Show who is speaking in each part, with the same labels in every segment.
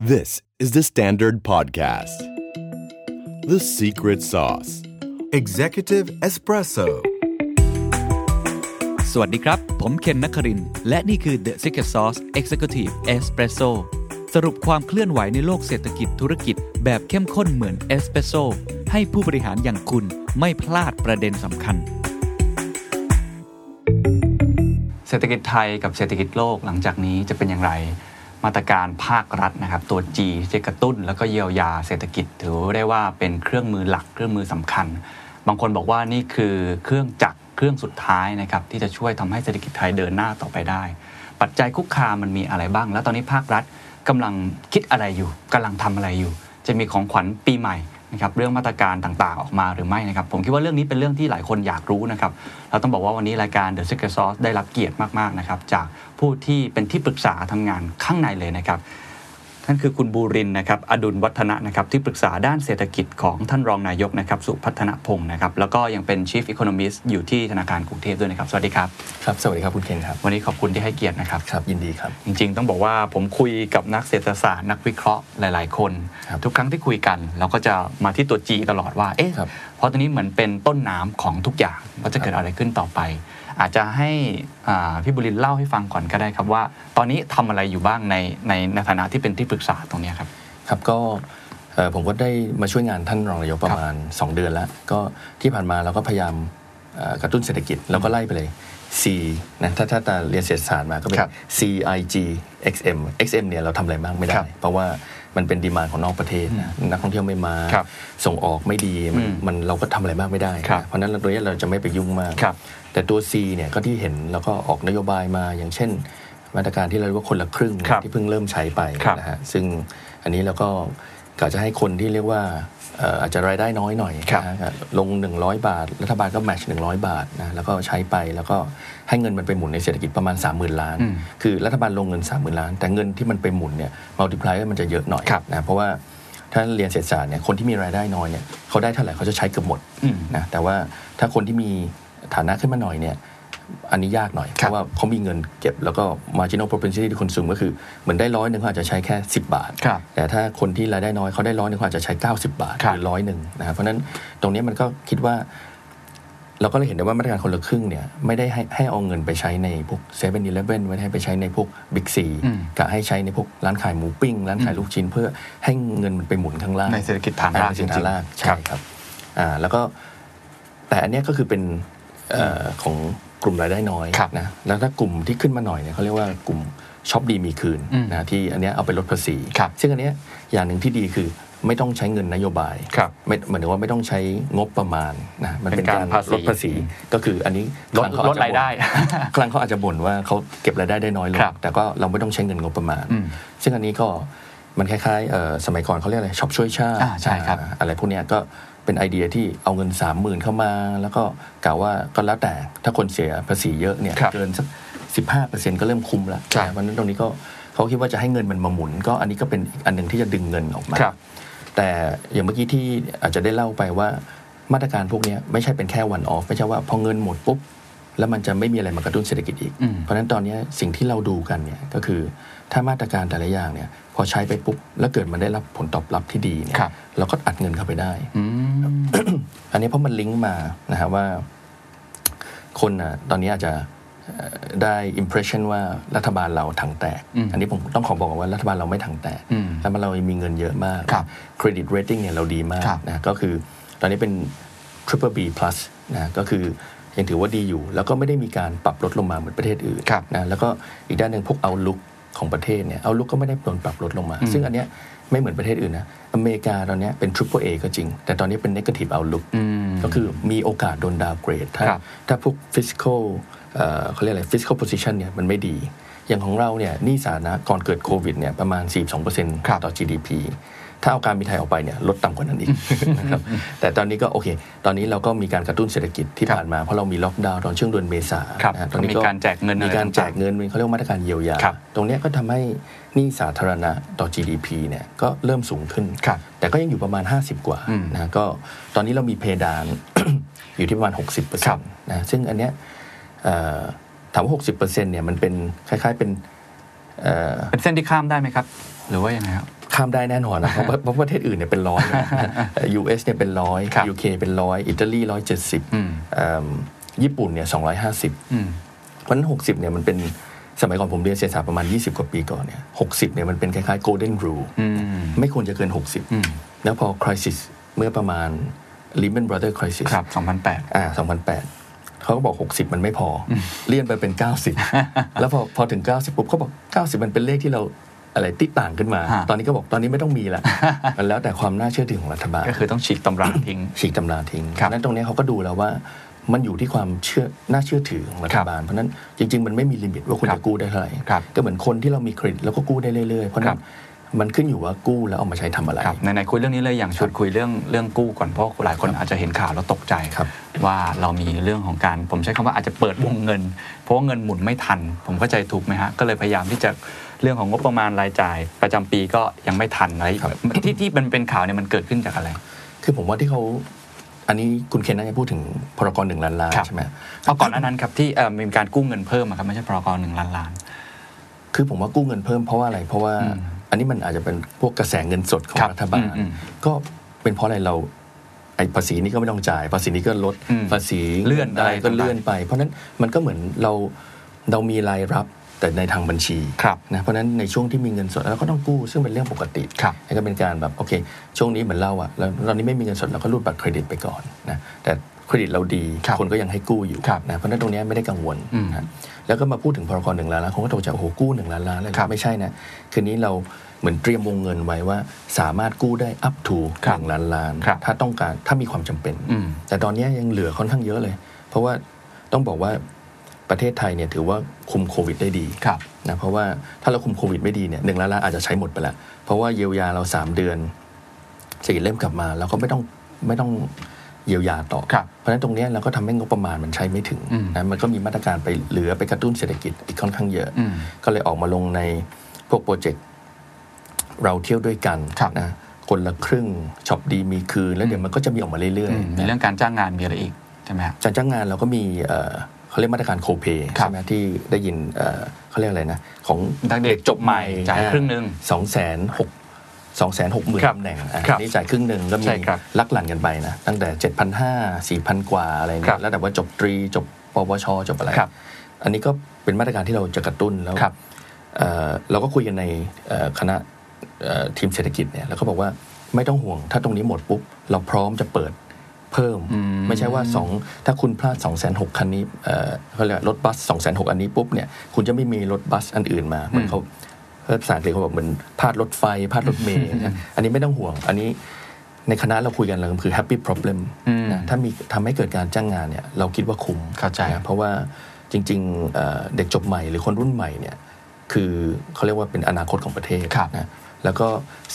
Speaker 1: This is the Standard Podcast. The Secret Sauce Executive Espresso.
Speaker 2: สวัสดีครับ ผมเคนนักครินทร์และนี่คือ The Secret Sauce Executive Espresso สรุปความเคลื่อนไหวในโลกเศรษฐกิจธุรกิจแบบเข้มข้นเหมือนเอสเปรสโซให้ผู้บริหารอย่างคุณไม่พลาดประเด็นสำคัญ เศรษฐกิจไทยกับเศรษฐกิจโลกหลังจากนี้จะเป็นอย่างไร มาตรการภาครัฐนะครับ ตัว G ที่จะกระตุ้นแล้วก็เยียวยาเศรษฐกิจ ถือได้ว่าเป็นเครื่องมือหลักเครื่องมือสำคัญ บางคนบอกว่านี่คือเครื่องจักรเครื่องสุดท้ายนะครับ ที่จะช่วยทำให้เศรษฐกิจไทยเดินหน้าต่อไปได้ ปัจจัยคุกคามมันมีอะไรบ้าง แล้วตอนนี้ภาครัฐกำลังคิดอะไรอยู่กำลังทำอะไรอยู่ จะมีของขวัญปีใหม่นะครับเรื่องมาตรการต่างๆ ออกมาหรือไม่นะครับ ผมคิดว่าเรื่องนี้เป็นเรื่องที่หลายคนอยากรู้นะครับเราต้องบอกว่าวันนี้รายการ The Secret Sauce ได้รับเกียรติมากๆนะครับจากผู้ที่เป็นที่ปรึกษาทำงานข้างในเลยนะครับ ท่านคือคุณบูรินทร์นะครับอดุลวัฒนะนะครับที่ปรึกษาด้านเศรษฐกิจของท่านรองนายกนะครับสุพัฒนพงศ์นะครับแล้วก็ยังเป็น Chief Economist อยู่ที่ธนาคารกรุงเทพด้วยนะครับ สวัสดีครับ
Speaker 3: ครับ สวัสดีครับ คุณเคนครับ
Speaker 2: วันนี้ขอบคุณที่ให้เกียรตินะครับ
Speaker 3: ครับ ยินดีครับ
Speaker 2: จริงๆ ต้องบอกว่าผมคุยกับนักเศรษฐศาสตร์นักวิเคราะห์หลาย ๆ คน
Speaker 3: ครับ
Speaker 2: ทุกครั้งที่คุยกัน เราก็จะมาที่ตัว G ตลอดว่าเอ๊ะ
Speaker 3: ครับ
Speaker 2: เพราะตอนนี้เหมือนเป็นต้นน้ำของทุกอย่างว่าจะเกิดอะไรขึ้นต่อไป อาจจะให้อ่าพี่บุรินทร์เล่าให้ฟังก่อนก็ได้ครับว่า ตอนนี้ทำอะไรอยู่บ้างในในในฐานะที่เป็นที่ปรึกษาตรงเนี้ยครับ
Speaker 3: ครับก็เอ่อผมก็ได้มาช่วยงานท่านรองนายกประมาณ 2 เดือนแล้ว ก็ที่ผ่านมาเราก็พยายามเอ่อกระตุ้นเศรษฐกิจแล้วก็ไล่ไปเลย C นะถ้าถ้าตาเรียนเศรษฐศาสตร์มาก็เป็น
Speaker 2: ครับ
Speaker 3: CIG XM XM เนี่ยเราทำอะไรมากไม่ได้
Speaker 2: ครับ
Speaker 3: เพราะว่ามันเป็นดีมานของนอกประเทศนะนักท่องเที่ยวไม่มา
Speaker 2: ครับ
Speaker 3: ส่งออกไม่ดีมัน
Speaker 2: อืม
Speaker 3: มันเราก็ทำอะไรมากไม่ได้
Speaker 2: ครับ
Speaker 3: เพราะฉะนั้นเราตัวนี้เราจะไม่ไปยุ่งมาก
Speaker 2: ครับ
Speaker 3: แต่ตัว C เนี่ยก็ที่เห็นแล้วก็ออกนโยบายมาอย่างเช่น มาตรการที่เราเรียกว่าคนละครึ่ง
Speaker 2: ครับ
Speaker 3: ที่เพิ่งเริ่มใช้ไป
Speaker 2: ครับ
Speaker 3: นะฮะซึ่งอันนี้เราก็กะจะให้คนที่เรียกว่าเอ่ออาจจะรายได้น้อยหน่อย
Speaker 2: ครับ
Speaker 3: นะฮะลง 100 บาท รัฐบาลก็แมทช์100 บาทนะแล้วก็ใช้ไปแล้วก็ให้เงินมันไปหมุนในเศรษฐกิจประมาณ 30,000 ล้าน
Speaker 2: อืม
Speaker 3: คือรัฐบาลลงเงิน 30,000 ล้าน แต่เงินที่มันไปหมุนเนี่ยมัลติพลายมันจะเยอะหน่อย
Speaker 2: ครับ
Speaker 3: นะเพราะว่าถ้าเรียนเศรษฐศาสตร์เนี่ยคนที่มีรายได้น้อยเนี่ยเขาได้เท่าไหร่เขาจะใช้เกือบหมด
Speaker 2: อืม
Speaker 3: นะแต่ว่าถ้าคนที่มีฐานะขึ้นมาหน่อยเนี่ยอันนี้ยากหน่อย
Speaker 2: ค
Speaker 3: เพ
Speaker 2: รับ
Speaker 3: ราะว่าเขามีเงินเก็บแล้วก็ marginal propensity ที่คนสูงก็คือ เหมือนได้ร้อยหนึ่งเขาอาจจะใช้แค่ 10 บาท
Speaker 2: ครับ
Speaker 3: แต่ถ้าคนที่รายได้น้อยเขาได้ร้อยหนึ่งเขาอาจจะใช้ 90 บาท
Speaker 2: ครับ
Speaker 3: หรือร้อยหนึ่งนะครับเพราะฉะนั้นตรงเนี้ยมันก็คิดว่า เราก็เลยเห็นได้ว่ามาตรการคนละครึ่งเนี่ยไม่ได้ให้ให้เอาเงินไปใช้ในพวกเซเว่นอีเลฟเว่นไม่ได้ให้ไปใช้ในพวกบิ๊กซี
Speaker 2: อืม
Speaker 3: กะให้ใช้ในพวกร้านขายหมูปิ้งร้านขายลูกชิ้นเพื่อให้เงินมันไปหมุนข้างล่าง
Speaker 2: ในเศรษฐกิจฐานราก
Speaker 3: อ่
Speaker 2: จริง
Speaker 3: เป็นฐานราก
Speaker 2: ๆ
Speaker 3: ใช่ครับอ่าแล้วก็แต่อันเนี้ยก็คือเป็นเอ่อของกลุ่มรายได้น้อย
Speaker 2: ครับ
Speaker 3: นะแล้วถ้ากลุ่มที่ขึ้นมาหน่อยเนี่ยเขาเรียกว่ากลุ่มช็อปดีมีคืน
Speaker 2: อืม
Speaker 3: นะที่อันเนี้ยเอาไปลดภาษี
Speaker 2: ครับ
Speaker 3: ซึ่งอันเนี้ยอย่างหนึ่งที่ดีคือไม่ต้องใช้เงินนโยบาย
Speaker 2: ครับ
Speaker 3: ไม่หมายถึงว่าไม่ต้องใช้งบประมาณนะมันเป็น
Speaker 2: เป็น
Speaker 3: กา
Speaker 2: การ รภาษี
Speaker 3: ลดภาษี
Speaker 2: อืม
Speaker 3: ก็คืออันนี้
Speaker 2: ลด
Speaker 3: คงเขอจจะ
Speaker 2: ลดรายได้
Speaker 3: บ่นคลังเขาอาจจะบ่นว่าเขาเก็บรายได้ได้น้อยลง
Speaker 2: ครับ
Speaker 3: แต่ก็เราไม่ต้องใช้เงินงบประมาณ
Speaker 2: อืม
Speaker 3: ซึ่งอันนี้ก็มันคล้ายๆเอ่อสมัยก่อนเขาเรียกอะไรช็อปช่วยชาติ
Speaker 2: อ่าใช่ครับ
Speaker 3: อะไรพวกเนี้ยก็เป็นไอเดียที่เอาเงิน 3 0,000 เข้ามา แล้วก็กล่าวว่าก็แล้วแต่ถ้าคนเสียภาษีเยอะเนี่ย
Speaker 2: ครับ
Speaker 3: เกินสัก15%ก็เริ่มคุ้มละ
Speaker 2: ใช่
Speaker 3: เพราะฉะนั้นตรงนี้ก็เขาคิดว่าจะให้เงินมันมาหมุน ก็อันนี้ก็เป็นอีกอันหนึ่งที่จะดึงเงินออกมา
Speaker 2: ครับ
Speaker 3: แต่อย่างเมื่อกี้ที่อาจจะได้เล่าไปว่ามาตรการพวกเนี้ยไม่ใช่เป็นแค่วันออฟไม่ใช่ว่าพอเงินหมดปุ๊บแล้วมันจะไม่มีอะไรมากระตุ้นเศรษฐกิจอีก
Speaker 2: อืม
Speaker 3: เพราะฉะนั้นตอนเนี้ยสิ่งที่เราดูกันเนี่ยก็คือถ้ามาตรการแต่ละอย่างเนี่ยพอใช้ไปปุ๊บแล้วเกิดมันได้รับผลตอบรับที่ดีเนี่ย
Speaker 2: ครับ
Speaker 3: เราก็อัดเงินเข้าไปได้
Speaker 2: อืม
Speaker 3: อันนี้เพราะมันลิงก์มานะฮะว่า คนอ่ะตอนนี้อาจจะเอ่อได้ impression ว่ารัฐบาลเราถังแตก
Speaker 2: อืม
Speaker 3: อันนี้ผมต้องขอบอกก่อนว่ารัฐบาลเราไม่ถังแตก
Speaker 2: อืม
Speaker 3: รัฐบาลเรามีเงินเยอะมาก
Speaker 2: ครับ
Speaker 3: credit rating เนี่ยเราดีมาก
Speaker 2: ครับ
Speaker 3: นะก็คือตอนนี้เป็น triple B plus นะก็คือยังถือว่าดีอยู่ แล้วก็ไม่ได้มีการปรับลดลงมาเหมือนประเทศอื่น
Speaker 2: ครับ
Speaker 3: นะแล้วก็อีกด้านหนึ่งพวก outlook ของประเทศเนี่ย outlook ก็ไม่ได้โดนปรับลดลงมา
Speaker 2: อืม
Speaker 3: ซึ่งอันเนี้ยไม่เหมือนประเทศอื่นนะอเมริกาตอนเนี้ยเป็น triple A ก็จริง แต่ตอนนี้เป็น negative outlook
Speaker 2: อืม
Speaker 3: ก็คือมีโอกาสโดนดาวเกรด ถ้า
Speaker 2: ครับ
Speaker 3: ถ้าพวก fiscal เอ่อเขาเรียกอะไร fiscal position เนี่ยมันไม่ดี อย่างของเราเนี่ยหนี้สาธารณะก่อนเกิดโควิดเนี่ยประมาณ 42%
Speaker 2: ครับ
Speaker 3: ต่อ GDP ถ้าเอาการบินไทยออกไปเนี่ยลดต่ำกว่านั้นอีก นะครับแต่ตอนนี้ก็โอเค ตอนนี้เราก็มีการกระตุ้นเศรษฐกิจที่
Speaker 2: ครับ
Speaker 3: ผ่านมา เพราะเรามีล็อกดาวน์ตอนช่วงเดือนเมษา
Speaker 2: ครับ
Speaker 3: นะฮะ
Speaker 2: มีการแจกเงินอะไร
Speaker 3: มีการแจกเงินเขาเรียกว่ามาตรการเยียวยา
Speaker 2: ครับ
Speaker 3: ตรงเนี้ยก็ทำให้หนี้สาธารณะต่อ GDP เนี่ยก็เริ่มสูงขึ้น
Speaker 2: ครับ
Speaker 3: แต่ก็ยังอยู่ประมาณ 50 กว่า
Speaker 2: อืม
Speaker 3: นะ นะก็ตอนนี้เรามีเพดาน อยู่ที่ประมาณ 60%
Speaker 2: ครับ
Speaker 3: นะซึ่งอันเนี้ยเอ่อถามว่า 60%เนี่ยมันเป็นคล้ายๆเป็นเอ่อ
Speaker 2: เป็นเส้นที่ข้ามได้ไหมครับ หรือว่ายังไงครับ
Speaker 3: ข้ามได้แน่นอนนะเพราะเพราะประเทศอื่นเนี่ยเป็นร้อยนะ US เนี่ยเป็นร้อย
Speaker 2: ครับ
Speaker 3: UK เป็นร้อยอิตาลีร้อยเจ็ดสิบ
Speaker 2: อืม
Speaker 3: ญี่ปุ่นเนี่ยสองร้อยห้าสิบ
Speaker 2: อืม
Speaker 3: เพราะฉะนั้น 60 เนี่ยมันเป็นสมัยก่อนผมเรียนเศรษฐศาสตร์ประมาณ 20 กว่าปีก่อนเนี่ย60 เนี่ยมันเป็นคล้ายๆ golden rule
Speaker 2: อืม
Speaker 3: ไม่ควรจะเกิน
Speaker 2: อืม
Speaker 3: 60 แล้วพอ crisis เมื่อประมาณ Lehman Brothers crisis
Speaker 2: ครับ2008
Speaker 3: อ่า2008 เขาก็บอก 60 มันไม่พออเลี่ยนไปเป็น 90 แล้วพอพอถึง 90 ปุ๊บเขาบอก 90 มันเป็นเลขที่เราอะไรติดต่างขึ้นมา
Speaker 2: ฮะ
Speaker 3: ตอนนี้ก็บอกตอนนี้ไม่ต้องมี ละ มันแล้วแต่ความน่าเชื่อถือของรัฐบาล
Speaker 2: ก็คือต้องฉีกตำราทิ้ง
Speaker 3: ฉีกตำราทิ้ง
Speaker 2: ครับ
Speaker 3: นั้นตรงเนี้ยเขาก็ดูแล้วว่ามันอยู่ที่ความเชื่อ น่าเชื่อถือของรัฐบาล เพราะฉะนั้นจริง ๆ มันไม่มีลิมิตว่าคุณจะกู้ได้เท่าไหร่
Speaker 2: ครับ
Speaker 3: ก็เหมือนคนที่เรามีเครดิตแล้วก็กู้ได้เรื่อยๆ เพราะฉะนั้นมันขึ้นอยู่ว่ากู้แล้วเอามาใช้ทำอะไร
Speaker 2: ครับไหนๆคุยเรื่องนี้เลยอย่างชวนคุยเรื่องเรื่องกู้ก่อนเพราะหลายคนอาจจะเห็นข่าวแล้วตกใจ
Speaker 3: ครับ
Speaker 2: ว่าเรามีเรื่องของการผมใช้คำว่าอาจจะเปิดวงเงิน เพราะว่าเงินหมุนไม่ทัน ผมเข้าใจถูกไหมฮะ ก็เลยพยายามที่จะเรื่องของงบประมาณรายจ่าย ประจำปีก็ยังไม่ทันอะไร
Speaker 3: ครับ
Speaker 2: ที่ที่มันเป็นข่าวเนี่ยมันเกิดขึ้นจากอะไร
Speaker 3: คือผมว่าที่เขาอันนี้คุณเคนน่าจะพูดถึงพรกรหนึ่งล้านล้าน
Speaker 2: ครับ
Speaker 3: ใช่ไหม
Speaker 2: เอาก่อนอันนั้นครับที่เอ่อมีการกู้เงินเพิ่มอะครับไม่ใช่พรกรหนึ่งล้านล้าน
Speaker 3: คือผมว่ากู้เงินเพิ่มเพราะว่าอะไร เพราะว่า
Speaker 2: อืม
Speaker 3: อันนี้มันอาจจะเป็นพวกกระแสเงินสดของ
Speaker 2: ครับ
Speaker 3: รัฐบาล
Speaker 2: อืมอืม
Speaker 3: ก็เป็นเพราะอะไรเราไอ้ภาษีนี่ก็ไม่ต้องจ่าย ภาษีนี้ก็ลด
Speaker 2: อืม
Speaker 3: ภาษี
Speaker 2: เลื่อน
Speaker 3: ได้
Speaker 2: อะไร
Speaker 3: ก็เลื่อนไป เพราะฉะนั้นมันก็เหมือนเราเรามีรายรับแต่ในทางบัญชี
Speaker 2: ครับ
Speaker 3: นะเพราะฉะนั้นในช่วงที่มีเงินสดเราก็ต้องกู้ซึ่งเป็นเรื่องปกติ
Speaker 2: ครับ
Speaker 3: แล้วก็เป็นการแบบโอเค ช่วงนี้เหมือนเราอะแล้วตอนนี้ไม่มีเงินสดเราก็รูดบัตรเครดิตไปก่อนนะแต่เครดิตเราดี
Speaker 2: ครับ
Speaker 3: คนก็ยังให้กู้อยู่
Speaker 2: ครับ
Speaker 3: นะเพราะฉะนั้นตรงเนี้ยไม่ได้กังวล
Speaker 2: อืม
Speaker 3: นะ แล้วก็มาพูดถึงพรกรหนึ่งล้านล้านคนก็ตกใจโอ้โหกู้หนึ่งล้านล้านเลยเหรอ
Speaker 2: ครับ
Speaker 3: ไม่ใช่นะ คืนนี้เราเหมือนเตรียมวงเงินไว้ว่า สามารถกู้ได้ up to
Speaker 2: ครับ
Speaker 3: หนึ่งล้านล้าน
Speaker 2: ครับ
Speaker 3: ถ้าต้องการถ้ามีความจำเป็น
Speaker 2: อืม
Speaker 3: แต่ตอนนี้ยังเหลือค่อนข้างเยอะเลย เพราะว่าต้องบอกว่าประเทศไทยเนี่ยถือว่าคุมโควิดได้ดี
Speaker 2: ครับ
Speaker 3: นะเพราะว่าถ้าเราคุมโควิดไม่ดีเนี่ยหนึ่งล้านล้านอาจจะใช้หมดไปแล้ว เพราะว่าเยียวยาเราสามเดือนเศรษฐกิจเริ่มกลับมาเราก็ไม่ต้องไม่ต้องเยียวยาต่อ
Speaker 2: ครับ
Speaker 3: เพราะฉะนั้นตรงเนี้ยเราก็ทำให้งบประมาณมันใช้ไม่ถึง
Speaker 2: อืม
Speaker 3: นะมันก็มีมาตรการไปเหลือไปกระตุ้นเศรษฐกิจอีกค่อนข้างเยอะ
Speaker 2: อืม
Speaker 3: ก็เลยออกมาลงในพวกโปรเจกต์เราเที่ยวด้วยกัน
Speaker 2: ครับ
Speaker 3: นะคนละครึ่งช็อปดีมีคืน แล้วเดี๋ยวมันก็จะมีออกมาเรื่อย
Speaker 2: อืม
Speaker 3: ๆ
Speaker 2: มี
Speaker 3: นะ
Speaker 2: เรื่องการจ้างงานมีอะไรอีกใช่ไหมฮะ
Speaker 3: จากจ้างงานเราก็มีเอ่อเขาเรียกมาตรการโคเ a y
Speaker 2: ครับ
Speaker 3: ใช่ไหมที่ได้ยินเอ่อเขาเรียกอะไรนะ ของ
Speaker 2: เด็กจบใหม่จ่ายครึ่งหนึ่ง
Speaker 3: สองแสนหกสองแสนหกหมื่น
Speaker 2: ครับ
Speaker 3: ตำแหน่งอ่ะ
Speaker 2: ครับ
Speaker 3: อันนี่จ่ายครึ่งหนึ่งก็มี
Speaker 2: ใช่ครับ
Speaker 3: ลักหลั่นกันไปนะ ตั้งแต่เจ็ดพันห้าสี่พันกว่าอะไร
Speaker 2: ครั
Speaker 3: เนี่
Speaker 2: บ
Speaker 3: ยแล้วแต่ว่าจบตรีจบปวช จบอะไร
Speaker 2: ครับ
Speaker 3: อันนี้ก็เป็นมาตรการที่เราจะกระตุ้นแล้ว
Speaker 2: ครับ
Speaker 3: เอ่อเราก็คุยกันในเอ่อคณะเอ่อทีมเศรษฐกิจเนี่ยแล้วก็บอกว่าไม่ต้องห่วง ถ้าตรงนี้หมดปุ๊บ เราพร้อมจะเปิดเพิ่ม
Speaker 2: อืม
Speaker 3: ไม่ใช่ว่า 2 ถ้าคุณพลาด 2 6 0 0 0คันนี้เอ่อเขาเรียกรถบัส 2 6 0 0 0อันนี้ปุ๊บเนี่ยคุณจะไม่มีรถบัสอันอื่นมาเหมือนเขาภาษาอังกฤษเขาบอกเหมือนพลาดรถไฟพลาดรถเม ล์นะอันนี้ไม่ต้องห่วง อันนี้ในคณะเราคุยกันเราคือ happy problem
Speaker 2: อืม
Speaker 3: นะถ้ามีทำให้เกิดการจ้างงานเนี่ยเราคิดว่าคุ้ม
Speaker 2: เข้าใจ
Speaker 3: นะเพราะว่าจริงๆเอ่อเด็กจบใหม่หรือคนรุ่นใหม่เนี่ยคือเขาเรียกว่าเป็นอนาคตของประเทศ
Speaker 2: ครับ
Speaker 3: นะแล้วก็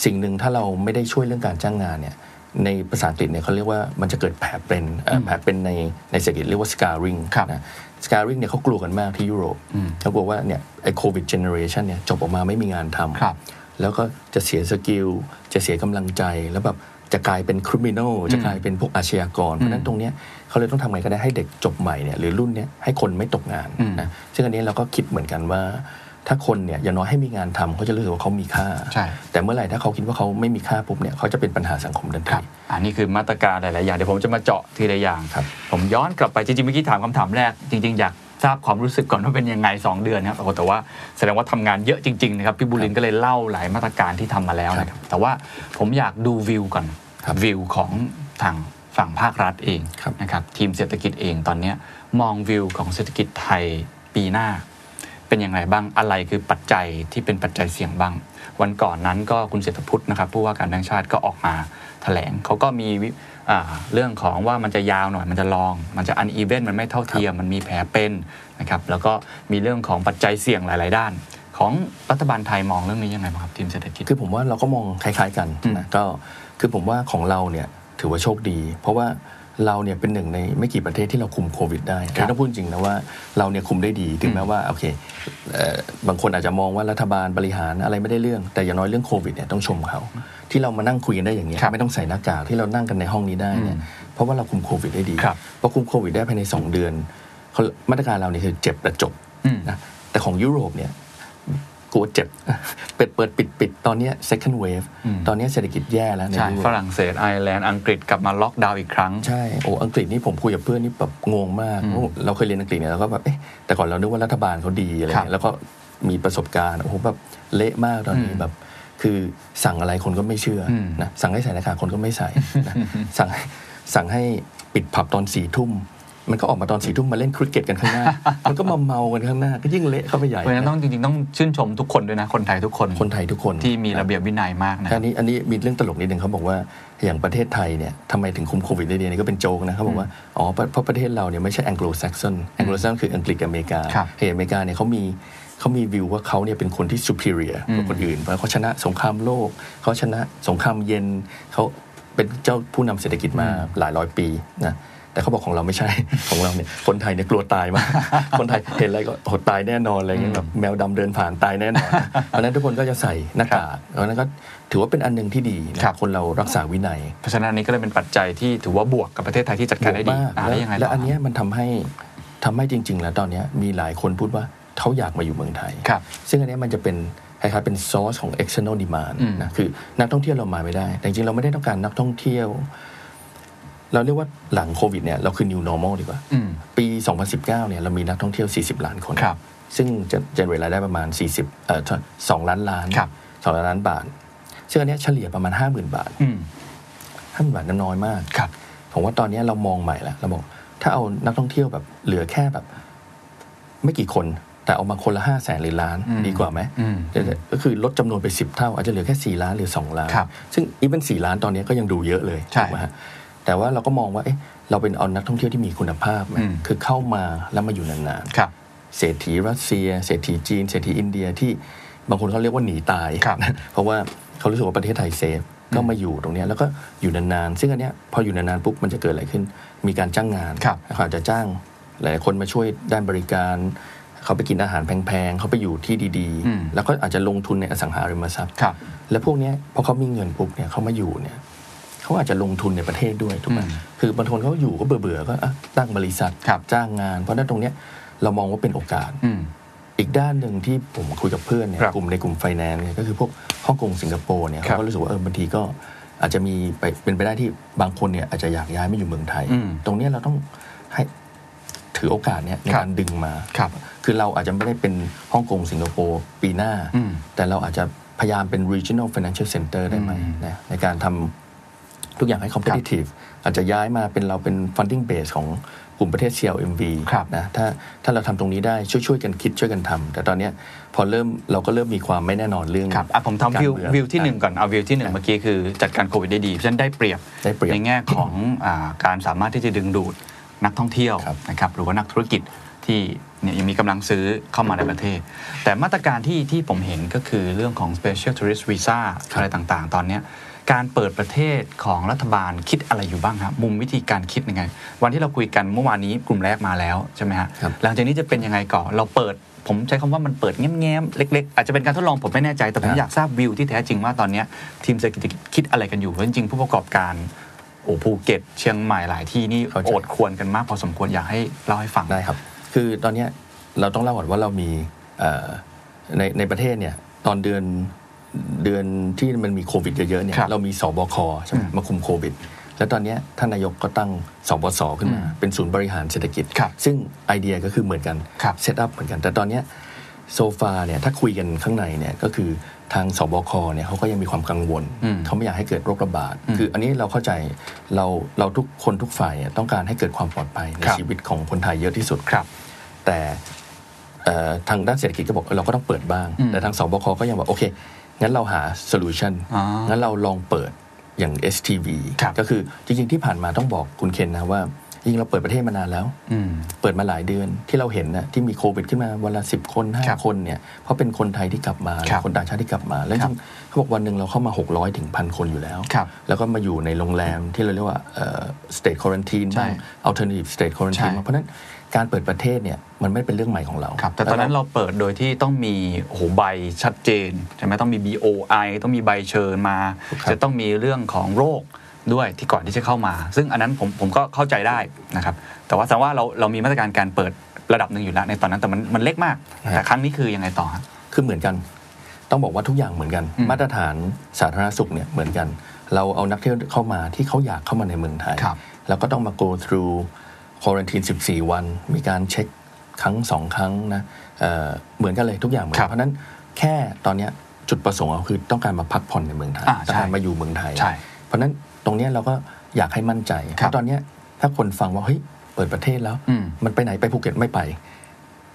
Speaker 3: สิ่งหนึ่งถ้าเราไม่ได้ช่วยเรื่องการจ้างงานเนี่ยในภาษาอังกฤษเนี่ยเขาเรียกว่ามันจะเกิดแผลเป็นเอ่อแผลเป็นในในเศรษฐกิจเรียกว่า scarring
Speaker 2: ครับ
Speaker 3: นะ scarring เนี่ยเขากลัวกันมากที่ยุโรป
Speaker 2: อืม
Speaker 3: เขากลัวว่าเนี่ยไอ้ covid generation เนี่ยจบออกมาไม่มีงานทำ
Speaker 2: ครับ
Speaker 3: แล้วก็จะเสียสกิลจะเสียกำลังใจแล้วแบบจะกลายเป็น criminal จะกลายเป็นพวกอาชญากรเพราะฉะนั้
Speaker 2: อื
Speaker 3: น
Speaker 2: ม
Speaker 3: ตรง ตรงเนี้ยเขาเลยต้องทำไงก็ได้ให้เด็กจบใหม่เนี่ยหรือรุ่นเนี้ยให้คนไม่ตกงาน
Speaker 2: อืม
Speaker 3: นะซึ่งอันนี้เราก็คิดเหมือนกันว่า ถ้าคนเนี่ยอย่างน้อยให้มีงานทำเขาจะรู้สึกว่าเขามีค่า
Speaker 2: ใช่
Speaker 3: แต่เมื่อไหร่ถ้าเขาคิดว่าเขาไม่มีค่าปุ๊บเนี่ยเขาจะเป็นปัญหาสังคมทัน
Speaker 2: ครั
Speaker 3: ที
Speaker 2: บอันนี้คือมาตรการหลาย ๆ อย่าง เดี๋ยวผมจะมาเจาะทีละอย่าง
Speaker 3: ครับ
Speaker 2: ผมย้อนกลับไปจริง ๆ เมื่อกี้ถามคำถามแรก จริง ๆ อยากทราบความรู้สึกก่อนว่าเป็นยังไง 2 เดือนนะครับโอ้โหแต่ว่าแสดงว่าทำงานเยอะจริง ๆ นะครับ พี่บุรินทร์ก็เลยเล่าหลายมาตรการที่ทำมาแล้วนะครับ แต่ว่าผมอยากดูวิวก่อน
Speaker 3: ครับ
Speaker 2: วิวของทางฝั่งภาครัฐเอง
Speaker 3: ครับ
Speaker 2: นะครับทีมเศรษฐกิจเองตอนเนี้ยมองวิวของเศรษฐกิจไทยปีหน้า เป็นอย่างไรบ้าง อะไรคือปัจจัยที่เป็นปัจจัยเสี่ยงบ้าง วันก่อนนั้นก็คุณเศรษฐพุทธนะครับผู้ว่าการแบงก์ชาติก็ออกมาแถลงเขาก็มีวิอ่าเรื่องของว่ามันจะยาวหน่อยมันจะลอง มันจะอันอีเวนมันไม่เท่าเทียมมันมีแผลเป็นนะครับแล้วก็มีเรื่องของปัจจัยเสี่ยงหลาย ๆ ด้าน ของรัฐบาลไทยมองเรื่องนี้ยังไงบ้างครับทีมเศรษฐกิจ
Speaker 3: คือผมว่าเราก็มองคล้าย ๆกัน
Speaker 2: อืม
Speaker 3: นะก็คือผมว่าของเราเนี่ยถือว่าโชคดี เพราะว่าเราเนี่ยเป็นหนึ่งในไม่กี่ประเทศที่เราคุมโควิดได้
Speaker 2: ครับ
Speaker 3: ต้องพูดจริงนะว่าเราเนี่ยคุมได้ดีถึงแม้ว่าโอเคเอ่อบางคนอาจจะมองว่ารัฐบาลบริหารอะไรไม่ได้เรื่อง แต่อย่างน้อยเรื่องโควิดเนี่ยต้องชมเขา ที่เรามานั่งคุยกันได้อย่างเงี้ย
Speaker 2: ครับ
Speaker 3: ไม่ต้องใส่หน้ากากที่เรานั่งกันในห้องนี้ได้เนี่ยเพราะว่าเราคุมโควิดได้ดี
Speaker 2: ครับ
Speaker 3: พอคุมโควิดได้ภายในสองเดือนเขามาตรการเราเนี่ยคือเจ็บแต่จบ
Speaker 2: อืม
Speaker 3: นะแต่ของยุโรปเนี่ย กลัวเจ็บ เปิดเปิดปิดปิดตอนเนี้ย second wave
Speaker 2: อืม
Speaker 3: ตอนเนี้ยเศรษฐกิจแย่แล้วใน
Speaker 2: ใช่
Speaker 3: ยุโร
Speaker 2: ฝ
Speaker 3: ป
Speaker 2: รั่งเศสไอร์แลนด์อังกฤษกลับมาล็อกดาวน์อีกครั้ง
Speaker 3: ใช่โอ้อังกฤษนี่ผมคุยกับเพื่อนนี่แบบงงมาก
Speaker 2: อืม
Speaker 3: เพราะเราเคยเรียนอังกฤษเนี่ยเราก็แบบเอ๊ะแต่ก่อนเรานึกว่ารัฐบาลเขาดีอะไร
Speaker 2: ครับ
Speaker 3: เงี้ยแล้วก็มีประสบการณ์โอ้โหแบบเละมากตอนนี้
Speaker 2: อืม
Speaker 3: แบบ คือสั่งอะไรคนก็ไม่เชื่ออ
Speaker 2: ม
Speaker 3: นะสั่งให้ใส่หน้ากากคนก็ไม่ ใส่นะสั่งให้สั่งให้ปิดผับตอนสี่ทุ่มมันก็ออกมาตอนสี่ทุ่มมาเล่นคริกเก็ตกันข้างห น้า มันก็มาเมากันข้างหน้า ก็ยิ่งเละเข้าไปใหญ่
Speaker 2: เพราะฉะนั้นต้องจริงๆต้องชื่นชมทุกคนด้วยนะ คนไทยทุกคน
Speaker 3: คนไทยทุกคน
Speaker 2: ที่มี
Speaker 3: น
Speaker 2: ระเบียบวินัยมากนะค
Speaker 3: อั
Speaker 2: รับ
Speaker 3: นนี้อันนี้มีเรื่องตลกนิดนึงเขาบอกว่าอย่างประเทศไทยเนี่ยทำไมถึงคุมโควิดได้ดีนี่ก็เป็นโจกนะเขาบอกว่าอ๋อเพราะเพราะประเทศเราเนี่ยไม่ใช่แองโกลแซกซอนแองโกลแซกซอนคืออังกฤษกับอเมริกา
Speaker 2: ครับ
Speaker 3: เฮอเมริกาเนี่ยเขามีเขามีวิวว่าเขาเนี่ยเป็นคนที่ superior กว่าคนอื่นเพราะเขาชนะสงครามโลก เขาชนะสงครามเย็นเขาเป็นเจ้าผู้นำเศรษฐกิจมาหลายร้อยปีนะแต่เขาบอกของเราไม่ใช่ ของเราเนี่ยคนไทยเนี่ยกลัวตายมาก คนไทยเห็นอะไรก็โหดตายแน่นอนอะไรเงี้ยแบบแมวดำเดินผ่านตายแน่ นอนเพราะฉะนั้นทุกคนก็จะใส่หน้ากาก เพราะฉะนั้นก็ถือว่าเป็นอันหนึ่งที่ดีนะครับ คนเรารักษาวินัย
Speaker 2: เพราะฉะนั้นอันนี้ก็เลยเป็นปัจจัยที่ถือว่าบวกกับประเทศไทยที่จัดการได้ดี
Speaker 3: มาก
Speaker 2: อ่ะแล้
Speaker 3: และ
Speaker 2: วยังไงต่
Speaker 3: และอัน
Speaker 2: อ
Speaker 3: เนี้ยมันทำให้ทำให้จริง ๆ แล้วตอนเนี้ยมีหลายคนพูดว่าเขาอยากมาอยู่เมืองไทย
Speaker 2: ครับ
Speaker 3: ซึ่งอันเนี้ยมันจะเป็นคล้ายๆเป็น source ของ external demand
Speaker 2: อืม
Speaker 3: นะคือนักท่องเที่ยวเรามาไม่ได้ แต่จริงๆ เราไม่ได้ต้องการนักท่องเที่ยว เราเรียกว่าหลังโควิดเนี่ยเราคือ new normal ดีกว่า
Speaker 2: อืม
Speaker 3: ปี 2019เนี่ยเรามีนักท่องเที่ยว 40 ล้านคน
Speaker 2: ครับ
Speaker 3: ซึ่งจะเจนเวรายได้ประมาณ 40เอ่อ2ล้านล้าน
Speaker 2: ครับ
Speaker 3: สองล้านล้านบาท ซึ่งอันเนี้ยเฉลี่ยประมาณ 50,000 บาท
Speaker 2: อืม
Speaker 3: ห้าหมื่นบาทน้อยมาก
Speaker 2: ครับ
Speaker 3: ผมว่าตอนนี้เรามองใหม่แล้วเราบอกถ้าเอานักท่องเที่ยวแบบเหลือแค่แบบ ไม่กี่คน แต่เอามาคนละห้าแสนหรือล้าน
Speaker 2: อืม
Speaker 3: ดีกว่าไหม
Speaker 2: อืม
Speaker 3: เดี๋ยวๆก็คือลดจำนวนไป 10 เท่า อาจจะเหลือแค่ 4 ล้านหรือ 2 ล้าน
Speaker 2: ครับ
Speaker 3: ซึ่งอีเป็น4ล้านตอนนี้ก็ยังดูเยอะเลย
Speaker 2: ใช่
Speaker 3: ถูกไหมฮะแต่ว่าเราก็มองว่าเอ๊ะเราเป็นเอานักท่องเที่ยวที่มีคุณภาพไหม
Speaker 2: อืม
Speaker 3: คือเข้ามาแล้วมาอยู่นาน
Speaker 2: ครับ
Speaker 3: ๆเศรษฐีรัสเซีย เศรษฐีจีน เศรษฐีอินเดียที่บางคนเขาเรียกว่าหนีตาย
Speaker 2: ครับ
Speaker 3: เพราะว่าเขารู้สึกว่าประเทศไทยเซฟก็มาอยู่ตรงเนี้ยแล้วก็อยู่นานๆ ซึ่งอันเนี้ยพออยู่นานๆปุ๊บมันจะเกิดอะไรขึ้น มีการจ้างงาน
Speaker 2: ครับ
Speaker 3: เขาอาจจะจ้างหลายๆคนมาช่วยด้านบริการ เขาไปกินอาหารแพงๆ เขาไปอยู่ที่ดี
Speaker 2: อืม
Speaker 3: ๆ แล้วก็อาจจะลงทุนในอสังหาริมทรัพย์
Speaker 2: ครับ
Speaker 3: แล้วพวกเนี้ยพอเขามีเงินปุ๊บเนี่ยเขามาอยู่เนี่ยเขาอาจจะลงทุนในประเทศด้วยถูกไหม
Speaker 2: อืม
Speaker 3: คือบางคนเขาอยู่ก็เบื่อๆก็อ่ะตั้งบริษัท
Speaker 2: ครับ
Speaker 3: จ้างงาน เพราะฉะนั้นตรงเนี้ยเรามองว่าเป็นโอกาส
Speaker 2: อืม
Speaker 3: อีกด้านหนึ่งที่ผมคุยกับเพื่อนเนี่ย
Speaker 2: ครับ
Speaker 3: กลุ่มในกลุ่มไฟแนนซ์เนี่ยก็คือพวกฮ่องกงสิงคโปร์เนี่ย
Speaker 2: ครับ
Speaker 3: เขาก็รู้สึกว่าเออบางทีก็อาจจะมีไปเป็นไปได้ที่บางคนเนี่ยอาจจะอยากย้ายมาอยู่เมืองไทย
Speaker 2: อืม
Speaker 3: ตรงเนี้ยเราต้องให้ถือโอกาสเนี่ยใน
Speaker 2: ครับ
Speaker 3: การดึงมา
Speaker 2: ครับ
Speaker 3: คือเราอาจจะไม่ได้เป็นฮ่องกงสิงคโปร์ปีหน้า
Speaker 2: อืม
Speaker 3: แต่เราอาจจะพยายามเป็น regional financial center ได้ไหม
Speaker 2: อืม
Speaker 3: นะในการทำทุกอย่างให้ competitive อาจจะย้ายมาเป็นเราเป็น funding base ของกลุ่มประเทศ CLMV
Speaker 2: ครับ
Speaker 3: นะถ้าถ้าเราทำตรงนี้ได้ช่วยช่วยกันคิดช่วยกันทำแต่ตอนเนี้ยพอเริ่มเราก็เริ่มมีความไม่แน่นอนเรื่อง
Speaker 2: ครับอ่ะผมทำวิว
Speaker 3: กรเอง
Speaker 2: วิวที่หนึ่ง
Speaker 3: อ่ะ
Speaker 2: ก่อนเอาวิวที่หนึ่งเมื่อกี้คือจัดการโควิดได้ดีเพราะฉะนั้นได้เปรียบ
Speaker 3: ได้เปรียบ
Speaker 2: ในแง่ของอ่าการสามารถที่จะดึงดูดนักท่องเที่ยว
Speaker 3: ครับ
Speaker 2: นะครับหรือว่านักธุรกิจที่เนี่ยยังมีกำลังซื้อเข้ามาในประเทศ แต่มาตรการที่ที่ผมเห็นก็คือเรื่องของ special tourist visa
Speaker 3: ครับ
Speaker 2: อะไรต่างๆ ตอนเนี้ยการเปิดประเทศของรัฐบาลคิดอะไรอยู่บ้างครับมุมวิธีการคิดยังไง วันที่เราคุยกันเมื่อวานนี้กลุ่มแรกมาแล้วใช่ไหมฮะ
Speaker 3: ครับ
Speaker 2: หลังจากนี้จะเป็นยังไงก่อนเราเปิด ผมใช้คำว่ามันเปิดแง้มๆเล็ก ๆ อาจจะเป็นการทดลองผมไม่แน่ใจ แต่ผม
Speaker 3: ครับ
Speaker 2: อยากทราบวิวที่แท้จริงว่าตอนเนี้ยทีมเศรษฐกิจคิดอะไรกันอยู่เพราะจริงๆผู้ประกอบการโอ้ภูเก็ต เชียงใหม่หลายที่นี่โอดควรกันมากพอสมควรอยากให้เล่าให้ฟัง
Speaker 3: ได้ครับ คือตอนเนี้ยเราต้องเล่าก่อนว่าเรามีเอ่อในในประเทศเนี่ยตอนเดือนเดือนที่มันมีโควิดเยอะๆเนี่ย
Speaker 2: ครับ
Speaker 3: เรามีสบคใช่ไหม
Speaker 2: อืม
Speaker 3: มาคุมโควิด แล้วตอนเนี้ยท่านนายกก็ตั้งสบสขึ้นมา
Speaker 2: อืม
Speaker 3: เป็นศูนย์บริหารเศรษฐกิจ
Speaker 2: ครับ
Speaker 3: ซึ่งไอเดียก็คือเหมือนกัน
Speaker 2: ครับ
Speaker 3: เซตอัพเหมือนกัน แต่ตอนเนี้ยโซฟาเนี่ยถ้าคุยกันข้างในเนี่ยก็คือทางสบคเนี่ยเขาก็ยังมีความกังวล
Speaker 2: อืม
Speaker 3: เขาไม่อยากให้เกิดโรคระบาด
Speaker 2: อืม
Speaker 3: คืออันนี้เราเข้าใจ เราเราทุกคนทุกฝ่ายเนี่ยต้องการให้เกิดความปลอดภัยใน
Speaker 2: ครับ
Speaker 3: ชีวิตของคนไทยเยอะที่สุด
Speaker 2: ครับ
Speaker 3: แต่เอ่อทางด้านเศรษฐกิจก็บอกเออเราก็ต้องเปิดบ้าง
Speaker 2: อืม
Speaker 3: แต่ทางสบคก็ยังบอกโอเค งั้นเราหาโซลูชัน
Speaker 2: อ๋อ
Speaker 3: งั้นเราลองเปิดอย่าง STV
Speaker 2: ครับ
Speaker 3: ก็คือจริงๆที่ผ่านมาต้องบอกคุณเคนนะว่าจริงๆเราเปิดประเทศมานานแล้ว
Speaker 2: อืม
Speaker 3: เปิดมาหลายเดือนที่เราเห็นนะที่มีโควิดขึ้นมาวันละสิบคนห้า
Speaker 2: ครับ
Speaker 3: คนเนี่ยเพราะเป็นคนไทยที่กลับมา
Speaker 2: ครับ
Speaker 3: คนต่างชาติที่กลับมา แล้วจ
Speaker 2: ครั
Speaker 3: ริ
Speaker 2: บ
Speaker 3: งๆเขาบอกวันหนึ่งเราเข้ามา 600ถึงพันคนอยู่แล้ว
Speaker 2: ครับ
Speaker 3: แล้วก็มาอยู่ในโรงแรมที่เราเรียกว่าเอ่อ state quarantine
Speaker 2: ใช่
Speaker 3: บ้าง alternative state quarantine
Speaker 2: ใช่
Speaker 3: บ้างเพราะฉะนั้นการเปิดประเทศเนี่ยมันไม่เป็นเรื่องใหม่ของเรา
Speaker 2: ครับแต่ตอนนั้นเราเปิดโดยที่ต้องมีโอ้โหใบชัดเจนใช่ไหมต้องมี BOI ต้องมีใบเชิญมา จะต้องมีเรื่องของโรคด้วยที่ก่อนที่จะเข้ามา ซึ่งอันนั้นผมผมก็เข้าใจได้นะครับแต่ว่าแสดงว่าเราเรามีมาตรการการเปิดระดับหนึ่งอยู่แล้วในตอนนั้นแต่มันมันเล็กมาก แต่ครั้งนี้คือยังไงต่อฮะ
Speaker 3: คือเหมือนกัน ต้องบอกว่าทุกอย่างเหมือนกัน
Speaker 2: อืม
Speaker 3: มาตรฐานสาธารณสุขเนี่ยเหมือนกัน เราเอานักเที่ยวเข้ามาที่เขาอยากเข้ามาในเมืองไทย
Speaker 2: ครับ
Speaker 3: แล้วก็ต้องมา go through quarantine 14 วัน มีการเช็คครั้งสองครั้งนะเอ่อเหมือนกันเลยทุกอย่างเหมือน
Speaker 2: ครับ
Speaker 3: กันเพราะฉะนั้นแค่ตอนเนี้ยจุดประสงค์เราคือต้องการมาพักผ่อนในเมืองไทย
Speaker 2: อ่าใช่
Speaker 3: ต้องการมาอยู่เมืองไทย
Speaker 2: ใช่
Speaker 3: เพราะฉะนั้นตรงเนี้ยเราก็อยากให้มั่นใจ
Speaker 2: ครับ
Speaker 3: เพราะตอนเนี้ยถ้าคนฟังว่าเฮ้ยเปิดประเทศแล้ว
Speaker 2: อืม
Speaker 3: มันไปไหนไปภูเก็ตไม่ไป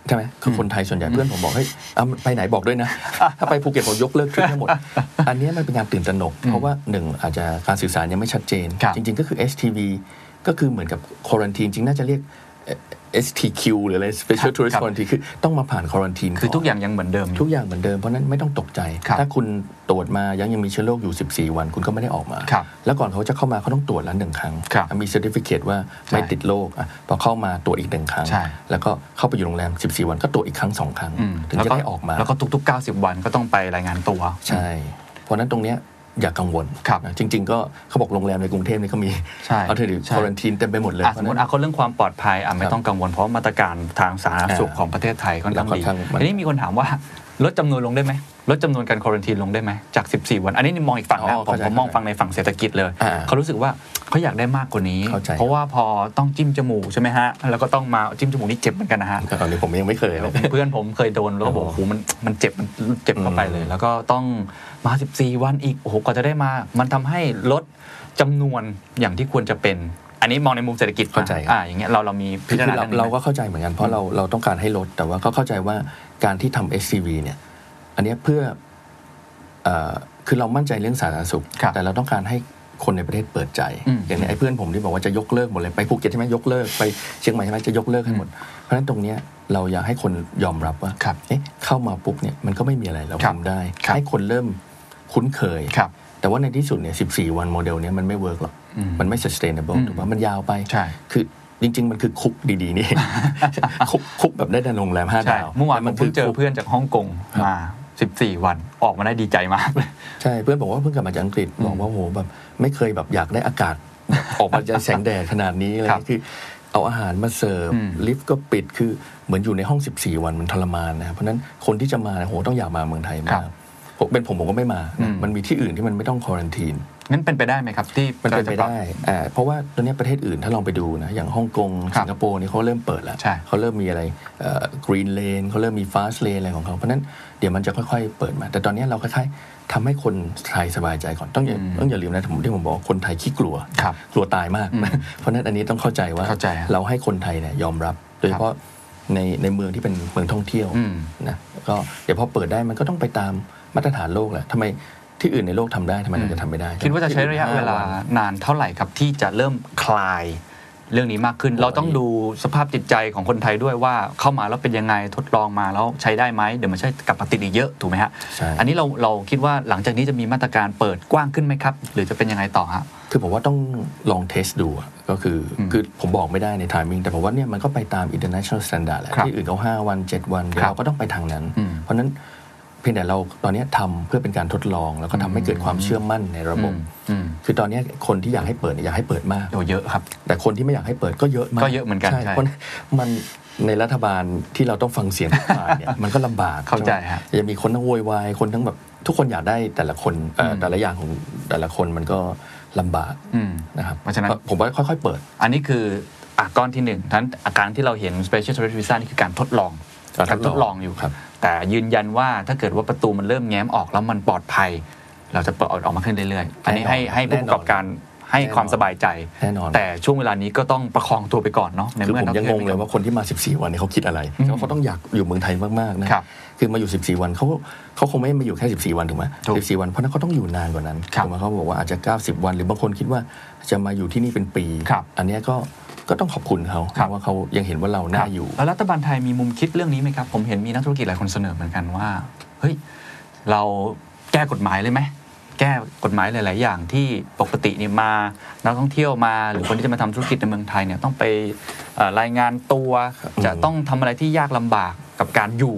Speaker 3: ใช่ไหมคือคนไทยส่วนใหญ่เพื่อนผมบอกเฮ้ยเอาไปไหนบอกด้วยนะ ถ้าไปภูเก็ตผมยกเลิกทริปทั้งหม ด อันเนี้ยมันเป็นการตื่นตระหนก เพราะว่าหนึ่งอาจจะการสื่อสารยังไม่ชัดเจน
Speaker 2: ครับ
Speaker 3: จริงๆก็คือ STV ก็คือเหมือนกับควอรันทีนจริงน่าจะเรียกเอ่อ STQ หรืออะไร Special
Speaker 2: ครับ
Speaker 3: Tourist
Speaker 2: ครับ
Speaker 3: Quarantine คือต้องมาผ่านควอรันทีน
Speaker 2: คือทุกอย่างยังเหมือนเดิม
Speaker 3: ทุกอย่างเหมือนเดิม เพราะฉะนั้นไม่ต้องตกใจ
Speaker 2: ครับ
Speaker 3: ถ้าคุณตรวจมายังยังมีเชื้อโรคอยู่ 14 วัน คุณก็ไม่ได้ออกมา
Speaker 2: ครับ
Speaker 3: แล้วก่อนเขาจะเข้ามาเขาต้องตรวจแล้วหนึ่งครั้ง
Speaker 2: ครับ
Speaker 3: มีเซอร์ติฟิเคตว่าไม่
Speaker 2: ใช่
Speaker 3: ติดโรคอ่ะพอเข้ามาตรวจอีกหนึ่งครั้ง
Speaker 2: ใช่
Speaker 3: แล้วก็เข้าไปอยู่โรงแรม 14 วันก็ตรวจอีกครั้งสองครั้ง
Speaker 2: อืม
Speaker 3: ถึงจะได้ออกมา
Speaker 2: แล้วก็ทุกๆ 90 วันก็ต้องไปรายงานตัว
Speaker 3: ใช่ เพราะฉะนั้นตรงเนี้ยอย่ากังวล
Speaker 2: ครับ
Speaker 3: นะจริง ๆ ก็เขาบอกโรงแรมในกรุงเทพนี่ก็มี
Speaker 2: ใช่
Speaker 3: เอาเถอะดิ
Speaker 2: ใช่
Speaker 3: ควอรันทีนเต็มไปหมดเลย
Speaker 2: อ่ะ
Speaker 3: เพ
Speaker 2: ส
Speaker 3: ราะ
Speaker 2: มม
Speaker 3: ฉะนั้
Speaker 2: ติ
Speaker 3: น
Speaker 2: อ่ะก็เรื่องความปลอดภัยอ่ะไม่ต้องกังวลเพราะมาตรการทางสาธารณสุข
Speaker 3: อ่า
Speaker 2: ของประเทศไทยค่อนข้างดี
Speaker 3: แล้วค่อนข้างมัน
Speaker 2: ทีนี้มีคนถามว่าลดจำนวนลงได้ไหมลดจำนวนการควอรันทีนลงได้ไหมจาก 14 วัน อันนี้นี่มองอีกฝั่งนะ
Speaker 3: อ๋อ
Speaker 2: ผม
Speaker 3: เข้าใจ
Speaker 2: ผมมองฝั่งในฝั่งเศรษฐกิจเลย
Speaker 3: อ่า
Speaker 2: เขารู้สึกว่าเขาอยากได้มากกว่านี้
Speaker 3: เข้าใจ
Speaker 2: เพราะว่าพอต้องจิ้มจมูกใช่ไหมฮะแล้วก็ต้องมาจิ้มจมูกนี่เจ็บเหมือนกันนะฮะ
Speaker 3: ตอนนี้ผมยังไม่เคยเลย
Speaker 2: เพื่อนผมเคยโดนแล้วก็บอก
Speaker 3: อ๋อ
Speaker 2: โอ้โหมันมันเจ็บมันเจ็บเข้าไปเลย แล้วก็ต้องมา 14 วันอีกโอ้โหกว่าจะได้มา มันทำให้ลดจำนวนอย่างที่ควรจะเป็น อันนี้มองในมุมเศรษฐกิจนะ
Speaker 3: เข้าใจครับ
Speaker 2: อ่าอย่างเงี้ยเราเรามีพิ
Speaker 3: คือ
Speaker 2: จารณา
Speaker 3: เรา
Speaker 2: ด้นนี้ไหม
Speaker 3: เราก็เข้าใจเหมือนกันเพราะเราเราต้องการให้ลด แต่ว่าก็เข้าใจว่าการที่ทำ SCV เนี่ยอันเนี้ยเพื่อเอ่อคือเรามั่นใจเรื่องสาธารณสุข
Speaker 2: ครับ
Speaker 3: แต่เราต้องการให้คนในประเทศเปิดใจ
Speaker 2: อืม
Speaker 3: อย่างไอ้เพื่อนผมที่บอกว่าจะยกเลิกหมดเลยไปภูเก็ตใช่ไหมยกเลิกไปเชียงใหม่ใช่ไหมจะยกเลิกให้หมด เพราะฉะนั้นตรงเนี้ยเราอยากให้คนยอมรับว่า
Speaker 2: ครับ
Speaker 3: เอ๊ะเข้ามาปุ๊บเนี่ยมันก็ไม่มีอะไรเรา
Speaker 2: ครับ
Speaker 3: ทำได้
Speaker 2: ครับ
Speaker 3: ให้คนเริ่มคุ้นเคย
Speaker 2: ครับ
Speaker 3: แต่ว่าในที่สุดเนี่ย 14 วันโมเดลเนี้ยมันไม่เวิร์กหรอก
Speaker 2: อืม
Speaker 3: มันไม่ sustainable
Speaker 2: อืม
Speaker 3: ถูกปะมันยาวไป
Speaker 2: ใช่
Speaker 3: คือจริง ๆ มันคือคุกดีๆ นี่ คุกคุกแบบได้ในโรงแรมห้า
Speaker 2: ใช่
Speaker 3: ดาว
Speaker 2: เมื่อวาน
Speaker 3: แล้
Speaker 2: ผ
Speaker 3: มั
Speaker 2: มเพิ่งเจอ
Speaker 3: คุก
Speaker 2: เพื่อนจากฮ่องกงมา 14 วันออกมาได้ดีใจมากเลย
Speaker 3: ใช่ เพื่อนบอกว่าเพิ่งกลับมาจากอังกฤษ บอกว่าโหแบบไม่เคยแบบอยากได้อากาศ ออกมาจากแสงแดดขนาดนี้อะไร
Speaker 2: ครับ
Speaker 3: เงี้ยคือ เอาอาหารมาเสิร์ฟ
Speaker 2: อืม
Speaker 3: ลิฟต์ก็ปิดคือเหมือนอยู่ในห้อง 14 วันมันทรมานนะครับเพราะฉะนั้นคนที่จะมาเนี่ยโหต้องอยากมาเมืองไทย
Speaker 2: ครั
Speaker 3: มาก
Speaker 2: บ
Speaker 3: ผมเป็นผมผมก็ไม่มา
Speaker 2: อืม
Speaker 3: มันมีที่อื่นที่มันไม่ต้องควอรันทีน
Speaker 2: งั้นเป็นไปได้ไหมครับ ที่
Speaker 3: มันเป็นไป
Speaker 2: ราจะรับ
Speaker 3: ได้อ่าเพราะว่าตอนนี้ประเทศอื่นถ้าลองไปดูนะ อย่างฮ่องกง
Speaker 2: ครั
Speaker 3: สิ
Speaker 2: บ
Speaker 3: งคโปร์นี่เขาเริ่มเปิดแล้ว
Speaker 2: ใช่
Speaker 3: เขาเริ่มมีอะไรกรีนเลนเขาเริ่มมีฟาสเลนอะไรของเขา เพราะฉะนั้นเดี๋ยวมันจะค่อยๆ เปิดมา แต่ตอนนี้เราค่อยๆทำให้คนไทยสบายใจก่อน ต้องอย่า
Speaker 2: อืม
Speaker 3: ต้องอย่าลืมนะผมที่ผมบอกว่าคนไทยขี้กลัว
Speaker 2: ครับ
Speaker 3: กลัวตายมาก
Speaker 2: อืม
Speaker 3: เพราะฉะนั้นอันนี้ต้องเข้าใจว่า
Speaker 2: เข้าใจฮะ
Speaker 3: เราให้คนไทยเนี่ยยอมรับ โดยเฉพาะในในเมืองที่เป็นเมืองท่องเที่ยว
Speaker 2: อืม
Speaker 3: นะ ก็เดี๋ยวพอเปิดได้มันก็ต้องไปตามมาตรฐานโลกแหละทำไมที่อื่นในโลกทำได้ทำไมเราจะทำไม่ได้
Speaker 2: คิดว่าจะใช้ระยะเวลา
Speaker 3: ห้น
Speaker 2: นานเท่าไหร่ครับที่จะเริ่มคลายเรื่องนี้มากขึ้น เราต้องดูสภาพจิตใจของคนไทยด้วยว่าเข้ามาแล้วเป็นยังไงทดลองมาแล้วใช้ได้ไหมเดี๋ยวมันใช่กลับมาติดอีกเยอะถูกไหมฮะ
Speaker 3: ใช่
Speaker 2: อันนี้เราเราคิดว่าหลังจากนี้จะมีมาตรการเปิดกว้างขึ้นไหมครับ หรือจะเป็นยังไงต่อฮะ
Speaker 3: คือผมว่าต้องลองเทสดูอะก็คืออ
Speaker 2: ม
Speaker 3: คือผมบอกไม่ได้ในไทมิ่งแต่ผมว่าเนี่ยมันก็ไปตาม international standard แหละ
Speaker 2: ครับ
Speaker 3: ที่อื่นเขา5วัน 7 วันเดี๋ยว
Speaker 2: ครับ
Speaker 3: เราก็ต้องไปทางนั้น
Speaker 2: อืม
Speaker 3: เพราะฉะนั้นเพียงแต่เราตอนเนี้ยทำเพื่อเป็นการทดลอง แล้วก็ทำให้เกิดความเชื่อมั่นในระบบ
Speaker 2: อืมอืม
Speaker 3: คือตอนเนี้ยคนที่อยากให้เปิดเนี่ยอยากให้เปิดมาก
Speaker 2: โอ้เยอะครับ
Speaker 3: แต่คนที่ไม่อยากให้เปิดก็เยอะมาก
Speaker 2: ก็เยอะเหมือนกัน
Speaker 3: ใช่
Speaker 2: ใช่
Speaker 3: เพราะมันในรัฐบาลที่เราต้องฟังเสียงรัฐบาลเนี่ย มันก็ลำบาก
Speaker 2: เข้าใจ
Speaker 3: ช่ไหม
Speaker 2: ฮะ
Speaker 3: ยังมีคนทั้งโวยวายคนทั้งแบบทุกคนอยากได้แต่ละคนเอ่ออ
Speaker 2: ม
Speaker 3: แต่ละอย่างของแต่ละคนมันก็ลำบาก
Speaker 2: อืม
Speaker 3: นะครับ
Speaker 2: เพราะฉะนั้น
Speaker 3: ผมว่าค่อย ๆ เปิด
Speaker 2: อันนี้คืออาก้อนที่หนึ่งทั้นอาการที่เราเห็น special tourist visa นี่คือการทดลอง
Speaker 3: การ
Speaker 2: การ
Speaker 3: ทดลอง
Speaker 2: ทดลองอยู่
Speaker 3: ครับ
Speaker 2: แต่ยืนยันว่าถ้าเกิดว่าประตูมันเริ่มแง้มออกแล้วมันปลอดภัย เราจะเปิดออกมาขึ้นเรื่อยๆ อันนี้ให้ให้ผู้ประกอบการให้ความสบายใจ
Speaker 3: แน่นอน
Speaker 2: แต่ช่วงเวลานี้ก็ต้องประคองตัวไปก่อนเนาะใน
Speaker 3: คือ
Speaker 2: เมื่อ
Speaker 3: ผมยังงงเลย
Speaker 2: นัก
Speaker 3: ว่าคนที่มา 14 วันเนี่ยเขาคิดอะไร
Speaker 2: อืม
Speaker 3: เพราะเขาต้องอยากอยู่เมืองไทยมากๆนะครับ คือมาอยู่ 14 วันเขาเขาคงไม่มาอยู่แค่ 14 วันถูกไหม
Speaker 2: ถูก
Speaker 3: 14 วันเพราะนั้นเขาต้องอยู่นานกว่านั้น
Speaker 2: ครับ
Speaker 3: ถูกไหมเขาบอกว่าอาจจะ 90 วัน หรือบางคนคิดว่าจะมาอยู่ที่นี่เป็นปี
Speaker 2: ครับ
Speaker 3: อันเนี้ยก็ก็ต้องขอบคุณเขา
Speaker 2: ครับ
Speaker 3: ว่าเขายังเห็นว่าเรา
Speaker 2: ค
Speaker 3: น่า
Speaker 2: รับ
Speaker 3: อยู่
Speaker 2: แล้วรัฐบาลไทยมีมุมคิดเรื่องนี้ไหมครับ ผมเห็นมีนักธุรกิจหลายคนเสนอเหมือนกันว่า เฮ้ย เราแก้กฎหมายเลยไหม แก้กฎหมายหลาย ๆ อย่างที่ปกติเนี่ยมานักท่องเที่ยวมา หรือคนที่จะมาทำธุรกิจในเมืองไทยเนี่ยต้องไปเอ่อรายงานตัว จะต้องทำอะไรที่ยากลำบากกับการอยู่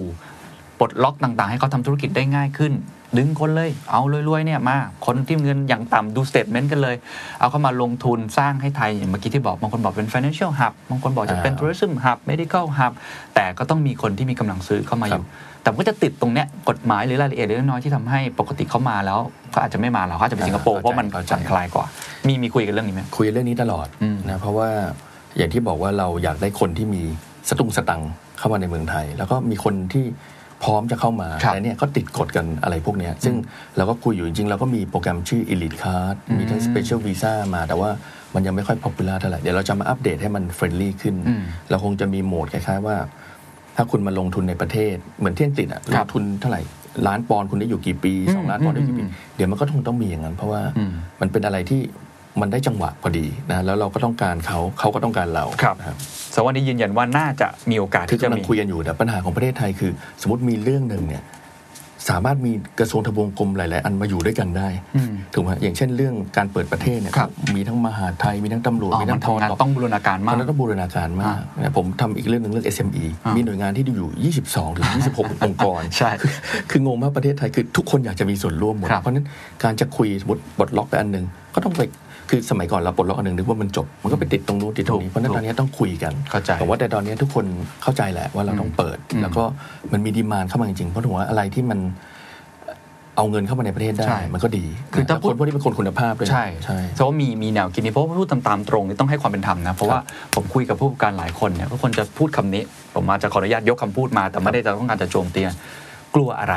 Speaker 2: ปลดล็อกต่าง ๆ ให้เขาทำธุรกิจได้ง่ายขึ้น ดึงคนเลย เอารวย ๆ เนี่ยมาคนที่เงินอย่างต่ำดูสเตทเมนต์กันเลย เอาเข้ามาลงทุนสร้างให้ไทยอย่างเมื่อกี้ที่บอกบางคนบอกเป็น financial hub บางคนบอกจะเป็น
Speaker 3: อ่า
Speaker 2: tourism hub medical hub แต่ก็ต้องมีคนที่มีกำลังซื้อเข้ามาอยู่ แต่มันก็จะติดตรงเนี้ยกฎหมายหรือรายละเอียดเล็กน้อยที่ทำให้ปกติเขามาแล้วเขาอาจจะไม่มาเราเขาอาจจะไปสิงคโปร์เพราะมัน
Speaker 3: เข้าใจ
Speaker 2: ผ่อนคลายกว่า มีมีคุยกันเรื่องนี้ไหม
Speaker 3: คุยเรื่องนี้ตลอด
Speaker 2: อืม
Speaker 3: นะเพราะว่าอย่างที่บอกว่าเราอยากได้คนที่มีสตุ้งสตังค์เข้ามาในเมืองไทย แล้วก็มีคนที่พร้อมจะเข้ามา
Speaker 2: ครับ
Speaker 3: แต่เนี่ยก็ติดกฎกันอะไรพวกเนี้ยซึ่งเราก็คุยอยู่จริงๆ เราก็มีโปรแกรมชื่อ Elite Card มีทั้ง Special Visa มาแต่ว่ามันยังไม่ค่อย popular เท่าไหร่ เดี๋ยวเราจะมาอัปเดตให้มันเฟรนลี่ขึ้น
Speaker 2: อืม
Speaker 3: เราคงจะมีโหมดคล้ายๆว่า ถ้าคุณมาลงทุนในประเทศเหมือนที่อังกฤษอะ
Speaker 2: ค
Speaker 3: ล
Speaker 2: รับ
Speaker 3: งทุนเท่าไหร่ล้านปอนด์คุณได้อยู่กี่ปีสองล้านปอนด์ได้กี่ปี
Speaker 2: อืม
Speaker 3: เดี๋ยวมันก็คงต้องมีอย่างนั้นเพราะว่า
Speaker 2: อืม
Speaker 3: มันเป็นอะไรที่มันได้จังหวะพอดีนะแล้วเราก็ต้องการเขาเขาก็ต้องการเรา
Speaker 2: ครับ
Speaker 3: นะ
Speaker 2: สวัสดียืนยันว่าน่าจะมีโอกาส
Speaker 3: คือ
Speaker 2: ที่จะ
Speaker 3: กำลัง
Speaker 2: มี
Speaker 3: คุยกันอยู่แต่ปัญหาของประเทศไทยคือ สมมติมีเรื่องหนึ่งเนี่ยสามารถมีกระทรวงทบวงกรมหลาย ๆ อันมาอยู่ด้วยกันได้
Speaker 2: อืม
Speaker 3: ถูกไหมอย่างเช่นเรื่องการเปิดประเทศเนี่ย
Speaker 2: ครับ
Speaker 3: มีทั้งมหาดไทยมีทั้งตำรวจ
Speaker 2: อ๋อ
Speaker 3: มี
Speaker 2: มั
Speaker 3: ทั้
Speaker 2: น
Speaker 3: งทอ
Speaker 2: ทำงาน
Speaker 3: ต
Speaker 2: ต้องบูรณาการ
Speaker 3: ต
Speaker 2: มา
Speaker 3: อก นนั้นต้องบูรณาการมากนะผมทำอีกเรื่องหนึ่งเรื่อง SME
Speaker 2: อ่ามี
Speaker 3: มีหน่วยงานที่อยู่ 22 หรือ 26 องค์กร
Speaker 2: ใช่
Speaker 3: คืองงมากประเทศไทยคือทุกคนอยากจะมีส่วนร่วมหมด
Speaker 2: ครับ
Speaker 3: เพราะฉะนั้นการจะคุยสมมติปลดล็อกไปอันหนึ่งก็ต้องไปคือสมัยก่อนเราปลดล็อกอันหนึ่งนึกว่ามันจบ มันก็ไปติดตรงนู้นติดตรง
Speaker 2: ถู
Speaker 3: นี้
Speaker 2: ก
Speaker 3: เพราะฉะนั้น
Speaker 2: ถูก
Speaker 3: ตอนนี้ต้องคุยกัน
Speaker 2: เข้าใจ
Speaker 3: แต่ว่าแต่ตอนนี้ทุกคนเข้าใจแหละว่าเราต้องเปิด
Speaker 2: อืม
Speaker 3: แล้วก็มันมีดีมานเข้ามาจริงๆเพราะถือว่าอะไรที่มันเอาเงินเข้ามาในประเทศได้
Speaker 2: ใช่
Speaker 3: มันก็ดี
Speaker 2: คือถ้า
Speaker 3: แล้ว
Speaker 2: พูด
Speaker 3: คนพวกนี้เป็นคนคุณภาพด้วยนะ
Speaker 2: ใช่
Speaker 3: ใช่
Speaker 2: เพราะว่ามีมีแนวคิดนี้เพราะว่าพูดตามตามๆตรงนี่ต้องให้ความเป็นธรรมนะ เพราะว่าผมคุยกับผู้ประกอบการหลายคนเนี่ยก็ควรจะพูดคำนี้ ผมมาจะขออนุญาตยกคำพูดมา แต่ไม่ได้จะต้องการจะโจมตีนะกลัวอะไร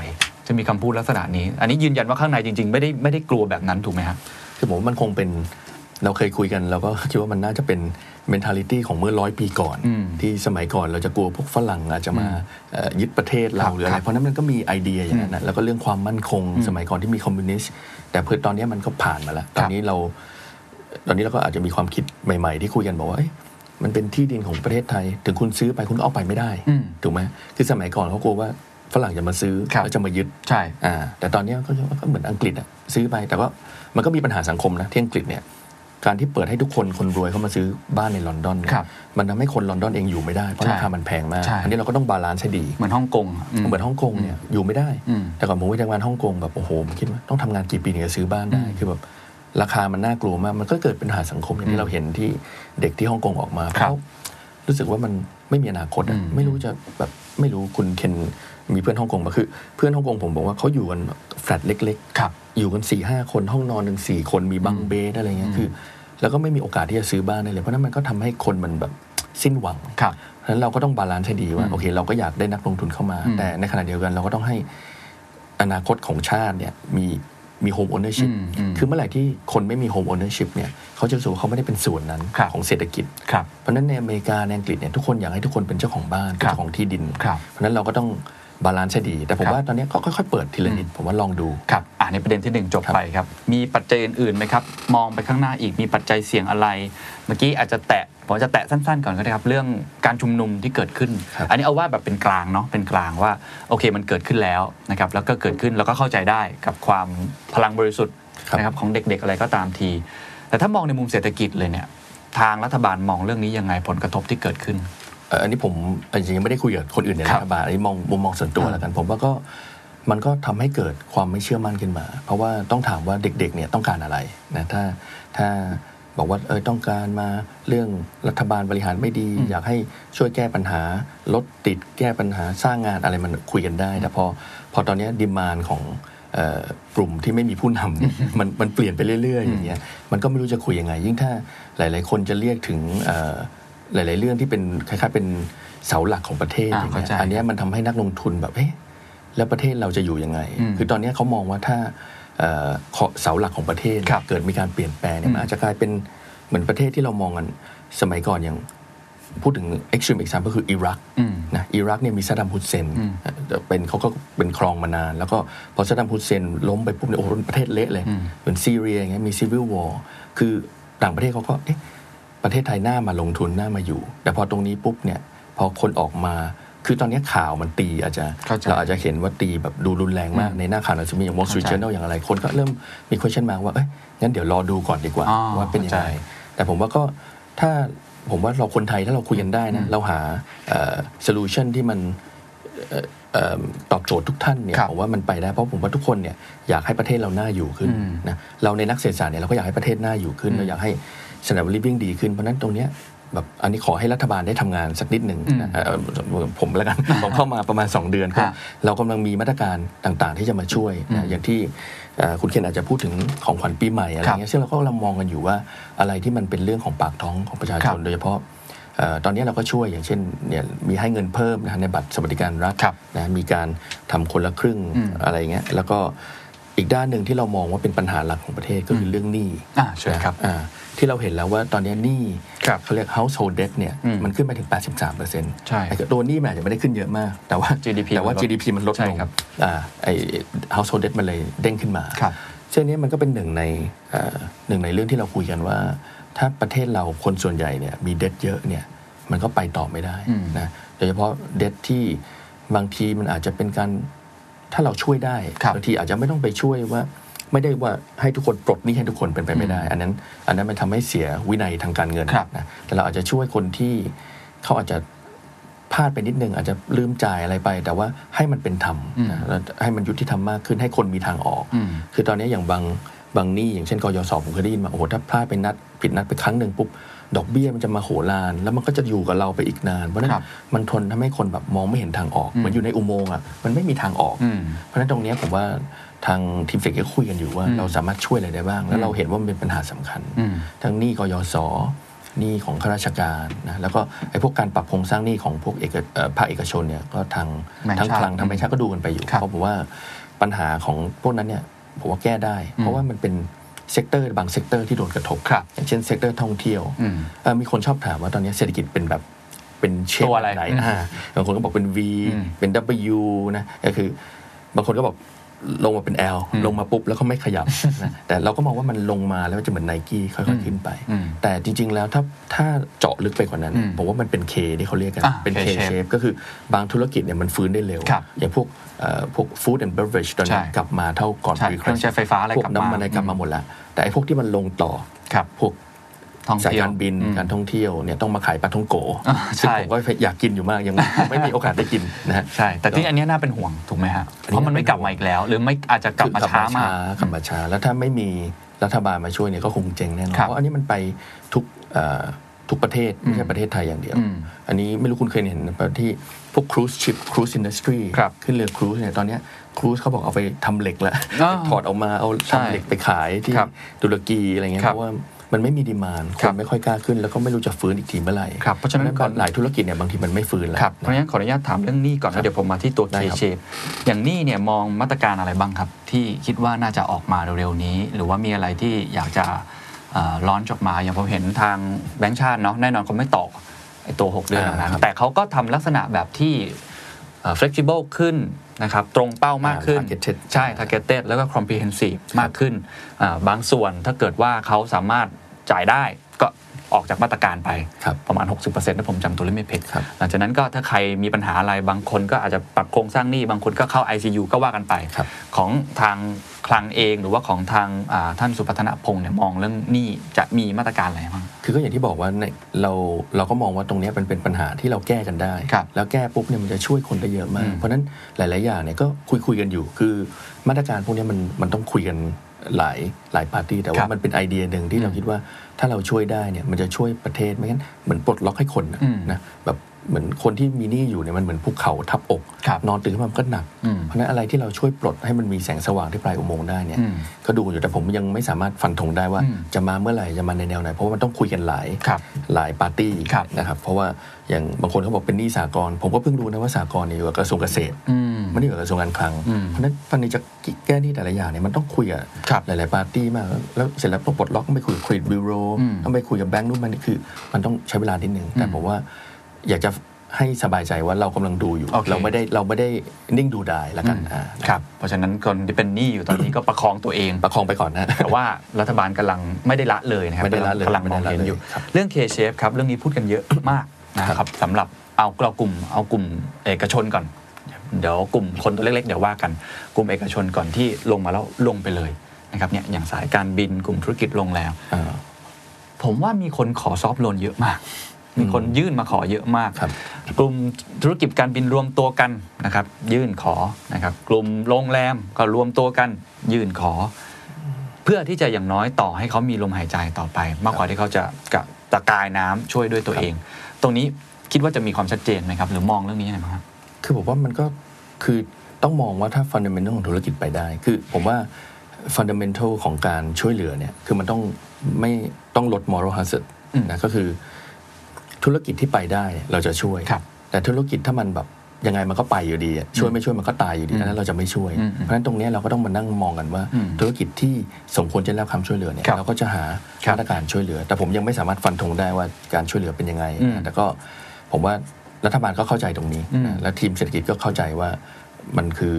Speaker 2: จะมีคำพูดลักษณะนี้ อันนี้ยืนยันว่าข้างในจริง ๆ ไม่ได้ไม่ได้กลัวแบบนั้นถูกไหมครับ
Speaker 3: คือผมว่ามันคงเป็นเราเคยคุยกันเราก็คิดว่ามันน่าจะเป็น mentality ของเมื่อร้อยปีก่อน
Speaker 2: อืม
Speaker 3: ที่สมัยก่อนเราจะกลัวพวกฝรั่งอาจจะมาเอ่อยึดประเทศ
Speaker 2: ครั
Speaker 3: เรา
Speaker 2: บ
Speaker 3: หรืออะ
Speaker 2: ครั
Speaker 3: ไร
Speaker 2: บ
Speaker 3: เพราะนั้นมันก็มีไอเดียอย่างนั้นนะแล้วก็เรื่องความมั่นคง สมัยก่อนที่มีคอมมิวนิสต์แต่เพื่อตอนนี้มันก็ผ่านมาแล้ว
Speaker 2: ครั
Speaker 3: ต
Speaker 2: บ
Speaker 3: อนนี้เราตอนนี้เราก็อาจจะมีความคิดใหม่ ๆ ที่คุยกันบอกว่าเอ้ยมันเป็นที่ดินของประเทศไทย ถึงคุณซื้อไปคุณก็เอาไปไม่ได้
Speaker 2: อืม
Speaker 3: ถูกไหมคือสมัยก่อนเขากลัวว่าฝรั่งจะมาซื้อ
Speaker 2: ครับ
Speaker 3: แล้วจะมายึด
Speaker 2: ใช่
Speaker 3: อ่าแต่ตอนเนี้ยก็ก็เหมือนอังกฤษอะซื้อไปแต่ว่ามันก็มีปัญหาสังคมนะที่อังกฤษเนี่ยการที่เปิดให้ทุกคนคนรวยเข้ามาซื้อบ้านในลอนดอนเนี่ย
Speaker 2: ครับ
Speaker 3: มันทำให้คนลอนดอนเองอยู่ไม่ได้ เพราะ
Speaker 2: ใช่
Speaker 3: ราคามันแพงมาก
Speaker 2: ใช่
Speaker 3: อันนี้เราก็ต้องบาลานซ์ให้ดี
Speaker 2: เหมือนฮ่องกงะ
Speaker 3: เหมือนฮ่องกงเนี่ยอยู่ไม่ได้
Speaker 2: อืม
Speaker 3: แต่ก่อนผมไปทำงานฮ่องกงแบบโอ้โหผมคิดว่าต้องทำงานกี่ปีถึงจะซื้อบ้านได้
Speaker 2: อืม
Speaker 3: คือแบบราคามันน่ากลัวมาก มันก็เกิดปัญหาสังคมอย่าง
Speaker 2: อื
Speaker 3: ที่
Speaker 2: ม
Speaker 3: เราเห็นที่เด็กที่ฮ่องกงออกมาเพ
Speaker 2: ครับ
Speaker 3: ราะรู้สึกว่ามันไม่มีอนาคตอะ
Speaker 2: อืม
Speaker 3: ไม่รู้จะแบบไม่รู้คุณเคนมีเพื่อนฮ่องกงมาคือ เพื่อนฮ่องกงผมบอกว่าเขาอยู่กันแฟลตเล็ก
Speaker 2: ครับ
Speaker 3: ๆอยู่กัน4ี่ห้าคนห้องนอนหนึ่งสี่คนมีบังเบดอะไรเงี้ยคือ แล้วก็ไม่มีโอกาสที่จะซื้อบ้านได้เลยเพราะฉะนั้นมันก็ทำให้คนมันแบบสิ้นหวัง
Speaker 2: ครับ
Speaker 3: เพราะฉะนั้นเราก็ต้องบาลานซ์ให้ดีว่า
Speaker 2: อืม
Speaker 3: โอเคเราก็อยากได้นักลงทุนเข้ามา
Speaker 2: อืม
Speaker 3: แต่ในขณะเดียวกันเราก็ต้องให้อนาคตของชาติเนี่ยมีมีโฮมโอเนอร์ชิพ
Speaker 2: อืมอืม
Speaker 3: คือเมื่อไหร่ที่คนไม่มีโฮมโอเนอร์ชิพเนี่ยเขาจะรู้สึกว่าเขาไม่ได้เป็นส่วนนั้น
Speaker 2: ครับ
Speaker 3: ของเศรษฐกิจ
Speaker 2: ครับ
Speaker 3: เพราะฉะนั้นในอเมริกาในอังกฤษเนี่ยทุกคนอยากให้ทุกคนเป็นเจ้าของบ้านเป็น
Speaker 2: ครับ
Speaker 3: เจ้าของที่ดิน
Speaker 2: ครับ
Speaker 3: เพราะฉะนั้นเราก็ต้องบาลานซ์ให้ดี แต่ผม
Speaker 2: ครับ
Speaker 3: ว่าตอนเนี้ยก็ค่อยๆเปิดทีละนิดผมว่าลองดู
Speaker 2: ครับอ่านในประเด็นที่หนึ่งจบไปครับ มีปัจจัยอื่นๆไหมครับ มองไปข้างหน้าอีกมีปัจจัยเสี่ยงอะไร เมื่อกี้อาจจะแตะผมจะแตะสั้นๆก่อนก็ได้ครับ เรื่องการชุมนุมที่เกิดขึ้น
Speaker 3: ครับ
Speaker 2: อันนี้เอาว่าแบบเป็นกลางเนาะเป็นกลางว่าโอเคมันเกิดขึ้นแล้วนะครับแล้วก็เกิดขึ้นแล้วก็เข้าใจได้กับความพลังบริสุทธิ์
Speaker 3: ครับ
Speaker 2: นะครับของเด็กๆอะไรก็ตามที แต่ถ้ามองในมุมเศรษฐกิจเลยเนี่ยทางรัฐบาลมองเรื่องนี้ยังไงผลกระทบที่เกิดขึ้น
Speaker 3: เอ่ออันนี้ผมจริงๆยังไม่ได้คุยกับคนอื่นใน
Speaker 2: ครั
Speaker 3: รับ ฐบาลอันนี้มองมุมมองส่วนตัว
Speaker 2: อ่า
Speaker 3: แล้วกัน ผมว่าก็มันก็ทำให้เกิดความไม่เชื่อมั่นขึ้นมา เพราะว่าต้องถามว่าเด็กๆเนี่ยต้องการอะไรนะถ้าถ้าบอกว่าเออต้องการมาเรื่องรัฐบาลบริหารไม่ดี
Speaker 2: อืม
Speaker 3: อยากให้ช่วยแก้ปัญหาลดติดแก้ปัญหาสร้างงานอะไรมันคุยกันได้ แต่พอพอตอนเนี้ดิมานของเอ่อกลุ่มที่ไม่มีผู้นำเนี่ย มันมันเปลี่ยนไปเรื่อยๆอย่างเงี้ยมันก็ไม่รู้จะคุยยังไง ยิ่งถ้าหลาย ๆ คนจะเรียกถึงเอ่อหลาย ๆ เรื่องที่เป็นคล้ายๆเป็นเสาหลักของประเทศ
Speaker 2: อ่าเข้าใจ
Speaker 3: อันเนี้ยมันทำให้นักลงทุนแบบเอ๊ะแล้วประเทศเราจะอยู่ยังไง
Speaker 2: อืม
Speaker 3: คือตอนเนี้ยเขามองว่าถ้าเอ่อขอเสาหลักของประเทศ
Speaker 2: ครับ
Speaker 3: เกิดมีการเปลี่ยนแปลงเนี่
Speaker 2: อื
Speaker 3: ย
Speaker 2: ม
Speaker 3: มันอาจจะกลายเป็นเหมือนประเทศที่เรามองกันสมัยก่อนอย่างพูดถึง extreme example ก็คืออิรัก
Speaker 2: อืม
Speaker 3: นะอิรักเนี่ยมีซัดดัมฮุสเซน
Speaker 2: อืม
Speaker 3: เป็นเขาก็เป็นครองมานาน แล้วก็พอซัดดัมฮุสเซนล้มไปปุ๊บเนี่ยโอ้โหประเทศเละเลย
Speaker 2: อืม
Speaker 3: เหมือนซีเรียอย่างเงี้ยมีซีวิลวอร์คือต่างประเทศเขาก็เอ๊ะ ประเทศไทยน่ามาลงทุนน่ามาอยู่ แต่พอตรงนี้ปุ๊บเนี่ยพอคนออกมา คือตอนนี้ข่าวมันตีอาจจะ
Speaker 2: เข้าใจ
Speaker 3: อาจจะเห็นว่าตีแบบดูรุนแรงมาก
Speaker 2: อืม
Speaker 3: ในหน้าข่าวหนังสือพิมพ์อย่าง Wall
Speaker 2: เข้า
Speaker 3: Street
Speaker 2: ใจ
Speaker 3: Journal อย่างอะไร คนก็เริ่มมี question mark ว่าเอ้ยงั้นเดี๋ยวรอดูก่อนดีกว่า
Speaker 2: อ๋อ
Speaker 3: ว่าเป็นยังไง
Speaker 2: เข้าใจ
Speaker 3: แต่ผมว่าก็ถ้าผมว่าเราคนไทยถ้าเราคุยกันได้นะ เราหาเอ่อ solution ที่มันเอ่อเอิ่มตอบโจทย์ทุกท่านเนี่ย
Speaker 2: ครับ
Speaker 3: ผมว่ามันไปได้เพราะผมว่าทุกคนเนี่ยอยากให้ประเทศเราน่าอยู่ขึ้น
Speaker 2: อืม
Speaker 3: นะเราในนักเศรษฐศาสตร์เนี่ยเราก็อยากให้ประเทศน่าอยู่ขึ้น เราอยากให้สนามบินวิ่งดีขึ้นเพราะฉะนั้นตรงเนี้ย แบบอันนี้ขอให้รัฐบาลได้ทำงานสักนิดหนึ่ง
Speaker 2: อืม
Speaker 3: นะเอ่อผมแล้วกัน ผมเข้ามาประมาณ 2 เดือน
Speaker 2: ครับ
Speaker 3: เรากำลังมีมาตรการต่างๆ ที่จะมาช่วยนะอย่างที่เอ่อคุณเคนอาจจะพูดถึงของขวัญปีใหม่อะไร
Speaker 2: ครับ
Speaker 3: เงี้ยซึ่งเราก็กำลังมองกันอยู่ว่าอะไรที่มันเป็นเรื่องของปากท้องของประชา
Speaker 2: ค
Speaker 3: ช
Speaker 2: รั
Speaker 3: น
Speaker 2: บ
Speaker 3: โดยเฉพาะเอ่อตอนนี้เราก็ช่วยอย่างเช่นเนี่ยมีให้เงินเพิ่มนะฮะในบัตรสวัสดิการรัฐ
Speaker 2: ครับ
Speaker 3: นะมีการทำคนละครึ่ง
Speaker 2: อืม
Speaker 3: อะไรเงี้ยแล้วก็อีกด้านหนึ่งที่เรามองว่าเป็นปัญหาหลักของประเทศก็คือเรื่องหนี้
Speaker 2: อ่าเชิญครับ
Speaker 3: อ่าที่เราเห็นแล้วว่าตอนนี้หนี้
Speaker 2: ครับ
Speaker 3: เขาเรียก household debt เนี่ย
Speaker 2: อืม
Speaker 3: มันขึ้นไปถึง 83เปอร์เซ็นต์
Speaker 2: ใช่
Speaker 3: ตัวหนี้มันอาจจะไม่ได้ขึ้นเยอะมาก แต่ว่า
Speaker 2: GDP
Speaker 3: แต่ว่า
Speaker 2: มันลด
Speaker 3: GDP มันลด
Speaker 2: ใช่
Speaker 3: ลง
Speaker 2: ครับ
Speaker 3: อ่าไอ household debt มันเลยเด้งขึ้นมา
Speaker 2: ครับ
Speaker 3: เช่นนี้มันก็เป็นหนึ่งในเอ่อหนึ่งในเรื่องที่เราคุยกันว่า ถ้าประเทศเราคนส่วนใหญ่เนี่ยมี debt เยอะเนี่ยมันก็ไปต่อไม่ได้นะโดยเฉพาะ debt ที่บางทีมันอาจจะเป็นการ ถ้าเราช่วยได้
Speaker 2: ครับ
Speaker 3: บางทีอาจจะไม่ต้องไปช่วยว่า ไม่ได้ว่าให้ทุกคนปลดหนี้ให้ทุกคนเป็นไปไม่ได้ อันนั้น อันนั้นมันทำให้เสียวินัยทางการเงิน
Speaker 2: ครับ
Speaker 3: นะแต่เราอาจจะช่วยคนที่เขาอาจจะพลาดไปนิดนึงอาจจะลืมจ่ายอะไรไป แต่ว่าให้มันเป็นธรรมนะแล้วให้มันยุติธรรมมากขึ้นให้คนมีทางออก
Speaker 2: อืม
Speaker 3: คือตอนนี้อย่างบางบางหนี้อย่างเช่นกยศผมเคยได้ยินมาโอ้โหถ้าพลาดไปนัดผิดนัดไปครั้งหนึ่งปุ๊บดอกเบี้ยมันจะมาโหรานแล้วมันก็จะอยู่กับเราไปอีกนานเพราะฉะนั้
Speaker 2: คน รับ
Speaker 3: มันทนทำให้คนแบบมองไม่เห็นทางออกเหมือนอยู่ในอุโมงค์อ่ะมันไม่มีทางออก
Speaker 2: อืม
Speaker 3: เพราะฉะนั้นตรงเนี้ยผมว่าทางทีมเฟกก็คุยกันอยู่ว่า
Speaker 2: อืม
Speaker 3: เราสามารถช่วยอะไรได้บ้าง แล้วเราเห็นว่ามันเป็นปัญหาสำคัญ
Speaker 2: อืม
Speaker 3: ทั้งหนี้กยศหนี้ของข้าราชการนะแล้วก็ไอ้พวกการปรับโครงสร้างหนี้ของพวกเอกเอ่อภาคเอกชนเนี่ยก็ทาง
Speaker 2: แบงค์
Speaker 3: ทั้ง
Speaker 2: ชาติ
Speaker 3: คลังทางแบงค์ชาติก็ดูกันไปอยู่
Speaker 2: ครับ
Speaker 3: เพราะผมว่าปัญหาของพวกนั้นเนี่ยผมว่าแก้ได้ เพราะว่ามันเป็นเซกเตอร์บางเซกเตอร์ที่โดนกระทบ
Speaker 2: ครับ
Speaker 3: อย่างเช่นเซกเตอร์ท่องเที่ยว
Speaker 2: อืม
Speaker 3: เอ่อมีคนชอบถามว่าตอนนี้เศรษฐกิจเป็นแบบเป็นเชฟ
Speaker 2: ตัวอะไร
Speaker 3: แบบหน
Speaker 2: อืม
Speaker 3: อ่า บางคนก็บอกเป็น V
Speaker 2: อืม
Speaker 3: เป็น W นะก็คือบางคนก็บอกลงมาเป็น L ลงมาปุ๊บแล้วก็ไม่ข ยับนะแต่เราก็มองว่ามันลงมาแล้วมันจะเหมือนไนกี้ค่อยๆขึ้นไป
Speaker 2: อืม
Speaker 3: แต่จริง ๆ แล้วถ้าถ้าเจาะลึกไปกว่านั้นเนี่ย
Speaker 2: อืม
Speaker 3: ผมว่ามันเป็น K ที่เขาเรียกกัน
Speaker 2: อ่ะ
Speaker 3: เป็น K
Speaker 2: K-shape
Speaker 3: shape ก็คือบางธุรกิจเนี่ยมันฟื้นได้เร็ว
Speaker 2: ครับ
Speaker 3: อย่างพวกเอ่อพวก food and beverage ตอนนี้
Speaker 2: ใช่
Speaker 3: กลับมาเท่าก่อน
Speaker 2: ใช่
Speaker 3: วิกฤต
Speaker 2: เครื่องใช้ไฟฟ้าอะไร
Speaker 3: พว
Speaker 2: กลั
Speaker 3: ก
Speaker 2: บมา
Speaker 3: น้ำมันอะไรกลับมาหมดแล้ว แต่ไอ้พวกที่มันลงต่อ
Speaker 2: ครับ
Speaker 3: พวก
Speaker 2: ท่องเที่ยว
Speaker 3: สายการบิน
Speaker 2: อืม
Speaker 3: การท่องเที่ยวเนี่ยต้องมาขายปลาท่องโก
Speaker 2: อ่า
Speaker 3: ซึ่ง
Speaker 2: ใช่
Speaker 3: ผมก็อยากกินอยู่มากยังไม่มีโอกาสได้กินนะฮะ
Speaker 2: ใช่ แต่ที่อันเนี้ยน่าเป็นห่วงถูกไหมฮะ เพราะมันไม่กลับมาอีกแล้ว หรือไม่อาจจะกลับมาช้ามาก
Speaker 3: กลับมาช้า แล้วถ้าไม่มีรัฐบาลมาช่วยเนี่ยก็คงเจ๊งแน่นอน
Speaker 2: ครับ
Speaker 3: เพราะอันนี้มันไปทุกเอ่อทุกประเทศ ไม่ใช่ประเทศไทยอย่างเดียว
Speaker 2: อืม
Speaker 3: อันนี้ไม่รู้คุณเคยเห็นประที่พวกครูซชิปครูซอินดัสทรี
Speaker 2: ครับ
Speaker 3: ขึ้นเรือครูซเนี่ยตอนเนี้ครูซเขาบอกเอาไปทำเหล็กแล้ว
Speaker 2: อ้าว
Speaker 3: ถอดออกมาเอา
Speaker 2: ใช่
Speaker 3: ทำเหล็กไปขายที่
Speaker 2: ครับ
Speaker 3: ตุรกีอะไรเงี้ย
Speaker 2: ครับ
Speaker 3: เพราะว่ามันไม่มีดีมานค
Speaker 2: ครับ
Speaker 3: นไม่ค่อยกล้าขึ้น แล้วก็ไม่รู้จะฟื้นอีกทีเมื่อไหร่
Speaker 2: ครับเพราะฉะนั้น
Speaker 3: ก่อนหลายธุรกิจเนี่ยบางทีมันไม่ฟื้นแล้ว
Speaker 2: ครับ เพราะฉะนั้นขออนุญาตถามเรื่องหนี้ก่อนแล้วเดี๋ยวผมมาที่ตัว
Speaker 3: ได้ครับ
Speaker 2: K-shape อย่างหนี้เนี่ยมองมาตรการอะไรบ้างครับ ที่คิดว่าน่าจะออกมาเร็วๆนี้ หรือว่ามีอะไรที่อยากจะร้อนจออกมา อย่างผมเห็นทางแบงก์ชาติเนาะแน่นอนเขาไม่ต่อไอ้ตัว 6 เดือนเหล่านั้น
Speaker 3: อ่าครับ
Speaker 2: แต่เขาก็ทำลักษณะแบบที่เอ่อ flexible ขึ้นนะครับ ตรงเป้ามากขึ้น
Speaker 3: อ่า targeted
Speaker 2: ใช่ targeted แล้วก็ comprehensive มากขึ้นอ่าบางส่วนถ้าเกิดว่าเขาสามารถจ่ายได้ก็ออกจากมาตรการไป
Speaker 3: ครับ
Speaker 2: ประมาณ 60%ถ้าผมจำตัวเลขไม่ผิด
Speaker 3: ครับ
Speaker 2: หลังจากนั้นก็ถ้าใครมีปัญหาอะไรบางคนก็อาจจะปรับโครงสร้างหนี้บางคนก็เข้า ICU ก็ว่ากันไป
Speaker 3: ครับ
Speaker 2: ของทางคลังเองหรือว่าของทางอ่าท่านสุพัฒนพงษ์เนี่ยมองเรื่องหนี้จะมีมาตรการอะไรบ้าง
Speaker 3: คือก็อย่างที่บอกว่าในเราเราก็มองว่าตรงเนี้ยมันเป็นปัญหาที่เราแก้กันได้
Speaker 2: ครับ
Speaker 3: แล้วแก้ปุ๊บเนี่ยมันจะช่วยคนได้เยอะมา
Speaker 2: อื
Speaker 3: ก
Speaker 2: ม
Speaker 3: เพราะฉะนั้นหลาย ๆ อย่างเนี่ยก็คุยคุยกันอยู่ คือมาตรการพวกเนี้ยมันมันต้องคุยกันหลายหลายปาร์ตี้แต่
Speaker 2: ครั
Speaker 3: ว่า
Speaker 2: บ
Speaker 3: มันเป็นไอเดียหนึ่งที่เราคิดว่าถ้าเราช่วยได้เนี่ยมันจะช่วยประเทศไม่งั้นเหมือนปลดล็อกให้คนน่ะ
Speaker 2: อืม
Speaker 3: นะแบบเหมือนคนที่มีหนี้อยู่เนี่ยมันเหมือนภูเขาทับอก
Speaker 2: ครับ
Speaker 3: นอนตื่นขึ้นมามันก็หนัก
Speaker 2: อืม
Speaker 3: เพราะฉะนั้นอะไรที่เราช่วยปลดให้มันมีแสงสว่างที่ปลายอุโมงค์ได้เนี่ย
Speaker 2: อืม
Speaker 3: ก็ดูอยู่แต่ผมยังไม่สามารถฟันธงได้ว่า
Speaker 2: อืม
Speaker 3: จะมาเมื่อไหร่จะมาในแนวไหนเพราะว่ามันต้องคุยกันหลาย
Speaker 2: ครับ
Speaker 3: หลายปาร์ตี้
Speaker 2: ครับ
Speaker 3: นะครับเพราะว่าอย่างบางคนเขาบอกเป็นหนี้สากลผมก็เพิ่งรู้นะว่าสากลเนี่ยอยู่กับกระทรวงเกษตร
Speaker 2: อืม
Speaker 3: ไม่ได้อยู่กับกระทรวงการคลัง
Speaker 2: อืม
Speaker 3: เพราะฉะนั้นตอนนี้จะแก้หนี้แต่ละอย่างเนี่ยมันต้องคุยกับ
Speaker 2: ครับ
Speaker 3: หลาย ๆ ปาร์ตี้มากแล้วเสร็จแล้วต้องปลดล็อกต้องไปคุยกับเครดิตบิโร
Speaker 2: อืม
Speaker 3: ต้องไปคุยกับแบงค์นู่นมันนี่คือ มันต้องใช้เวลานิดนึงแต่ผมว่าอยากจะให้สบายใจว่าเรากำลังดูอยู่
Speaker 2: โอเค
Speaker 3: เราไม่ได้เราไม่ได้นิ่งดูดายละกันอ่า
Speaker 2: ครับ เพราะฉะนั้นคนที่เป็นหนี้อยู่ตอน นี้ก็ประคองตัวเอง
Speaker 3: ประคองไปก่อนนะ
Speaker 2: แต่ว่ารัฐบาลกำลังไม่ได้ละเลยนะครับ
Speaker 3: ไม่ได้ละเลย
Speaker 2: กำลังมองเห็นอยู่
Speaker 3: ไม่ได้ละเลยครับ
Speaker 2: เรื่อง K-shape ครับ เรื่องนี้พูดกันเยอะ มากนะครับสำหรับเอาเรากลุ่มเอากลุ่มเอกชนก่อน เดี๋ยวกลุ่มคนตัวเล็กๆ เดี๋ยวว่ากัน กลุ่มเอกชนก่อนที่ลงมาแล้วลงไปเลยนะครับเนี่ยอย่างสายการบินกลุ่มธุรกิจลงแล้ว
Speaker 3: า
Speaker 2: ผมว่ามีคนขอซอฟต์โลนเยอะมาก มีคนยื่นมาขอเยอะมาก
Speaker 3: ครับ
Speaker 2: กลุ่มธุรกิจการบินรวมตัวกันนะครับ ยื่นขอนะครับ กลุ่มโรงแรมก็รวมตัวกัน ยื่นขอ เพื่อที่จะอย่างน้อยต่อให้เขามีลมหายใจต่อไป มากกว่าที่เขาจะกะ ตะกายน้ำช่วยด้วยตัวเอง ตรงนี้คิดว่าจะมีความชัดเจนไหมครับ หรือมองเรื่องนี้ยังไงบ้างครับ
Speaker 3: คือผมว่ามันก็คือต้องมองว่าถ้าฟันเดเมนทัลของธุรกิจไปได้ คือผมว่าฟันเดเมนทัลของการช่วยเหลือเนี่ยคือมันต้องไม่ต้องลดมอรัลฮา z ์ด
Speaker 2: อืม
Speaker 3: นะก็คือธุรกิจที่ไปได้เราจะช่วย
Speaker 2: ครับ
Speaker 3: แต่ธุรกิจถ้ามันแบบยังไงมันก็ไปอยู่ดีอะช่วยไม่ช่วยมันก็ตายอยู่ดีอันนั้นเราจะไม่ช่วย
Speaker 2: อืม
Speaker 3: เพราะฉะนั้นตรงเนี้ยเราก็ต้องมานั่งมองกันว่า
Speaker 2: อืม
Speaker 3: ธุรกิจที่สมควรจะได้รับคำช่วยเหลือเนี่ย
Speaker 2: ครับ
Speaker 3: เราก็จะหา
Speaker 2: ครับ
Speaker 3: มาตรการช่วยเหลือ แต่ผมยังไม่สามารถฟันธงได้ว่าการช่วยเหลือเป็นยังไง
Speaker 2: อืม
Speaker 3: นะแต่ก็ผมว่ารัฐบาลก็เข้าใจตรงนี้
Speaker 2: อืม
Speaker 3: และทีมเศรษฐกิจก็เข้าใจว่ามันคือ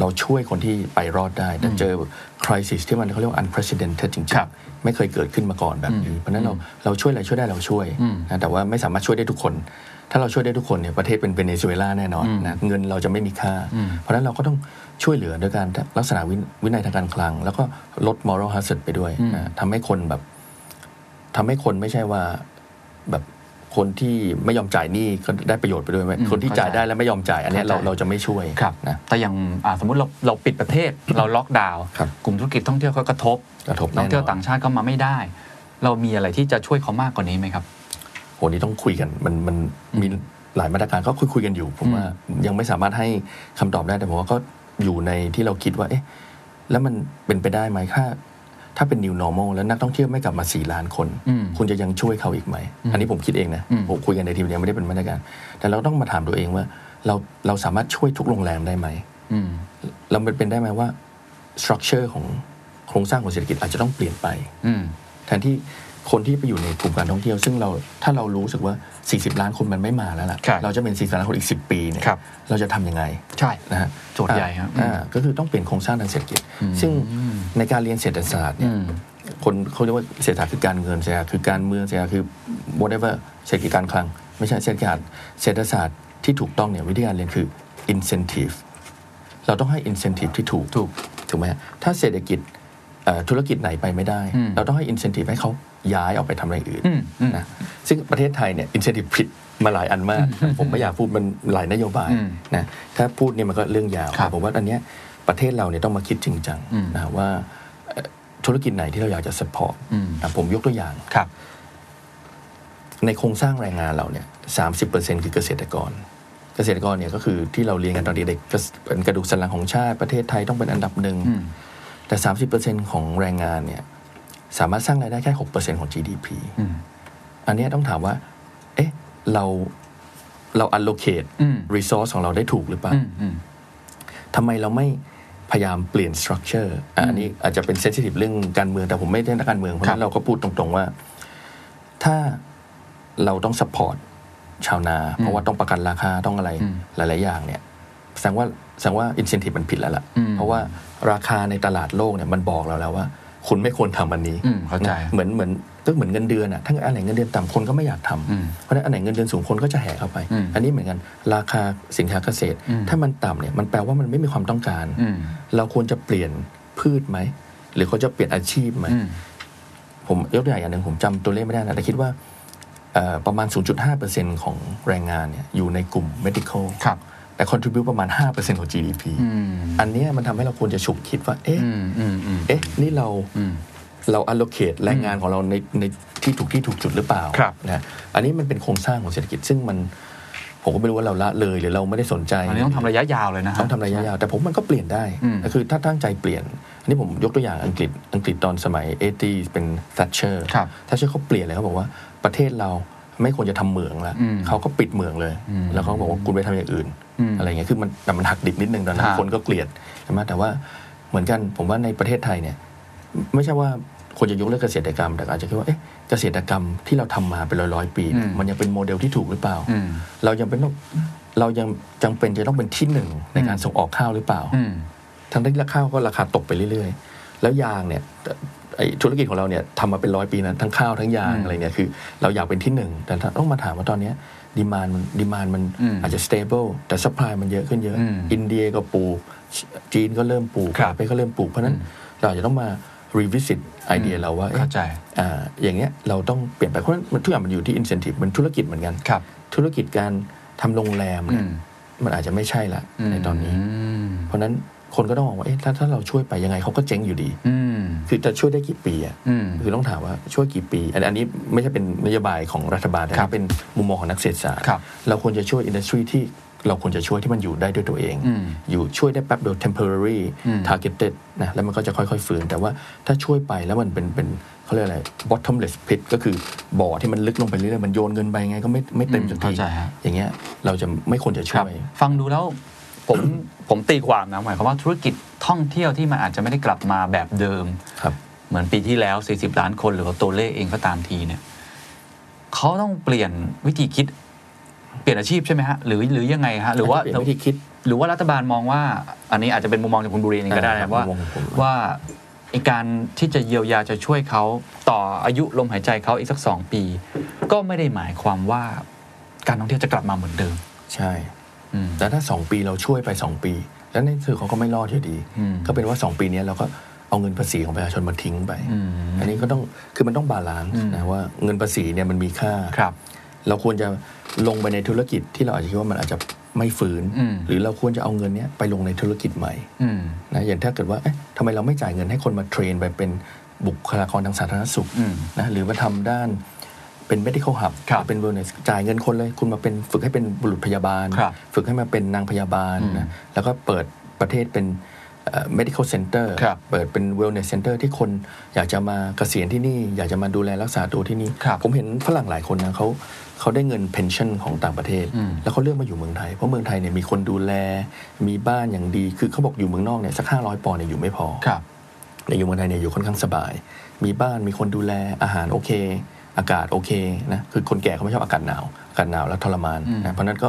Speaker 3: เราช่วยคนที่ไปรอดได้ แต่เจอคริสิสที่มันเขาเรียกว่า unprecedented จริง
Speaker 2: ครับ
Speaker 3: ๆ ไม่เคยเกิดขึ้นมาก่อนแบบนี้
Speaker 2: อืม
Speaker 3: เพราะฉะนั้นเราเราช่วยอะไรช่วยได้เราช่วย
Speaker 2: อืม
Speaker 3: นะแต่ว่าไม่สามารถช่วยได้ทุกคน ถ้าเราช่วยได้ทุกคนเนี่ยประเทศเป็นเวเนซุเอลาแน่นอน
Speaker 2: อืม
Speaker 3: นะเงินเราจะไม่มีค่า
Speaker 2: อืม
Speaker 3: เพราะฉะนั้นเราก็ต้องช่วยเหลือโดยการรักษณะวินวินัยทางการคลัง แล้วก็ลด moral hazard ไปด้วย
Speaker 2: อืม
Speaker 3: นะทำให้คนแบบ ทำให้คนไม่ใช่ว่าแบบคนที่ไม่ยอมจ่ายหนี้ก็ได้ประโยชน์ไปด้วยไหม
Speaker 2: อืม
Speaker 3: คนที่จ่าย
Speaker 2: เข้าใจ
Speaker 3: ได้แล้วไม่ยอมจ่าย อันเนี้ยเรา
Speaker 2: เข้าใจ
Speaker 3: เราจะไม่ช่วย
Speaker 2: ครับ
Speaker 3: นะ
Speaker 2: แต่อย่างอ่าสมมติเราเราปิดประเทศ เราล็อกดาวน์
Speaker 3: ครับ
Speaker 2: กลุ่มธุรกิจท่องเที่ยวก็กระทบ
Speaker 3: กระทบ
Speaker 2: นัก
Speaker 3: แน่น
Speaker 2: ท่องเที่ยว
Speaker 3: อน
Speaker 2: ต่างชาติก็มาไม่ได้ เรามีอะไรที่จะช่วยเขามากกว่านี้ไหมครับ
Speaker 3: โหนี่ต้องคุยกันมันมัน
Speaker 2: อืม
Speaker 3: มีหลายมาตรการก็คุยคุยกันอยู่ ผม
Speaker 2: อืม
Speaker 3: ว่ายังไม่สามารถให้คำตอบได้แต่ผมว่าก็อยู่ในที่เราคิดว่า เอ๊ะ แล้วมันเป็นไปได้ไหมถ้า ถ้าเป็น new normal แล้วนักท่องเที่ยวไม่กลับมาสี่ล้านคน
Speaker 2: อืม
Speaker 3: คุณจะยังช่วยเขาอีกไหม
Speaker 2: อืม
Speaker 3: อันนี้ผมคิดเองนะ
Speaker 2: อืม
Speaker 3: ผมคุยกันในทีมยังไม่ได้เป็นมาตรการ แต่เราต้องมาถามตัวเองว่า เราเราสามารถช่วยทุกโรงแรมได้ไหม
Speaker 2: อืม
Speaker 3: แล้วมันเป็นได้ไหมว่าสตรัคเจอร์ของโครงสร้างของเศรษฐกิจอาจจะต้องเปลี่ยนไป
Speaker 2: อืม
Speaker 3: แทนที่คนที่ไปอยู่ในกลุ่มการท่องเที่ยว ซึ่งเราถ้าเรารู้สึกว่า 40 ล้านคนมันไม่มาแล้วล่ะ
Speaker 2: ครับ
Speaker 3: เราจะเป็น 40 ล้านคนอีก 10 ปีเนี่ย
Speaker 2: ครับ
Speaker 3: เราจะทำยังไง
Speaker 2: ใช่
Speaker 3: นะฮะ
Speaker 2: โจทย์ใหญ่ครับ
Speaker 3: อ่าอ่าก็คือต้องเปลี่ยนโครงสร้างทางเศรษฐกิจ
Speaker 2: อืม
Speaker 3: ซึ่งในการเรียนเศรษฐศาสตร์เนี่
Speaker 2: อื
Speaker 3: ย
Speaker 2: ม
Speaker 3: คนเขาเรียกว่าเศรษฐศาสตร์คือการเงินเศรษฐศาสตร์คือการเมืองเศรษฐศาสตร์คือ whatever เศรษฐกิจการคลัง ไม่ใช่เศรษฐศาสตร์เศรษฐศาสตร์ที่ถูกต้องเนี่ยวิธีการเรียนคือ incentive เราต้องให้ incentive ที่ถูก
Speaker 2: ถูก
Speaker 3: ถูกไหมฮะถ้าเศรษฐกิจเอ่อธุรกิจไหนไปไม่ได้
Speaker 2: อืม
Speaker 3: เราต้องให้อินเซนティブให้เขาย้ายออกไปทำอะไรอื่น
Speaker 2: อืมอืม
Speaker 3: นะซึ่งประเทศไทยเนี่ยอินเซนティブผิดมาหลายอันมาก ผมไม่อยากพูดมันหลายนโยบาย
Speaker 2: อืม
Speaker 3: นะถ้าพูดเนี่ยมันก็เรื่องยาว
Speaker 2: ครับ
Speaker 3: ผมว่าอันเนี้ยประเทศเราเนี่ยต้องมาคิดจริงจัง
Speaker 2: อืม
Speaker 3: นะว่าเอ่อธุรกิจไหนที่เราอยากจะสปอร์ต
Speaker 2: อืม
Speaker 3: ผมยกตัวอย่าง
Speaker 2: ครับ
Speaker 3: ในโครงสร้างแรงงานเราเนี่ยสาคือเกษตรกร เกษตรกรเนี่ยก็คือที่เราเรียนกันตอนเด็กๆก็เป็นกระดูกสันหลังของชาติประเทศไทยต้องเป็นอันดับหนึ่ง
Speaker 2: อืม
Speaker 3: แต่ 30%ของแรงงานเนี่ยสามารถสร้างรายได้แค่ 6%ของ GDP
Speaker 2: อืม
Speaker 3: อันเนี้ยต้องถามว่า เอ๊ะ เราเรา allocate
Speaker 2: อืม
Speaker 3: resource ของเราได้ถูกหรือเปล่า
Speaker 2: อืมอืม
Speaker 3: ทำไมเราไม่พยายามเปลี่ยน structure อ่ะอันนี้อาจจะเป็น sensitive เรื่องการเมือง แต่ผมไม่ได้นักการเมือง เพราะฉะนั้นเราก็พูดตรงๆว่า ถ้าเราต้อง support ชาวนา เพราะว่าต้องประกันราคาต้องอะไร
Speaker 2: อืม
Speaker 3: หลาย ๆ อย่างเนี่ยแสดงว่าแสดงว่า incentive มันผิดแล้วล่ะ
Speaker 2: อืม
Speaker 3: เพราะว่า ราคาในตลาดโลกเนี่ยมันบอกเราแล้วว่า คุณไม่ควรทำอันนี้
Speaker 2: อืมเข้าใจ
Speaker 3: นะเหมือนเหมือนก็เหมือนเงินเดือนอะถ้าอันไหนเงินเดือนต่ำคนก็ไม่อยากทำ
Speaker 2: อืม
Speaker 3: เพราะฉะนั้นอันไหนเงินเดือนสูงคนก็จะแห่เข้าไป
Speaker 2: อืม
Speaker 3: อันนี้เหมือนกันราคาสินค้าเกษตร
Speaker 2: อืม
Speaker 3: ถ้ามันต่ำเนี่ยมันแปลว่ามันไม่มีความต้องการ
Speaker 2: อืม
Speaker 3: เราควรจะเปลี่ยนพืชไหม หรือเขาจะเปลี่ยนอาชีพไหม
Speaker 2: อืม
Speaker 3: ผมยกตัวอย่างอย่างหนึ่งผมจำตัวเลขไม่ได้นะแต่คิดว่าเอ่อประมาณ 0.5%ของแรงงานเนี่ยอยู่ในกลุ่ม medical
Speaker 2: ครับ
Speaker 3: แต่ contribute ประมาณ 5%ของ GDP
Speaker 2: อืม
Speaker 3: อันเนี้ยมันทำให้เราควรจะฉุกคิดว่าเอ๊ะ
Speaker 2: อืมอืมอืม
Speaker 3: เอ๊ะ นี่เรา
Speaker 2: อืม
Speaker 3: เรา allocate แรงงานของเราในในที่ถูกที่ถูกจุดหรือเปล่า
Speaker 2: ครับ
Speaker 3: นะอันนี้มันเป็นโครงสร้างของเศรษฐกิจ ซึ่งมันผมก็ไม่รู้ว่าเราละเลยหรือเราไม่ได้สนใจ
Speaker 2: อันนี้ต้องทำระยะยาวเลยนะครั
Speaker 3: ต้องทำระยะยาว แต่ผมมันก็เปลี่ยนได้
Speaker 2: อืม
Speaker 3: ก็คือถ้าตั้งใจเปลี่ยน อันนี้ผมยกตัวอย่างอังกฤษอังกฤษตอนสมัยเอตีเป็นทัชเชอร์
Speaker 2: ครับ
Speaker 3: ทัชเชอร์เขาเปลี่ยนเลยเขาบอกว่าประเทศเราไม่ควรจะทำเหมืองแล้ว
Speaker 2: อืม
Speaker 3: เขาก็ปิดเหมืองเลย
Speaker 2: อืม
Speaker 3: แล้วเขาบอกว่าคุณไปทำอย่างอื่น
Speaker 2: อืม
Speaker 3: อะไรเงี้ยคือมันแต่มันหักดิบนิดนึงตอนนั้
Speaker 2: คน รับ
Speaker 3: คนก็เกลียดใช่ไหมแต่ว่าเหมือนกันผมว่าในประเทศไทยเนี่ย ไม่ใช่ว่าควรจะยกเลิกเกษตรกรรม แต่อาจจะคิดว่าเอ๊ะเกษตรกรรมที่เราทำมาเป็นร้อยร้อยๆปีเนี่ย
Speaker 2: อืม
Speaker 3: มันยังเป็นโมเดลที่ถูกหรือเปล่า
Speaker 2: อืม
Speaker 3: เรายังเป็นต้องเรายังจำเป็นจะต้องเป็นที่หนึ่งในการ
Speaker 2: อืม
Speaker 3: ส่งออกข้าวหรือเปล่า
Speaker 2: อืม
Speaker 3: ทั้งที่ข้าวก็ราคาตกไปเรื่อยๆ แล้วยางเนี่ยไอธุรกิจของเราเนี่ยทำมาเป็นร้อยปีนะทั้งข้าวทั้งยาง
Speaker 2: อืม
Speaker 3: อะไรเนี่ยคือ เราอยากเป็นที่หนึ่งแต่ถ้าต้องมาถามว่าตอนเนี้ยดีมานมันดีมานมัน
Speaker 2: อืม
Speaker 3: อาจจะ stable แต่สป l y มันเยอะขึ้นเยอะ
Speaker 2: อืม
Speaker 3: อินเดียก็ปลูกจีนก็เริ่มปลูก
Speaker 2: ครับ
Speaker 3: ไปก็เริ่มปลูก เพราะฉะนั้นเราอาจจะต้องมา revisit ไอเดียเราว่าอ๊ะ
Speaker 2: เข้าใจ
Speaker 3: อ่าอย่างเงี้ยเราต้องเปลี่ยนไปเพราะฉะนั้นมันทุกอย่างมันอยู่ที่ incentive มันธุรกิจเหมือนกัน
Speaker 2: ครับ
Speaker 3: ธุรกิจการทำโรงแรม
Speaker 2: อื
Speaker 3: เนี่ย
Speaker 2: ม
Speaker 3: มันอาจจะไม่ใช่ละในตอนนี้
Speaker 2: ม
Speaker 3: เพราะฉะนั้นคนก็ต้องมองว่าเอ๊ะถ้าถ้าเราช่วยไปยังไงเขาก็เจ๊งอยู่ดี
Speaker 2: อืม
Speaker 3: คือจะช่วยได้กี่ปีอะ
Speaker 2: อืม
Speaker 3: คือต้องถามว่าช่วยกี่ปี อันอันนี้ไม่ใช่เป็นนโยบายของรัฐบาลแต่
Speaker 2: ครับ
Speaker 3: เป็นมุมมองของนักเศรษฐศาสตร์
Speaker 2: ครับ
Speaker 3: เราควรจะช่วยอินดัสทรีที่เราควรจะช่วยที่มันอยู่ได้ด้วยตัวเอง
Speaker 2: อืม
Speaker 3: อยู่ช่วยได้แป๊บเดียว temporary
Speaker 2: อืม
Speaker 3: targeted นะแล้วมันก็จะค่อยๆ ฟื้น แต่ว่าถ้าช่วยไปแล้วมันเป็นเป็นเขาเรียกอะไร bottomless pit ก็คือบ่อที่มันลึกลงไปเรื่อยๆมันโยนเงินไปไงก็ไม่ไม่เต็ม
Speaker 2: อืม
Speaker 3: สัก
Speaker 2: เข้า
Speaker 3: ที
Speaker 2: ใจฮะ
Speaker 3: อย่างเงี้ยเราจะไม่ควรจะ
Speaker 2: ครั
Speaker 3: ช่
Speaker 2: บ
Speaker 3: วย
Speaker 2: ฟังดูแล้วผม ผมตีความนะหมายความว่าธุรกิจท่องเที่ยวที่มันอาจจะไม่ได้กลับมาแบบเดิม
Speaker 3: ครับ
Speaker 2: เหมือนปีที่แล้ว 40 ล้านคนหรือว่าตัวเลขเองก็ตามทีเนี่ยเขาต้องเปลี่ยนวิธีคิด เปลี่ยนอาชีพใช่ไหมฮะ หรือหรือยังไงฮะ หรือว่า
Speaker 3: เปลี่ยนวิธีคิด
Speaker 2: หรือว่ารัฐบาลมองว่า อันนี้อาจจะเป็นมุมมองจากคุณบุรีเองก็ได้
Speaker 3: อ่าครับ
Speaker 2: นะว่า
Speaker 3: มุมมองของผม
Speaker 2: ว่าไอการที่จะเยียวยาจะช่วยเขาต่ออายุลมหายใจเขาอีกสักสองปี ก็ไม่ได้หมายความว่าการท่องเที่ยวจะกลับมาเหมือนเดิม
Speaker 3: ใช่
Speaker 2: อืม
Speaker 3: แต่ถ้า 2 ปีเราช่วยไป 2 ปี แล้วในที่สุดเขาก็ไม่รอดอยู่ดี
Speaker 2: อืม
Speaker 3: ก็เป็นว่า 2 ปีเนี้ยเราก็เอาเงินภาษีของประชาชนมาทิ้งไป
Speaker 2: อืม
Speaker 3: อันนี้ก็ต้องคือมันต้องบาลานซ์
Speaker 2: อืม
Speaker 3: นะว่าเงินภาษีเนี่ยมันมีค่า
Speaker 2: ครับ
Speaker 3: เราควรจะลงไปในธุรกิจที่เราอาจจะคิดว่ามันอาจจะไม่ฟื้น
Speaker 2: อืม
Speaker 3: หรือเราควรจะเอาเงินเนี้ยไปลงในธุรกิจใหม่
Speaker 2: อืม
Speaker 3: นะอย่างถ้าเกิดว่าเอ๊ะทำไมเราไม่จ่ายเงินให้คนมาเทรนไปเป็นบุคลากรทางสาธารณสุข
Speaker 2: อืม
Speaker 3: นะหรือมาทำด้านเป็น medical hub
Speaker 2: ครับ
Speaker 3: เป็น wellness จ่ายเงินคนเลยคุณมาเป็นฝึกให้เป็นบุรุษพยาบาล
Speaker 2: ครับ
Speaker 3: ฝึกให้มาเป็นนางพยาบาลนะแล้วก็เปิดประเทศเป็นเอ่อ medical center
Speaker 2: ครับ
Speaker 3: เปิดเป็น wellness center ที่คนอยากจะมาเกษียณที่นี่ อยากจะมาดูแลรักษาตัวที่นี่
Speaker 2: ครับ
Speaker 3: ผมเห็นฝรั่งหลายคนนะเขาเขาได้เงินเพนชั่นของต่างประเทศ
Speaker 2: อืม
Speaker 3: แล้วเขาเลือกมาอยู่เมืองไทย เพราะเมืองไทยเนี่ยมีคนดูแล มีบ้านอย่างดี คือเขาบอกอยู่เมืองนอกเนี่ยสักห้าร้อยปอนด์เนี่ยอยู่ไม่พอ
Speaker 2: ครับ
Speaker 3: แต่อยู่เมืองไทยเนี่ยอยู่ค่อนข้างสบาย มีบ้านมีคนดูแลอาหารโอเค อากาศโอเคนะคือคนแก่เขาไม่ชอบอากาศหนาวอากาศหนาวแล้วทรมาน
Speaker 2: อืม
Speaker 3: นะเพราะฉะนั้นก็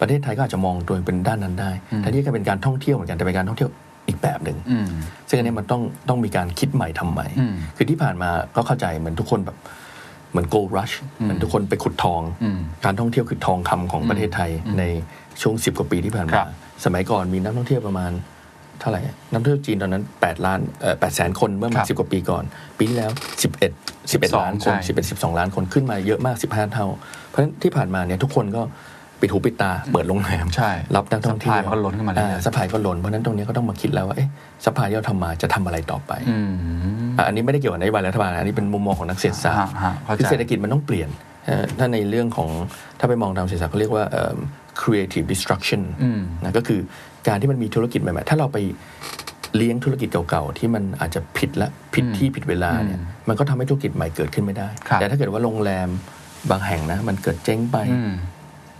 Speaker 3: ประเทศไทยก็อาจจะมองตัวเองเป็นด้านนั้นได้
Speaker 2: อืม
Speaker 3: แต่นี่ก็เป็นการท่องเที่ยวเหมือนกันแต่เป็นการท่องเที่ยวอีกแบบหนึ่ง
Speaker 2: อืม
Speaker 3: ซึ่งอันเนี้ยมันต้องต้องมีการคิดใหม่ทำใหม่
Speaker 2: อืม
Speaker 3: คือที่ผ่านมาก็เข้าใจเหมือนทุกคนแบบเหมือน gold rush เหมือนทุกคนไปขุดทอง
Speaker 2: อืม
Speaker 3: การท่องเที่ยวคือทองคำของประเทศไทยในช่วง 10 กว่าปีที่ผ่าน
Speaker 2: ครั
Speaker 3: มา
Speaker 2: บ
Speaker 3: สมัยก่อนมีนักท่องเที่ยวประมาณเท่าไหร่ นักท่องเที่ยวจีนตอนนั้น 8 ล้านเอ่อ8แสนคนเมื่อ
Speaker 2: ค
Speaker 3: มา
Speaker 2: รับ
Speaker 3: 10 กว่าปีก่อน ปีที่แล้ว 11 11 ล้านคน
Speaker 2: ใช่
Speaker 3: 11 12 ล้านคนขึ้นมาเยอะมาก 15 เท่า เพราะฉะนั้นที่ผ่านมาเนี่ยทุกคนก็ปิดหูปิดตาเปิดโรงแรม
Speaker 2: ใช่
Speaker 3: รับนักท่องเที่ยว
Speaker 2: สะพายมันก็ล้นขึ้นมาเรื่อยๆ
Speaker 3: อ่สะพายก็ล้นเพราะฉะนั้นตรงนี้ก็ต้องมาคิดแล้วว่าเอ๊ะสะพายที่เราทำมาจะทำอะไรต่อไป
Speaker 2: อืม
Speaker 3: อ่ะอันนี้ไม่ได้เกี่ยวกับนโยบายรัฐบาลนะอันนี้เป็นมุมมองของนักเศรษฐศาสตร์
Speaker 2: ฮะฮะเข้าใจ
Speaker 3: คือเศรษฐกิจมันต้องเปลี่ยนเอ่อถ้าในเรื่องของถ้าไปมองตามเศรษฐศาสตร์เขาเรียกว่าเอิ่ม creative destruction
Speaker 2: อืม
Speaker 3: นะก็คือการที่มันมีธุรกิจใหม่ๆ ถ้าเราไปเลี้ยงธุรกิจเก่าๆ ที่มันอาจจะผิดละผิด
Speaker 2: อืม
Speaker 3: ที่ผิดเวลาเนี่ย
Speaker 2: อืม
Speaker 3: มันก็ทำให้ธุรกิจใหม่เกิดขึ้นไม่ได้
Speaker 2: ครับ
Speaker 3: แต่ถ้าเกิดว่าโรงแรมบางแห่งนะมันเกิดเจ๊งไป
Speaker 2: อืม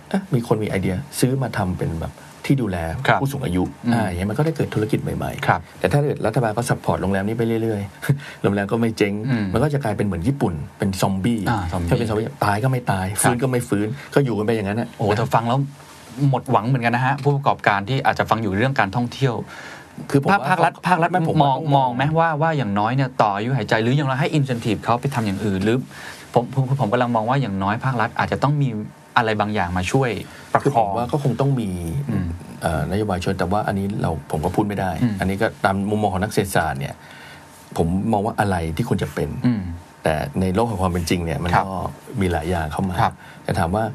Speaker 3: เอ๊ะมีคนมีไอเดียซื้อมาทำเป็นแบบที่ดูแล
Speaker 2: ครับ
Speaker 3: ผู้สูงอายุ
Speaker 2: อืม
Speaker 3: อ่าอย่างเงี้ยมันก็ได้เกิดธุรกิจใหม่
Speaker 2: ครับ
Speaker 3: ๆ แต่ถ้าเกิดรัฐบาลก็สปอร์ตโรงแรมนี้ไปเรื่อยๆ โรงแรมก็ไม่เจ๊ง
Speaker 2: อืม
Speaker 3: มันก็จะกลายเป็นเหมือนญี่ปุ่น เป็นซอมบี้
Speaker 2: อ่าซอมบี้
Speaker 3: ถ้าเป็นซอมบี้ตายก็ไม่ตาย
Speaker 2: ครับ
Speaker 3: ฟื้นก็ไม่ฟื้น ก็อยู่กันไปอย่างนั้นนะ
Speaker 2: โอ้โหแต่ฟังแล้วหมดหวังเหมือนกันนะฮะ ผู้ประกอบการที่อาจจะฟังอยู่เรื่องการท่องเที่ยว
Speaker 3: คือผม
Speaker 2: ภาค
Speaker 3: ว่
Speaker 2: ภาครัฐภาครัฐ
Speaker 3: ไผม
Speaker 2: อง
Speaker 3: ต้
Speaker 2: มองไหมว่าว่าอย่างน้อยเนี่ยต่ออายุหายใจหรืออย่างน้อยให้อิน e n น i v e เขาไปทำอย่างอื่นหรือผมผมผมกำลังมองว่าอย่างน้อยภาครัฐอาจจะต้องมีอะไรบางอย่างมาช่วยประ
Speaker 3: คือ
Speaker 2: ค
Speaker 3: ผ
Speaker 2: อ
Speaker 3: ม
Speaker 2: ง
Speaker 3: ว่าก็คงต้องมี
Speaker 2: อืม
Speaker 3: เอ่อนโยบายช่วยแต่ว่าอันนี้เราผมก็พูดไม่ได้
Speaker 2: อืม
Speaker 3: อันนี้ก็ตามมุมมองของนักเศรษฐศาสตร์เนี่ยผมมองว่าอะไรที่ควรจะเป็น
Speaker 2: อืม
Speaker 3: แต่ในโลกของความเป็นจริงเนี่ยมัน
Speaker 2: ครับ
Speaker 3: ก็มีหลายอย่างเข้ามา
Speaker 2: ครับ
Speaker 3: แต่ถามว่า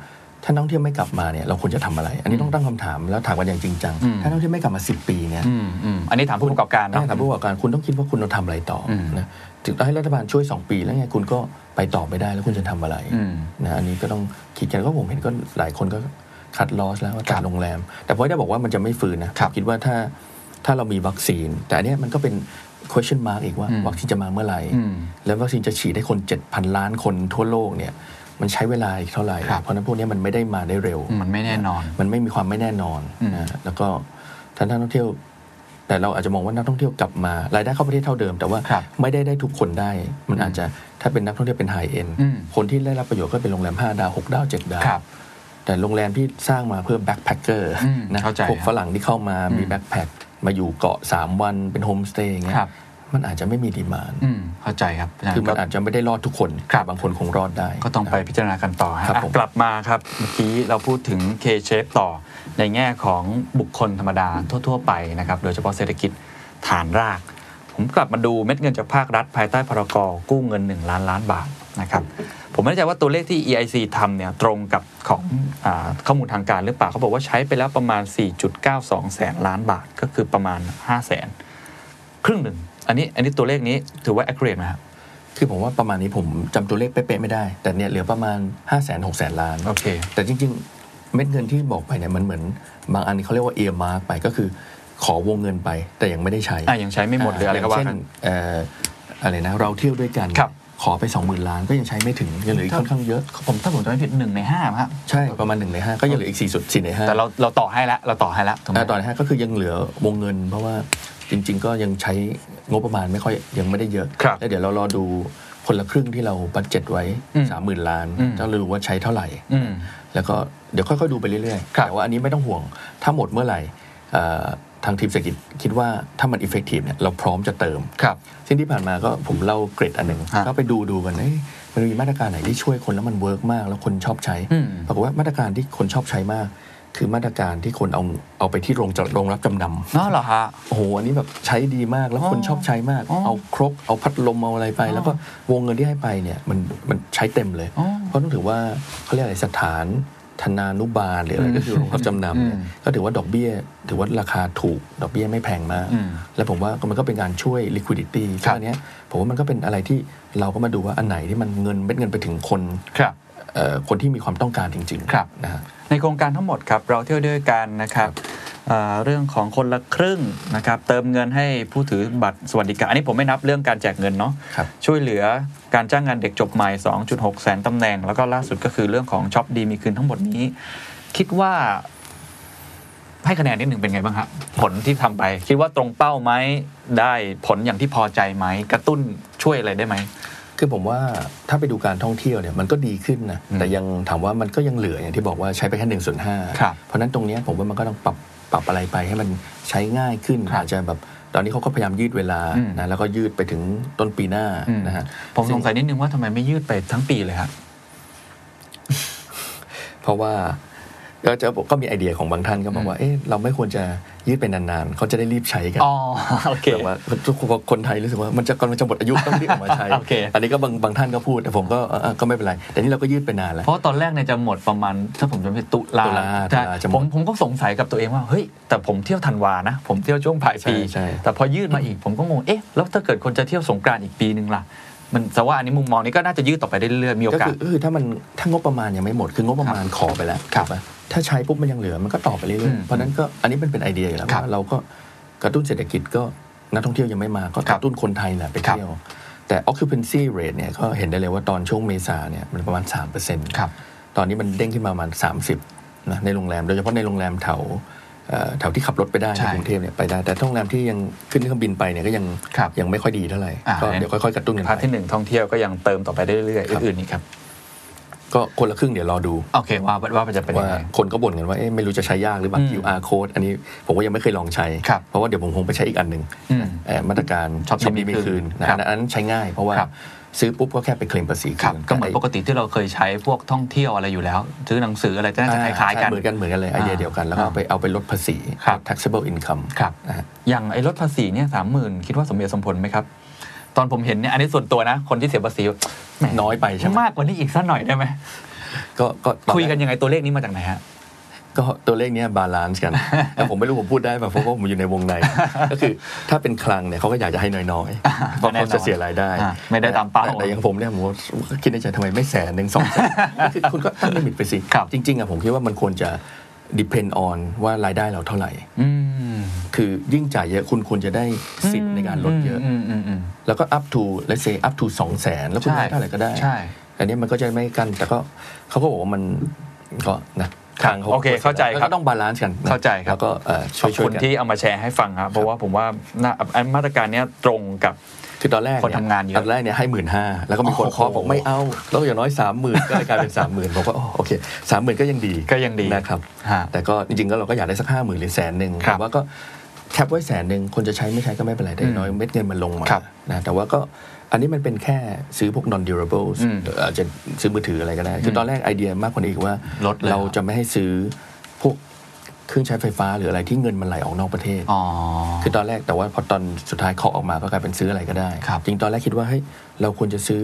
Speaker 3: ถ้านักท่องเที่ยวไม่กลับมาเนี่ยเราควรจะทำอะไร อันนี้ต้องตั้งคำถามแล้วถามกันอย่างจริงจัง
Speaker 2: อืม
Speaker 3: ถ้านักท่องเที่ยวไม่กลับมา 10 ปีเนี่ย
Speaker 2: อืมอืมอันนี้ถามผู้ประกอบการ
Speaker 3: ถ้า
Speaker 2: เนาะ
Speaker 3: ถามผู้ประกอบการคุณต้องคิดว่าคุณต้องทำอะไรต่ออ
Speaker 2: ม
Speaker 3: นะถึงให้รัฐบาลช่วย 2 ปีแล้วไงคุณก็ไปต่อไม่ได้แล้วคุณจะทำอะไร
Speaker 2: อืม
Speaker 3: นะอันนี้ก็ต้องคิดกันก็ผมเห็นก็หลายคนก็คัดลอสแล้วว่าตัดโรงแรม แต่พอได้บอกว่ามันจะไม่ฟื้นนะครับ ผมคิดว่าถ้าถ้าเรามีวัคซีน แต่อันเนี้ยมันก็เป็น question mark อีกว่า
Speaker 2: อืม
Speaker 3: วัคซีนจะมาเมื่อไหร่
Speaker 2: อืม
Speaker 3: แล้ววัคซีนจะฉีดให้คน 7,000 ล้านคนทั่วโลกเนี่ยมันใช้เวลาอีกเท่าไหร่
Speaker 2: ครับ
Speaker 3: เพราะฉะนั้นพวกเนี้ยมันไม่ได้มาได้เร็ว
Speaker 2: มันไม่แน่นอน
Speaker 3: มันไม่มีความไม่แน่นอน
Speaker 2: อืม
Speaker 3: นะแล้วก็ท่านนักท่องเที่ยว แต่เราอาจจะมองว่านักท่องเที่ยวกลับมา รายได้เข้าประเทศเท่าเดิม แต่ว่า
Speaker 2: ครับ
Speaker 3: ไม่ได้ได้ทุกคนได้ มันอาจจะถ้าเป็นนักท่องเที่ยวเป็นไฮเอ็น
Speaker 2: อืม
Speaker 3: คนที่ได้รับประโยชน์ก็เป็นโรงแรม 5 ดาว 6 ดาว 7 ดาว
Speaker 2: ครับ
Speaker 3: แต่โรงแรมที่สร้างมาเพื่อแบ็คแพคเกอร์
Speaker 2: อืม
Speaker 3: นะ
Speaker 2: เข้าใจ
Speaker 3: พวก
Speaker 2: ครับ
Speaker 3: ฝรั่งที่เข้ามามี
Speaker 2: อืม
Speaker 3: แบ็คแพคมาอยู่เกาะสามวันเป็นโฮมสเตย์อย่างเงี้
Speaker 2: ครั
Speaker 3: ย
Speaker 2: บ
Speaker 3: มันอาจจะไม่มีดีมาน
Speaker 2: อืมเข้าใจครับเพราะฉะ
Speaker 3: คือมัน
Speaker 2: ก็
Speaker 3: อาจจะไม่ได้รอดทุกคน
Speaker 2: ครับ
Speaker 3: บางคนคงรอดได้
Speaker 2: ก็ต้องไปพิจารณากันต่อฮะ
Speaker 3: ครับ
Speaker 2: อ่ะ
Speaker 3: ผม
Speaker 2: กลับมาครับ เมื่อกี้เราพูดถึง K-shape ต่อในแง่ของบุคคลธรรมดาทั่ว ๆ ไปนะครับ โดยเฉพาะเศรษฐกิจฐานราก ผมกลับมาดูเม็ดเงินจากภาครัฐ ภายใต้พรกกู้เงิน 1 ล้านล้านบาทนะครับ ผมไม่แน่ใจว่าตัวเลขที่ EIC ทำเนี่ยตรงกับของอาข้อมูลทางการหรือเปล่าเขาบอกว่าใช้ไปแล้วประมาณ 4.92 แสนล้านบาทก็คือประมาณ 5 แสน ครึ่งหนึ่ง อันนี้อันนี้ตัวเลขนี้ถือว่า accurate ไหมครับ
Speaker 3: คือผมว่าประมาณนี้ผมจำตัวเลขเป๊ะๆไม่ได้ แต่เนี่ยเหลือประมาณ 5 0 0 0 0 0 6 0 0 0 ล้าน
Speaker 2: โอเค
Speaker 3: แต่จริงๆ เม็ดเงินที่บอกไปเนี่ยมันเหมือน บางอันเขาเรียกว่าเอียมาร์กไปก็คือขอวงเงินไปแต่ยังไม่ได้ใช้
Speaker 2: อ่ะยังใช้ไม่หมดหรืออะไรก็ว่า
Speaker 3: ย่ง
Speaker 2: กั
Speaker 3: เช่
Speaker 2: น
Speaker 3: นเอ่ออะไรนะเราเที่ยวด้วยกัน
Speaker 2: ครับ
Speaker 3: ขอไป 20,000 ล้านก็ยังใช้ไม่ถึงยังเหลืออีกค่อนข้างเยอะ
Speaker 2: ผมถ้าผมจำไม่ผิดหนึ่งในห้ามั้งครับ
Speaker 3: ใช่ประมาณหนึ่งในห้าก็ยังเหลืออีกสี่สุดสี่ในห้า
Speaker 2: แต่เราเราต่อให้แล้วเราต่อให้แล้วถูกไหม
Speaker 3: อ่าต่อในห้าก็คือยังเหลือวงเงิน เพราะว่าจริง ๆ ก็ยังใช้งบประมาณไม่ค่อยยังไม่ได้เยอะ
Speaker 2: ครับ
Speaker 3: แล้วเดี๋ยวเรารอดูคนละครึ่งที่เราบัตเจ็ตไว้สามหมื่นล้านจะรู้ว่าใช้เท่าไหร่
Speaker 2: อืม
Speaker 3: แล้วก็เดี๋ยวค่อยๆดูไปเรื่อย
Speaker 2: ครั
Speaker 3: ๆ
Speaker 2: บ
Speaker 3: แต่ว่าอันนี้ไม่ต้องห่วง ถ้าหมดเมื่อไหร่เอ่อทางทีมเศรษฐกิจคิดว่าถ้ามัน effective เนี่ยเราพร้อมจะเติม
Speaker 2: ครับ
Speaker 3: ซึ่งที่ผ่านมาก็ผมเล่าเกรดอันหนึ่ง
Speaker 2: ฮะ
Speaker 3: ก็ไปดูดูกันเอ้ยมันมีมาตรการไหนที่ช่วยคนแล้วมันเวิร์กมาก แล้วคนชอบใช้
Speaker 2: อืม
Speaker 3: ปรากฏว่ามาตรการที่คนชอบใช้มาก คือมาตรการที่คนเอาเอาไปที่โรงจโรงรับจำนำ
Speaker 2: เนาะเหรอฮะ
Speaker 3: โอ้โหอันนี้แบบใช้ดีมากแล้วคนชอบใช้มาก
Speaker 2: อ๋อ
Speaker 3: เอาครกเอาพัดลมเอาอะไรไป
Speaker 2: อ๋อ
Speaker 3: แล้วก็วงเงินที่ให้ไปเนี่ยมันมันใช้เต็มเลย
Speaker 2: อ๋อ
Speaker 3: เพราะต้องถือว่าเขาเรียกอะไรสถานธนานุบาลหรืออะไร
Speaker 2: อืม
Speaker 3: ก็คือโรงรับจำนำเนี่ย
Speaker 2: อืม
Speaker 3: ก็ถือว่าดอกเบี้ย ถือว่าราคาถูกดอกเบี้ยไม่แพงมาก
Speaker 2: อืม
Speaker 3: และผมว่ามันก็เป็นการช่วย liquidity
Speaker 2: ครับ
Speaker 3: ซึ่งอันเนี้ยผมว่ามันก็เป็นอะไรที่เราก็มาดูว่าอันไหนที่มันเงินเม็ดเงินไปถึงคน
Speaker 2: ครับ
Speaker 3: เอ่อคนที่มีความต้องการจริง
Speaker 2: ครับ
Speaker 3: นะฮะ
Speaker 2: ในโครงการทั้งหมดครับเราเที่ยวด้วยกันนะครับเอ่อเรื่องของคนละครึ่งนะครับเติมเงินให้ผู้ถือบัตรสวัสดิการอันนี้ผมไม่นับเรื่องการแจกเงินเนาะ
Speaker 3: ครับ
Speaker 2: ช่วยเหลือการจ้างงานเด็กจบใหม่ 2.6 แสนตำแหน่ง แล้วก็ล่าสุดก็คือเรื่องของช็อปดีมีคืนทั้งหมดนี้ คิดว่าให้คะแนนนิดหนึ่งเป็นไงบ้างครับผลที่ทำไป คิดว่าตรงเป้าไหมได้ผลอย่างที่พอใจไหมกระตุ้นช่วยอะไรได้ไหม
Speaker 3: คือผมว่าถ้าไปดูการท่องเที่ยวเนี่ยมันก็ดีขึ้นนะ
Speaker 2: อืม
Speaker 3: แต่ยังถามว่ามันก็ยังเหลืออย่างที่บอกว่าใช้ไปแค่หนึ่งส่วนห้า
Speaker 2: ครับ
Speaker 3: เพราะฉะนั้นตรงเนี้ยผมว่ามันก็ต้องปรับปรับอะไรไปให้มันใช้ง่ายขึ้น
Speaker 2: ครับ
Speaker 3: อาจจะแบบตอนนี้เขาก็พยายามยืดเวลา
Speaker 2: อืม
Speaker 3: นะแล้วก็ยืดไปถึงต้นปีหน้านะฮะ
Speaker 2: ผมส
Speaker 3: ซึ่
Speaker 2: งสัยนิดนึงว่าทำไมไม่ยืดไปทั้งปีเลยครับ
Speaker 3: เพราะว่าก็จะก็มีไอเดียของบางท่านก็บอกว่า เอ๊ะเราไม่ควรจะยืดเป็นนานๆเขาจะได้รีบใช้กัน
Speaker 2: อ๋อ โอเค
Speaker 3: แบบว่าทุกคนคนไทยรู้สึกว่ามันจะกำลังจะหมดอายุต้องรีบออกมาใช้
Speaker 2: โอเค
Speaker 3: อันนี้ก็บางบางท่านก็พูด แต่ผมก็เออเออก็ไม่เป็นไร แต่นี่เราก็ยืดไปนานแล้ว
Speaker 2: เพราะตอนแรกเนี่ยจะหมดประมาณถ้าผมจำไม่ผิดตุลา
Speaker 3: ตุลา
Speaker 2: ใช่
Speaker 3: ตุลาจะหม
Speaker 2: ผ
Speaker 3: ด
Speaker 2: มผมก็สงสัยกับตัวเองว่าเฮ้ยแต่ผมเที่ยวธันวานะ ผมเที่ยวช่วงปลายปี
Speaker 3: ใช่ใช่
Speaker 2: แต่พอยืดมาอีกผมก็งงเอ๊ะแล้วถ้าเกิดคนจะเที่ยวสงกรานต์อีกปีนึงล่ะ มันแต่ว่าอันนี้มุมมองนี้ก็น่าจะยืดต่อไปได้เรื่อยๆมีโอ
Speaker 3: ก็
Speaker 2: กา
Speaker 3: คื
Speaker 2: ส
Speaker 3: อเออถ้ามันถ้างบประมาณยังไม่หมดคืองบประมาณขอไปแล้ว
Speaker 2: ครับ
Speaker 3: ถูกปะถ้าใช้ปุ๊บมันยังเหลือมันก็ต่อไปเรื่
Speaker 2: อื
Speaker 3: อย
Speaker 2: ม
Speaker 3: ๆเพราะฉะนั้นก็อันนี้มันเป็นไอเดียอยู่แล้ว
Speaker 2: ครับ
Speaker 3: ว่าเราก็กระตุ้นเศรษฐกิจก็นักท่องเที่ยวยังไม่มาก็
Speaker 2: ค
Speaker 3: ก
Speaker 2: รับ
Speaker 3: ระตุ้นคนไทยแหละไป
Speaker 2: ครับ
Speaker 3: เที่ยว แต่ occupancy rate เนี่ยก็เห็นได้เลยว่าตอนช่วงเมษาเนี่ยมันประมาณ 3%
Speaker 2: ครับ
Speaker 3: ตอนนี้มันเด้งขึ้นมาประมาณ 30นะในโรงแรม โดยเฉพาะในโรงแรมแถวเอ่อแถวที่ขับรถไปได้
Speaker 2: ใช่
Speaker 3: ในกรุงเทพเนี่ยไปได้แต่โรงแรมที่ยังขึ้นเครื่องบินไปเนี่ยก็ยัง
Speaker 2: ครับ
Speaker 3: ยังไม่ค่อยดีเท่าไหร่
Speaker 2: อ่า
Speaker 3: ก็เดี๋ยวค่อยๆกระตุ้นกัน
Speaker 2: พาร์ท
Speaker 3: ไป
Speaker 2: ที่หนึ่งท่องเที่ยวก็ยังเติมต่อไปได้เรื่อยๆ
Speaker 3: ครับ
Speaker 2: อื่นๆนี่ครับ
Speaker 3: ก็คนละครึ่งเดี๋ยวรอดู
Speaker 2: โอเคว่าว่ามันจะเป็นยั
Speaker 3: ว่าง
Speaker 2: ไง
Speaker 3: คนก็บ่นกันว่าเอ๊ะไม่รู้จะใช้ยากหรือเปล่า
Speaker 2: อืม
Speaker 3: QR code อันนี้ผมก็ยังไม่เคยลองใช้
Speaker 2: ครับ
Speaker 3: เพราะว่าเดี๋ยวผมคงไปใช้อีกอันหนึ่ง
Speaker 2: อืม
Speaker 3: เอ่อมาตรการ
Speaker 2: Shop
Speaker 3: ดี
Speaker 2: Shop
Speaker 3: มี
Speaker 2: คื
Speaker 3: คื
Speaker 2: น
Speaker 3: น
Speaker 2: ครับ
Speaker 3: นะอันนั้นใช้ง่าย เพราะว่า
Speaker 2: ครับ
Speaker 3: ซื้อปุ๊บก็แค่ไปเคลมภาษีคื
Speaker 2: ครับ
Speaker 3: น
Speaker 2: ก็เหมือนปกติที่เราเคยใช้พวกท่องเที่ยวอะไรอยู่แล้วซื้อหนังสืออะไรจะน่าจะคล้ายๆกัน
Speaker 3: เหมือนกันเหมือนกันเลยไอเดียเดียวกันแล้วก็
Speaker 2: อ่า
Speaker 3: ไปเอาไปลดภาษี
Speaker 2: ครับ
Speaker 3: taxable income
Speaker 2: ครับ
Speaker 3: นะฮะ
Speaker 2: อย่างไอ้ลดภาษีเนี่ยสามหมื่นคิดว่าสมเหตุสมผลไหมครับ ตอนผมเห็นเนี่ยอันนี้ส่วนตัวนะ คนที่เสียภาษีแหม
Speaker 3: น้อยไปใช่ไหม
Speaker 2: มากกว่านี้อีกสักหน่อยได้ไหม
Speaker 3: ก็ก็ตอแร
Speaker 2: คุยกันยังไงตัวเลขนี้มาจากไหนฮะ
Speaker 3: ก็ตัวเลขเนี้บาลานซ์ กัน แต่ผมไม่รู้ผมพูดได้ป่ะเพราะว่าผมอยู่ในวงใน ก็คือถ้าเป็นคลังเนี่ยเขาก็อยากจะให้น้อยๆเพราะเขาจะเสียรายได้
Speaker 2: อ่าไม่ได้ตามเป้า
Speaker 3: แต่แต่อย่างผมเนี่ยผมก็คิดในใจทำไมไม่แสนหนึ่งสองแสนคือคุณก็ตั้งลิมิตไปสิ
Speaker 2: ครับ
Speaker 3: จริงๆอะผมคิดว่ามันควรจะ depend on ว่ารายได้เราเท่าไหร่
Speaker 2: อืม
Speaker 3: คือยิ่งจ่ายเยอะคุณควรจะได้สิทธิ์ในการลดเยอะ
Speaker 2: มมอืม
Speaker 3: แล้วก็ up to let's say up to สองแสนแล้วคุณ
Speaker 2: ใช่
Speaker 3: ได้เท่าไหร่ก็ได้
Speaker 2: ใช่
Speaker 3: อันนี้มันก็จะไม่กันแต่ก็เขาก็บอกว่ามันก็นะทางข
Speaker 2: โอเคเข้าใจ
Speaker 3: แล้ว
Speaker 2: ครับ
Speaker 3: ก็ต้องบาลานซ์กันนะ
Speaker 2: เข้าใจครับ
Speaker 3: แล้วก็เอ่อ
Speaker 2: ข
Speaker 3: ช่
Speaker 2: อ
Speaker 3: ว
Speaker 2: บ
Speaker 3: ยๆ
Speaker 2: คุณ
Speaker 3: กัน
Speaker 2: ที่เอามาแชร์ให้ฟังครับเพราะว่าผมว่าน่าอันมาตรการเนี้ยตรงกับ
Speaker 3: คือตอนแรก
Speaker 2: คนทำงานเยอะ
Speaker 3: ตอนแรกเนี่ยให้หมื่นห้าแล้วก็มีคน
Speaker 2: โอ้โห
Speaker 3: ขอบอกไม่เอาแล้วอย่างน้อยสามหมื่นก็เลยกลายเป็นสามหมื่นผมก็อ๋อโอเคสามหมื่นก็ยังดี
Speaker 2: ก็ยังดี
Speaker 3: นะครับ
Speaker 2: ฮะ
Speaker 3: แต่ก็จริงๆก็เราก็อยากได้สักห้าหมื่นหรือแสนหนึ่ง
Speaker 2: ครับ
Speaker 3: แต่ว่าก็แคปไว้แสนหนึ่งคนจะใช้ไม่ใช้ก็ไม่เป็นไรแต่อย่างน้อยเม็ดเงินมันลงมา
Speaker 2: ครับ
Speaker 3: นะแต่ว่าก็อันนี้มันเป็นแค่ซื้อพวก non durables
Speaker 2: อืม
Speaker 3: เอ่ออาจจะซื้อมือถืออะไรก็ได้ คือตอนแรกไอเดียมากกว่านี้อีกว่า
Speaker 2: ลดเลย
Speaker 3: เรา
Speaker 2: เหรอ
Speaker 3: จะไม่ให้ซื้อพวกเครื่องใช้ไฟฟ้าหรืออะไรที่เงินมันไหลออกนอกประเทศ
Speaker 2: อ๋อ
Speaker 3: คือตอนแรกแต่ว่าพอตอนสุดท้ายเคาะออกมาก็กลายเป็นซื้ออะไรก็ได้
Speaker 2: ครับ
Speaker 3: จริงตอนแรกคิดว่าเฮ้ยเราควรจะซื้อ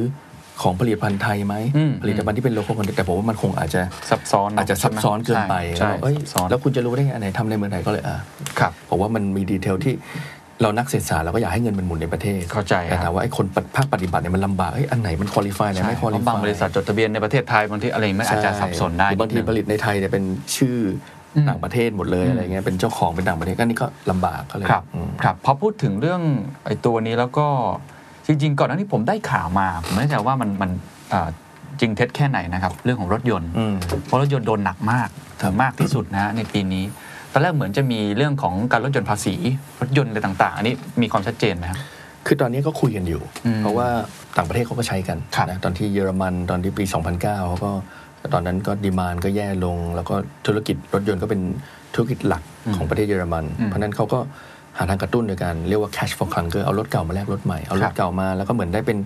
Speaker 3: ของผลิตภัณฑ์ไทยไหม
Speaker 2: อืม
Speaker 3: ผลิตภัณฑ์ที่เป็น local content แต่ผมว่ามันคงอาจจะ
Speaker 2: ซับซ้อนเน
Speaker 3: อาจจะซับซ้อนเกินไป
Speaker 2: ใช่
Speaker 3: แล้ว
Speaker 2: ใช่
Speaker 3: เอ้ย
Speaker 2: ซับซ้อน
Speaker 3: แล้วคุณจะรู้ได้ไงอันไหนทำในเมืองไหนก็เลยอ่ะ
Speaker 2: ครับ
Speaker 3: ผมว่ามันมีดีเทลที่ เรานักเศรษฐศาสตร์เราก็อยากให้เงินมันหมุนในประเทศ
Speaker 2: เข้าใจครับ
Speaker 3: แต่ถามว่าไอ้คนภาคปฏิบัติเนี่ยมันลำบากเอ้ยอันไหนมันคุริฟายไหน
Speaker 2: ใช่
Speaker 3: ไม่
Speaker 2: เพ
Speaker 3: คุริ
Speaker 2: ราะบา
Speaker 3: ฟา
Speaker 2: ย งบริษัทจดทะเบียนในประเทศไทยบางทีอะไรไม่อาจจะสับสนได้
Speaker 3: หรือบางทีผลิตในไทยเนี่ยเป็นชื่ออ
Speaker 2: ม
Speaker 3: ต่างประเทศหมดเลยอะไรเงี้ยเป็นเจ้าของเป็นต่างประเทศก็นี่ก็ลำบากก็เลย
Speaker 2: ครับ
Speaker 3: อืม
Speaker 2: ครับพอพูดถึงเรื่องไอ้ตัวนี้แล้วก็จริง ๆ ก่อนหน้านี้ผมได้ข่าวมา ผมไม่แน่ใจว่ามันมันเอ่อจริงเท็จแค่ไหนนะครับ เรื่องของรถยนต์
Speaker 3: อืม
Speaker 2: เพราะรถยนต์โดนหนักมาก
Speaker 3: ครับ
Speaker 2: มากที่สุดนะฮะในปีนี้ ตอนแรกเหมือนจะมีเรื่องของการลดหย่อนภาษีรถยนต์อะไรต่าง ๆ อันนี้มีความชัดเจนไหมครับ
Speaker 3: คือตอนนี้ก็คุยกันอยู่
Speaker 2: อืม
Speaker 3: เพราะว่าต่างประเทศเขาก็ใช้กัน
Speaker 2: ครับ
Speaker 3: นะตอนที่เยอรมันตอนที่ปี 2009เขาก็ตอนนั้นก็ดีมานก็แย่ลง แล้วก็ธุรกิจรถยนต์ก็เป็นธุรกิจหลักของประเทศเยอรมัน
Speaker 2: อืม
Speaker 3: เพราะฉะนั้นเขาก็หาทางกระตุ้นโดยการเรียกว่า cash for clunker เอารถเก่ามาแลกรถใหม่ เอาร
Speaker 2: ครั
Speaker 3: ถ
Speaker 2: บ
Speaker 3: เก่ามาแล้วก็เหมือนได้เป็น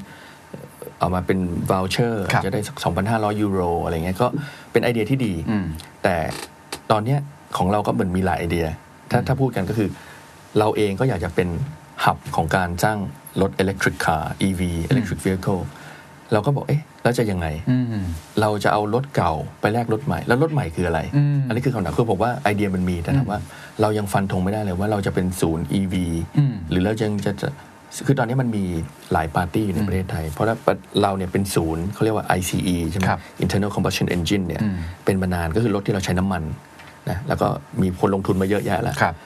Speaker 3: เอามาเป็น voucher
Speaker 2: ครับ
Speaker 3: จะได้สัก2,500 ยูโรอะไรเงี้ยก็เป็นไอเดียที่ดี
Speaker 2: อืม
Speaker 3: แต่ตอนเนี้ยของเราก็เหมือนมีหลายไอเดีย ถ้าถ้าพูดกันก็คือ เราเองก็อยากจะเป็นหับของการจ้างรถ electric car EV electric vehicle เราก็บอกเอ๊ะแล้วจะยังไง
Speaker 2: อืม
Speaker 3: เราจะเอารถเก่าไปแลกรถใหม่ แล้วรถใหม่คืออะไร
Speaker 2: อืม
Speaker 3: อันนี้คือคำถามคือผมว่าไอเดียมันมีแต่ถามว่า เรายังฟันธงไม่ได้เลยว่าเราจะเป็นศูนย์ EV
Speaker 2: อืม
Speaker 3: หรือเรายังจะจะคือตอนนี้มันมีหลายปาร์ตี้อยู่ในประเทศไทย เพราะว่าเราเนี่ยเป็นศูนย์เขาเรียกว่า ICE ใช่ไหม
Speaker 2: ครับ
Speaker 3: Internal Combustion Engine เนี่ย
Speaker 2: อืม
Speaker 3: เป็นมานานก็คือรถที่เราใช้น้ำมันนะแล้วก็มีคนลงทุนมาเยอะแยะแล้ว
Speaker 2: ครับ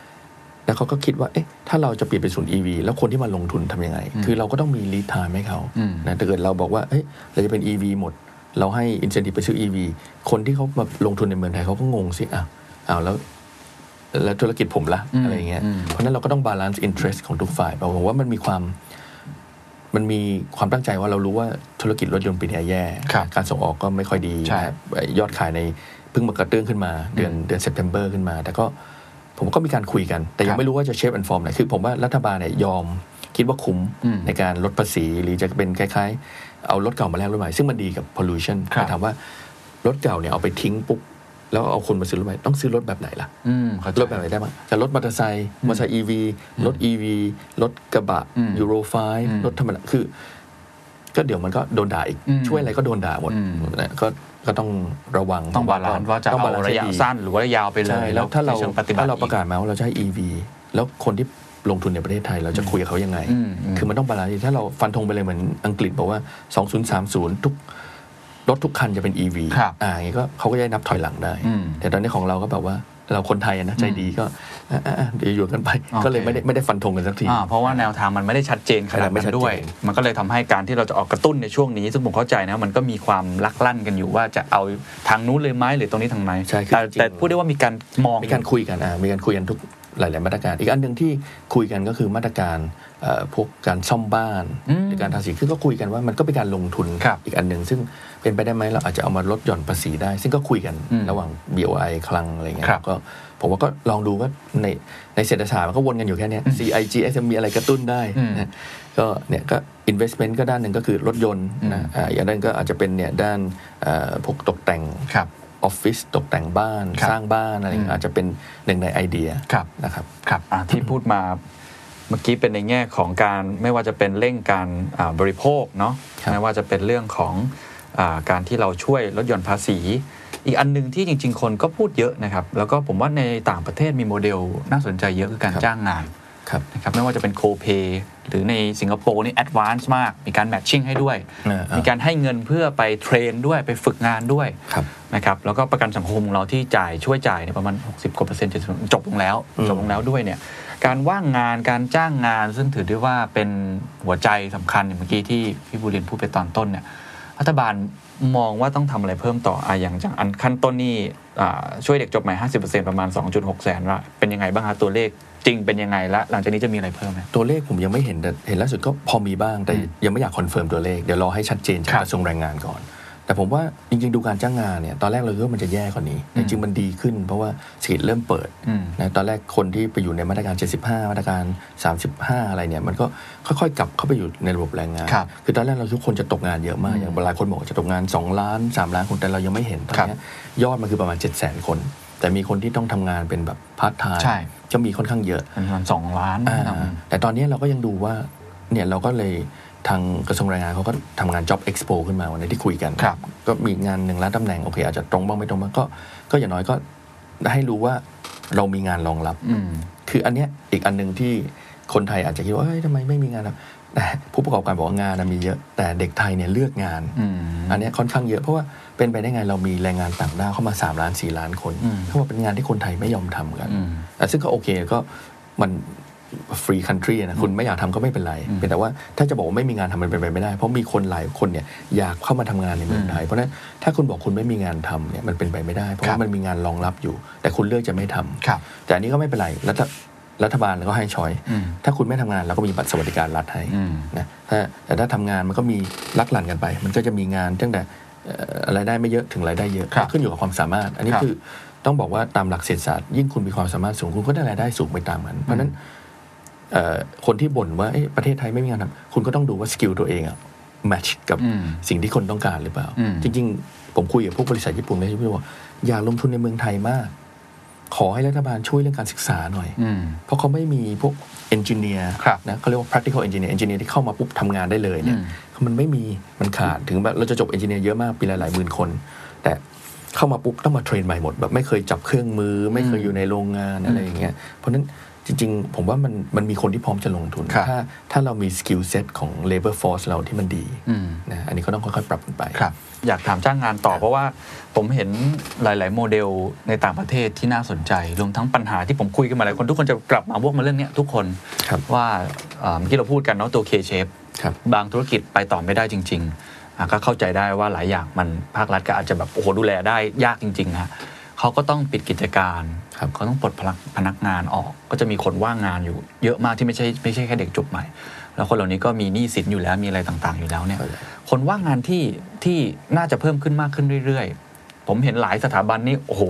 Speaker 3: แล้วเขาก็คิดว่า เอ๊ะ ถ้าเราจะเปลี่ยนเป็นศูนย์ EV แล้วคนที่มาลงทุนทำยังไง คือเราก็ต้องมี lead time ให้เขา
Speaker 2: อืม
Speaker 3: นะถ้าเกิดเราบอกว่า เอ้ย เราจะเป็น EV หมด เราให้ incentive ไปซื้อ EV คนที่เขามาลงทุนในเมืองไทยเขาก็งงสิอ้าวอ้าวแล้ว แล้วธุรกิจผมละ
Speaker 2: อืม
Speaker 3: อะไรอย่างเงี้ย
Speaker 2: อืม
Speaker 3: เพราะฉะนั้นเราก็ต้อง balance interest ของทุกฝ่ายผมว่ามันมีความ มันมีความตั้งใจว่าเรารู้ว่าธุรกิจรถยนต์ปีนี้แย่
Speaker 2: ครับ
Speaker 3: การส่งออกก็ไม่ค่อยดี
Speaker 2: ใช่
Speaker 3: นะ ยอดขายในเพิ่งมากระเตื้องขึ้นมาเดือนเดือนเซปเทมเบอร์ขึ้นมา แต่ก็ผมก็มีการคุยกัน แต่
Speaker 2: ค
Speaker 3: ยั
Speaker 2: รั
Speaker 3: ง
Speaker 2: บ
Speaker 3: ไม่รู้ว่าจะเชฟแอนฟอร์มไหนคือผมว่ารัฐบาลเนี่ยยอมคิดว่าคุ้ม
Speaker 2: อืม
Speaker 3: ในการลดภาษี หรือจะเป็นคล้ายๆ เอารถเก่ามาแลกรถใหม่ ซึ่งมันดีกับ pollution
Speaker 2: ครับ
Speaker 3: แต่ถามว่ารถเก่าเนี่ยเอาไปทิ้งปุ๊บ แล้วเอาคนมาซื้อรถใหม่ต้องซื้อรถแบบไหนล่ะ
Speaker 2: อืมเข้าใจ
Speaker 3: รถแบบไหนได้บ้างจะรถมอเตอร์ไซค์มอเตอร์ไซค์อีวีรถอีวีรถกระบะ
Speaker 2: อืม
Speaker 3: ยูโรไฟ
Speaker 2: อืม
Speaker 3: รถธรรมดาคือ ก็เดี๋ยวมันก็โดนด่าอีก
Speaker 2: อืม
Speaker 3: ช่วยอะไรก็โดนด่าหมด
Speaker 2: อืม
Speaker 3: นะก็ก็ต้องระวัง
Speaker 2: ต้องบาลานซ์ว่าจะ
Speaker 3: ต้ง
Speaker 2: เอา
Speaker 3: บลนซ์
Speaker 2: ระยะ
Speaker 3: ให้ดี
Speaker 2: สั้นหรือว่ายาวไปเล
Speaker 3: ใช่
Speaker 2: ย
Speaker 3: แล้วถ้าเรา
Speaker 2: ในชิงปฏิบัติ
Speaker 3: ถ้าเราประกาศมาว่าเราจะให้ EV แล้วคนที่ลงทุนในประเทศไทยเราจะคุยกับเขายังไง
Speaker 2: อืมอืม
Speaker 3: คือมันต้องบาลานซ์ดีถ้าเราฟันธงไปเลยเหมือนอังกฤษบอกว่า 2030 ทุกรถทุกคันจะเป็น EV
Speaker 2: ครับ
Speaker 3: อ่าอย่างงี้ก็เขาก็จะได้นับถอยหลังได้
Speaker 2: อืม
Speaker 3: แต่ตอนนี้ของเราก็แบบว่าเราคนไทยอะนะใจดีก็อ่ะอ่ะอ่ะเดี๋ยวอยู่กันไป
Speaker 2: โอเค
Speaker 3: ก็เลยไม่ได้ไม่ได้ฟันธงกันสักที
Speaker 2: อ่าเพราะว่าแนวทางมันไม่ได้ชัดเจนขนาด
Speaker 3: ไม่
Speaker 2: นั้
Speaker 3: ชัด
Speaker 2: น
Speaker 3: เจน
Speaker 2: ด้วย มันก็เลยทำให้การที่เราจะออกกระตุ้นในช่วงนี้ ซึ่งผมเข้าใจนะมันก็มีความลักลั่นกันอยู่ว่าจะเอาทางนู้นเลยไหมหรือตรงนี้ทางไหน
Speaker 3: ใช่คือ
Speaker 2: แต่
Speaker 3: จริง
Speaker 2: แต่พูดได้ว่ามีการมอง
Speaker 3: มีการคุยกันอ่ะมีการคุยกันทุกหลาย ๆ มาตรการ อีกอันหนึ่งที่คุยกันก็คือมาตรการเอ่อพวกการซ่อมบ้าน
Speaker 2: อืม
Speaker 3: หรือการทาสีคือก็คุยกันว่ามันก็เป็นการลงทุน
Speaker 2: ครับ
Speaker 3: อีกอันหนึ่งซึ่งเป็นไปได้ไหมเราอาจจะเอามาลดหย่อนภาษีได้ ซึ่งก็คุยกัน
Speaker 2: อืม
Speaker 3: ระหว่าง BOI คลังอะไรเงี้ย
Speaker 2: ครับ
Speaker 3: ก็ผมว่าก็ลองดูว่าในในเศรษฐศาสตร์มันก็วนกันอยู่แค่เนี้ย CIG SME อะไรกระตุ้นได้
Speaker 2: อืม
Speaker 3: นะก็เนี่ยก็ investment ก็ด้านหนึ่งก็คือรถยนต์นะอ่าอีกอันหนึงก็อาจจะเป็นเนี่ยด้านเอ่อพวกตกแต่ง
Speaker 2: ครับ
Speaker 3: ออฟฟิศตกแต่งบ้าน
Speaker 2: ครับ
Speaker 3: สร้างบ้านอะไรอย่างเงี้
Speaker 2: อืม
Speaker 3: ยอาจจะเป็นหนึ่งในไอเดีย
Speaker 2: ครับ
Speaker 3: นะครับ
Speaker 2: ครับอ่ะที่พูดมาเมื่อกี้เป็นในแง่ของการไม่ว่าจะเป็นเร่งการอ่าบริโภคเนาะ
Speaker 3: ครับ
Speaker 2: ไม่ว่าจะเป็นเรื่องของอาการที่เราช่วยลดหย่อนภาษี อีกอันหนึงที่จริง ๆ คนก็พูดเยอะนะครับ แล้วก็ผมว่าในต่างประเทศมีโมเดลน่าสนใจเยอะคือการจ้างงาน
Speaker 3: ครับ
Speaker 2: นะครับไม่ว่าจะเป็นโคเปหรือในสิงคโปร์นี่แอดวานซ์มาก มีการแมทชิ่งให้ด้วย
Speaker 3: อ่าอ่า
Speaker 2: มี
Speaker 3: มี
Speaker 2: การให้เงินเพื่อไปเทรนด้วยไปฝึกงานด้วย
Speaker 3: ครับ
Speaker 2: นะครับแล้วก็ประกันสังคมของเราที่จ่ายช่วยจ่ายเนี่ยประมาณ 60กว่าเปอร์เซ็นต์70%จบลงแล้ว
Speaker 3: อืม
Speaker 2: จบลงแล้วด้วยเนี่ยการว่างงานการจ้างงานซึ่งถือได้ว่าเป็นหัวใจสำคัญอย่างเมื่อกี้ที่พี่บุรินทร์พูดไปตอนต้นเนี่ยรัฐบาลมองว่าต้องทำอะไรเพิ่มต่ออะอย่างจากอันขั้นต้นนี่อ่าช่วยเด็กจบใหม่ 50%ประมาณ 2.6 แสนละเป็นยังไงบ้างฮะตัวเลขจริงเป็นยังไงและหลังจากนี้จะมีอะไรเพิ่มไหม
Speaker 3: ตัวเลขผมยังไม่เห็นแต่เห็นล่าสุดก็พอมีบ้าง แต่
Speaker 2: อืม
Speaker 3: ยังไม่อยากคอนเฟิร์มตัวเลข เดี๋ยวรอให้ชัดเจนจาก
Speaker 2: ครับ
Speaker 3: กระทรวงแรงงานก่อน แต่ผมว่าจริง ๆ ดูการจ้างงานเนี่ยตอนแรกเราคิดว่ามันจะแย่กว่านี้ แต่จริงๆมันดีขึ้น เพราะว่าเศรษฐกิจเริ่มเปิด
Speaker 2: อืม
Speaker 3: นะตอนแรกคนที่ไปอยู่ในมาตรการ 75 มาตรการ 35 อะไรเนี่ยมันก็ค่อยๆ กลับเข้าไปอยู่ในระบบแรงงาน
Speaker 2: ครับ
Speaker 3: อตอนแรกเราทุกคนจะตกงานเยอะมาก
Speaker 2: อืม
Speaker 3: อย่างหลายคนบอกว่าจะตกงาน 2 ล้าน 3 ล้านคนแต่เรายังไม่เห็นตอน
Speaker 2: ครับ
Speaker 3: เนี้ยยอดมันคือประมาณ 7 0 0 0 0 0 คน แต่มีคนที่ต้องทำงานเป็นแบบพาร์ทไทม์
Speaker 2: ใช่
Speaker 3: ก็มีค่อนข้างเยอะ
Speaker 2: ประมาณสองล้าน
Speaker 3: อ่า
Speaker 2: นะครับ
Speaker 3: แต่ตอนนี้เราก็ยังดูว่าเนี่ยเราก็เลยทางกระทรวงแรงงานเขาก็ทำงาน Job Expo ขึ้นมาวันนี้ที่คุยกัน
Speaker 2: ครับ
Speaker 3: ก็มีงานหนึ่งล้านตำแหน่ง โอเค อาจจะตรงบ้างไม่ตรงบ้างก็ก็อย่างน้อยก็ให้รู้ว่าเรามีงานรองรับ
Speaker 2: อืม
Speaker 3: คืออันเนี้ยอีกอันหนึ่งที่ คนไทยอาจจะคิดว่าเอ้ยทำไมไม่มีงานทำแต่ ผู้ประกอบการบอกว่างานนะมีเยอะ แต่เด็กไทยเนี่ยเลือกงาน
Speaker 2: อืม
Speaker 3: อันเนี้ยค่อนข้างเยอะเพราะว่าเป็นไปได้ไงเรามีแรงงานต่างด้าวเข้ามา 3 ล้าน 4 ล้านคน
Speaker 2: อืม
Speaker 3: เขาบอกเป็นงานที่คนไทยไม่ยอมทำกัน
Speaker 2: อืม
Speaker 3: อ่ะซึ่งก็โอเคก็มันฟรีคันทรีนะคุณไม่อยากทำก็ไม่เป็นไร
Speaker 2: อืม
Speaker 3: เพียงแต่ว่าถ้าจะบอกว่าไม่มีงานทำมันเป็นไปไม่ได้ เพราะมีคนหลายคนเนี่ยอยากเข้ามาทำงานในเมืองไทย เพราะฉะนั้นถ้าคุณบอกคุณไม่มีงานทำเนี่ยมันเป็นไปไม่ได้ เพราะ
Speaker 2: ครับ
Speaker 3: ว่ามันมีงานรองรับอยู่ แต่คุณเลือกจะไม่ทำ
Speaker 2: ครับ
Speaker 3: แต่อันนี้ก็ไม่เป็นไรรัฐรัฐบาลก็ให้ช้อย
Speaker 2: อืม
Speaker 3: ถ้าคุณไม่ทำงานเราก็มีบัตรสวัสดิการรัฐให้
Speaker 2: อืม
Speaker 3: นะถ้าแต่ถ้าทำงานมันก็มีลักหลั่นกันไป มันก็จะมีงานตั้งแต่เอ่อรายได้ไม่เยอะถึงรายได้เยอะ
Speaker 2: ครับ
Speaker 3: ขึ้นอยู่กับความสามารถ อันนี้
Speaker 2: ครับ
Speaker 3: คือต้องบอกว่าตามหลักเศรษฐศาสตร์ยิ่งคุณมีความสามารถสูงคุณก็ได้รายได้สูงไปตามกัน เพราะฉะนั้นเอ่อคนที่บ่นว่าเอ๊ะประเทศไทยไม่มีงานทำคุณก็ต้องดูว่าสกิลตัวเองอะแมทช์กับ
Speaker 2: อืม
Speaker 3: สิ่งที่คนต้องการหรือเปล่า
Speaker 2: อืม
Speaker 3: จริง ๆ ผมคุยกับพวกบริษัทญี่ปุ่นเลยที่บอกว่าอยากลงทุนในเมืองไทยมาก ขอให้รัฐบาลช่วยเรื่องการศึกษาหน่อย
Speaker 2: อืม
Speaker 3: เพราะเขาไม่มีพวก engineer
Speaker 2: ครับ
Speaker 3: นะเขาเรียกว่า practical engineer engineer ที่เข้ามาปุ๊บทำงานได้เลยเนี่ย
Speaker 2: อืม
Speaker 3: คือมันไม่มีมันขาดถึงแบบเราจะจบ engineer เยอะมากปีละหลายหมื่นคน แต่เข้ามาปุ๊บต้องมาเทรนใหม่หมด แบบไม่เคยจับเครื่องมือ ไม่เคยอยู่ในโรงงานอะไรอย่างเงี้ยเพราะฉะนั้นจริง ๆ ผมว่ามันมันมีคนที่พร้อมจะลงทุน ถ้าถ้าเรามี skill set ของ labor force เราที่มันดี
Speaker 2: อืม
Speaker 3: นะอันนี้ก็ต้องค่อยๆปรับกันไป
Speaker 2: ครับอยากถามจ้างงานต่อเพราะว่าผมเห็นหลาย ๆ โมเดลในต่างประเทศที่น่าสนใจ รวมทั้งปัญหาที่ผมคุยกันมาหลายคนทุกคนจะกลับมาพวกมาเรื่องเนี้ยทุกคน
Speaker 3: ครับ
Speaker 2: ว่าเอ่อเมื่อกี้เราพูดกันเนาะตัว K shape
Speaker 3: ครับ
Speaker 2: บางธุรกิจไปต่อไม่ได้จริงๆอ่ะก็เข้าใจได้ว่าหลายอย่างมันภาครัฐก็อาจจะแบบโอ้โหดูแลได้ยากจริงๆนะเขาก็ต้องปิดกิจการ
Speaker 3: ครับ
Speaker 2: เขาต้องปลดพนักพนักงานออก ก็จะมีคนว่างงานอยู่ เยอะมากที่ไม่ใช่ไม่ใช่แค่เด็กจบใหม่ แล้วคนเหล่านี้ก็มีหนี้สินอยู่แล้วมีอะไรต่างๆ อยู่แล้วเนี่ย คนว่างงานที่ที่น่าจะเพิ่มขึ้นมากขึ้นเรื่อย ๆ ผมเห็นหลายสถาบันนี่โอ้โห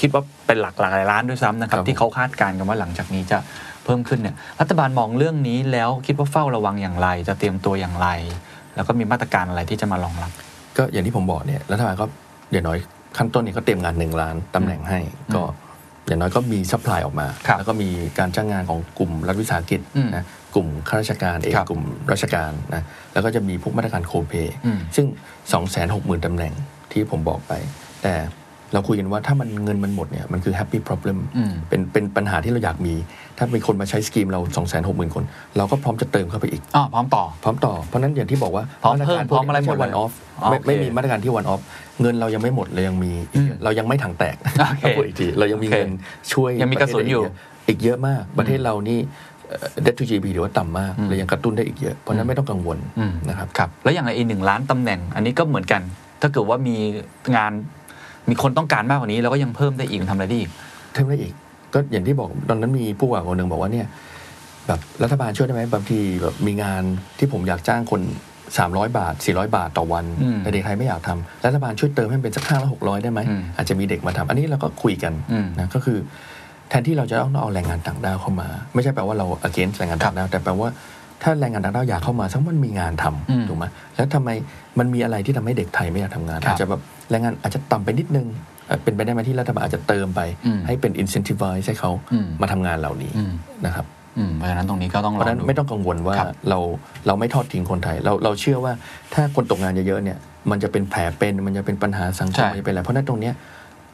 Speaker 2: คิดว่าเป็นหลักหลายล้านด้วยซ้ำนะครับ
Speaker 3: ครับผม
Speaker 2: ที่เขาคาดการณ์กันว่าหลังจากนี้จะเพิ่มขึ้นเนี่ยรัฐบาลมองเรื่องนี้แล้วคิดว่าเฝ้าระวังอย่างไร จะเตรียมตัวอย่างไร แล้วก็มีมาตรการอะไรที่จะมารองรับ
Speaker 3: ก็อย่างที่ผมบอกเนี่ยรัฐบาลก็อย่างน้อยขั้นต้นเนี่ยก็เตรียมงานหนึ่งล้านตำแหน่งให้ ก็อย่างน้อยก็มีซัพพลายออกมา
Speaker 2: ครับ
Speaker 3: แล้วก็มีการจ้างงานของกลุ่มรัฐวิสาหกิจ
Speaker 2: อืม
Speaker 3: นะกลุ่มข้าราชการเอง
Speaker 2: ครับ
Speaker 3: กลุ่มราชการนะแล้วก็จะมีพวกมาตรการโคเป
Speaker 2: อืม
Speaker 3: ซึ่ง 2 6 0 0 0 0ตำแหน่งที่ผมบอกไป แต่เราคุยกันว่าถ้ามันเงินมันหมดเนี่ยมันคือ happy problem
Speaker 2: อืม
Speaker 3: เป็นเป็นปัญหาที่เราอยากมี ถ้ามีคนมาใช้สกีมเรา 2 6 0 0 0 0 คน เราก็พร้อมจะเติมเข้าไปอีก
Speaker 2: อ๋อพร้อมต่อ
Speaker 3: พร้อมต่อ เพราะฉะนั้นอย่างที่บอกว่า
Speaker 2: พร้อมเพิ่มา
Speaker 3: ตกา
Speaker 2: พร้อมอะไรหมด
Speaker 3: วันออฟ
Speaker 2: อ๋อ
Speaker 3: ไม่
Speaker 2: โอเค
Speaker 3: ไม่มีมาตรการที่วันออฟเงินเรายังไม่หมดเลยยังมี
Speaker 2: อืม
Speaker 3: เรายังไม่ถังแตก
Speaker 2: โอเค
Speaker 3: เราพูดอีกทีเรายังมีเงิน
Speaker 2: โอ
Speaker 3: ช่วย
Speaker 2: ยังมีกระสุนอยู่
Speaker 3: ปเทศอื่นอีกเยอะมากประเทศเรานี่เดททูจีบีหรือว่าต่ำมาก
Speaker 2: อืม
Speaker 3: เรายังกระตุ้นได้อีกเยอะเพราะฉะนั้
Speaker 2: อื
Speaker 3: น
Speaker 2: ม
Speaker 3: ไม่ต้องกังวล
Speaker 2: อืม
Speaker 3: นะครับ
Speaker 2: ครับแล้วอย่างไรอีกหนึ่งล้านตำแหน่ง อันนี้ก็เหมือนกัน ถ้าเกิดว่ามีงานมีคนต้องการมากกว่านี้เราก็ยังเพิ่มได้อีกมันทำอะไรได้อีก
Speaker 3: เท่าได้อีกก็อย่างที่บอกตอนนั้นมีผู้ว่าคนหนึ่งบอกว่าเนี่ยแบบรัฐบาลช่วยได้ไหมบางทีแบบมีงานที่ผมอยากจ้างคน 300 บาท 400 บาทต่อวัน
Speaker 2: อืม
Speaker 3: แต่เด็กไทยไม่อยากทำรัฐบาลช่วยเติมให้มันเป็นสักห้าร้อหกร้อยได้ไหม
Speaker 2: อืม
Speaker 3: อาจจะมีเด็กมาทำอันนี้เราก็คุยกัน
Speaker 2: อืม
Speaker 3: นะก็คือ แทนที่เราจะต้องเอาแรงงานต่างด้าวเข้ามา ไม่ใช่แปลว่าเรา against แรงงานต่างด้าวแต่แปลว่าถ้าแรงงานต่างด้าวอยากเข้ามาสักมันมีงานทำ
Speaker 2: อืม
Speaker 3: ถูกไหมแล้วทำไมมันมีอะไรที่ทำให้เด็กไทยไม่อยากทำงาน
Speaker 2: ครับ
Speaker 3: อาจจะแบบแรงงานอาจจะต่ำไปนิดนึงเอ่อเป็นไปได้ไหมที่รัฐบาลอาจจะเติมไป
Speaker 2: อืม
Speaker 3: ให้ เป็น incentivize ให้เขา
Speaker 2: อืม
Speaker 3: มาทำงานเหล่านี้
Speaker 2: อืม
Speaker 3: นะครับ
Speaker 2: อืมเพราะฉะนั้นตรงนี้ก็ต้อง
Speaker 3: เพ
Speaker 2: ลอง
Speaker 3: ราะฉะนั้น
Speaker 2: ดู
Speaker 3: ไม่ต้องกังวลว่า
Speaker 2: ครับ
Speaker 3: เราเราไม่ทอดทิ้งคนไทย เราเราเชื่อว่าถ้าคนตกงานเยอะๆเนี่ยมันจะเป็นแผลเป็นมันจะเป็นปัญหาสังค
Speaker 2: ใช่
Speaker 3: มมันจะเป็นอะไรเพราะฉะนั้นตรงเนี้ย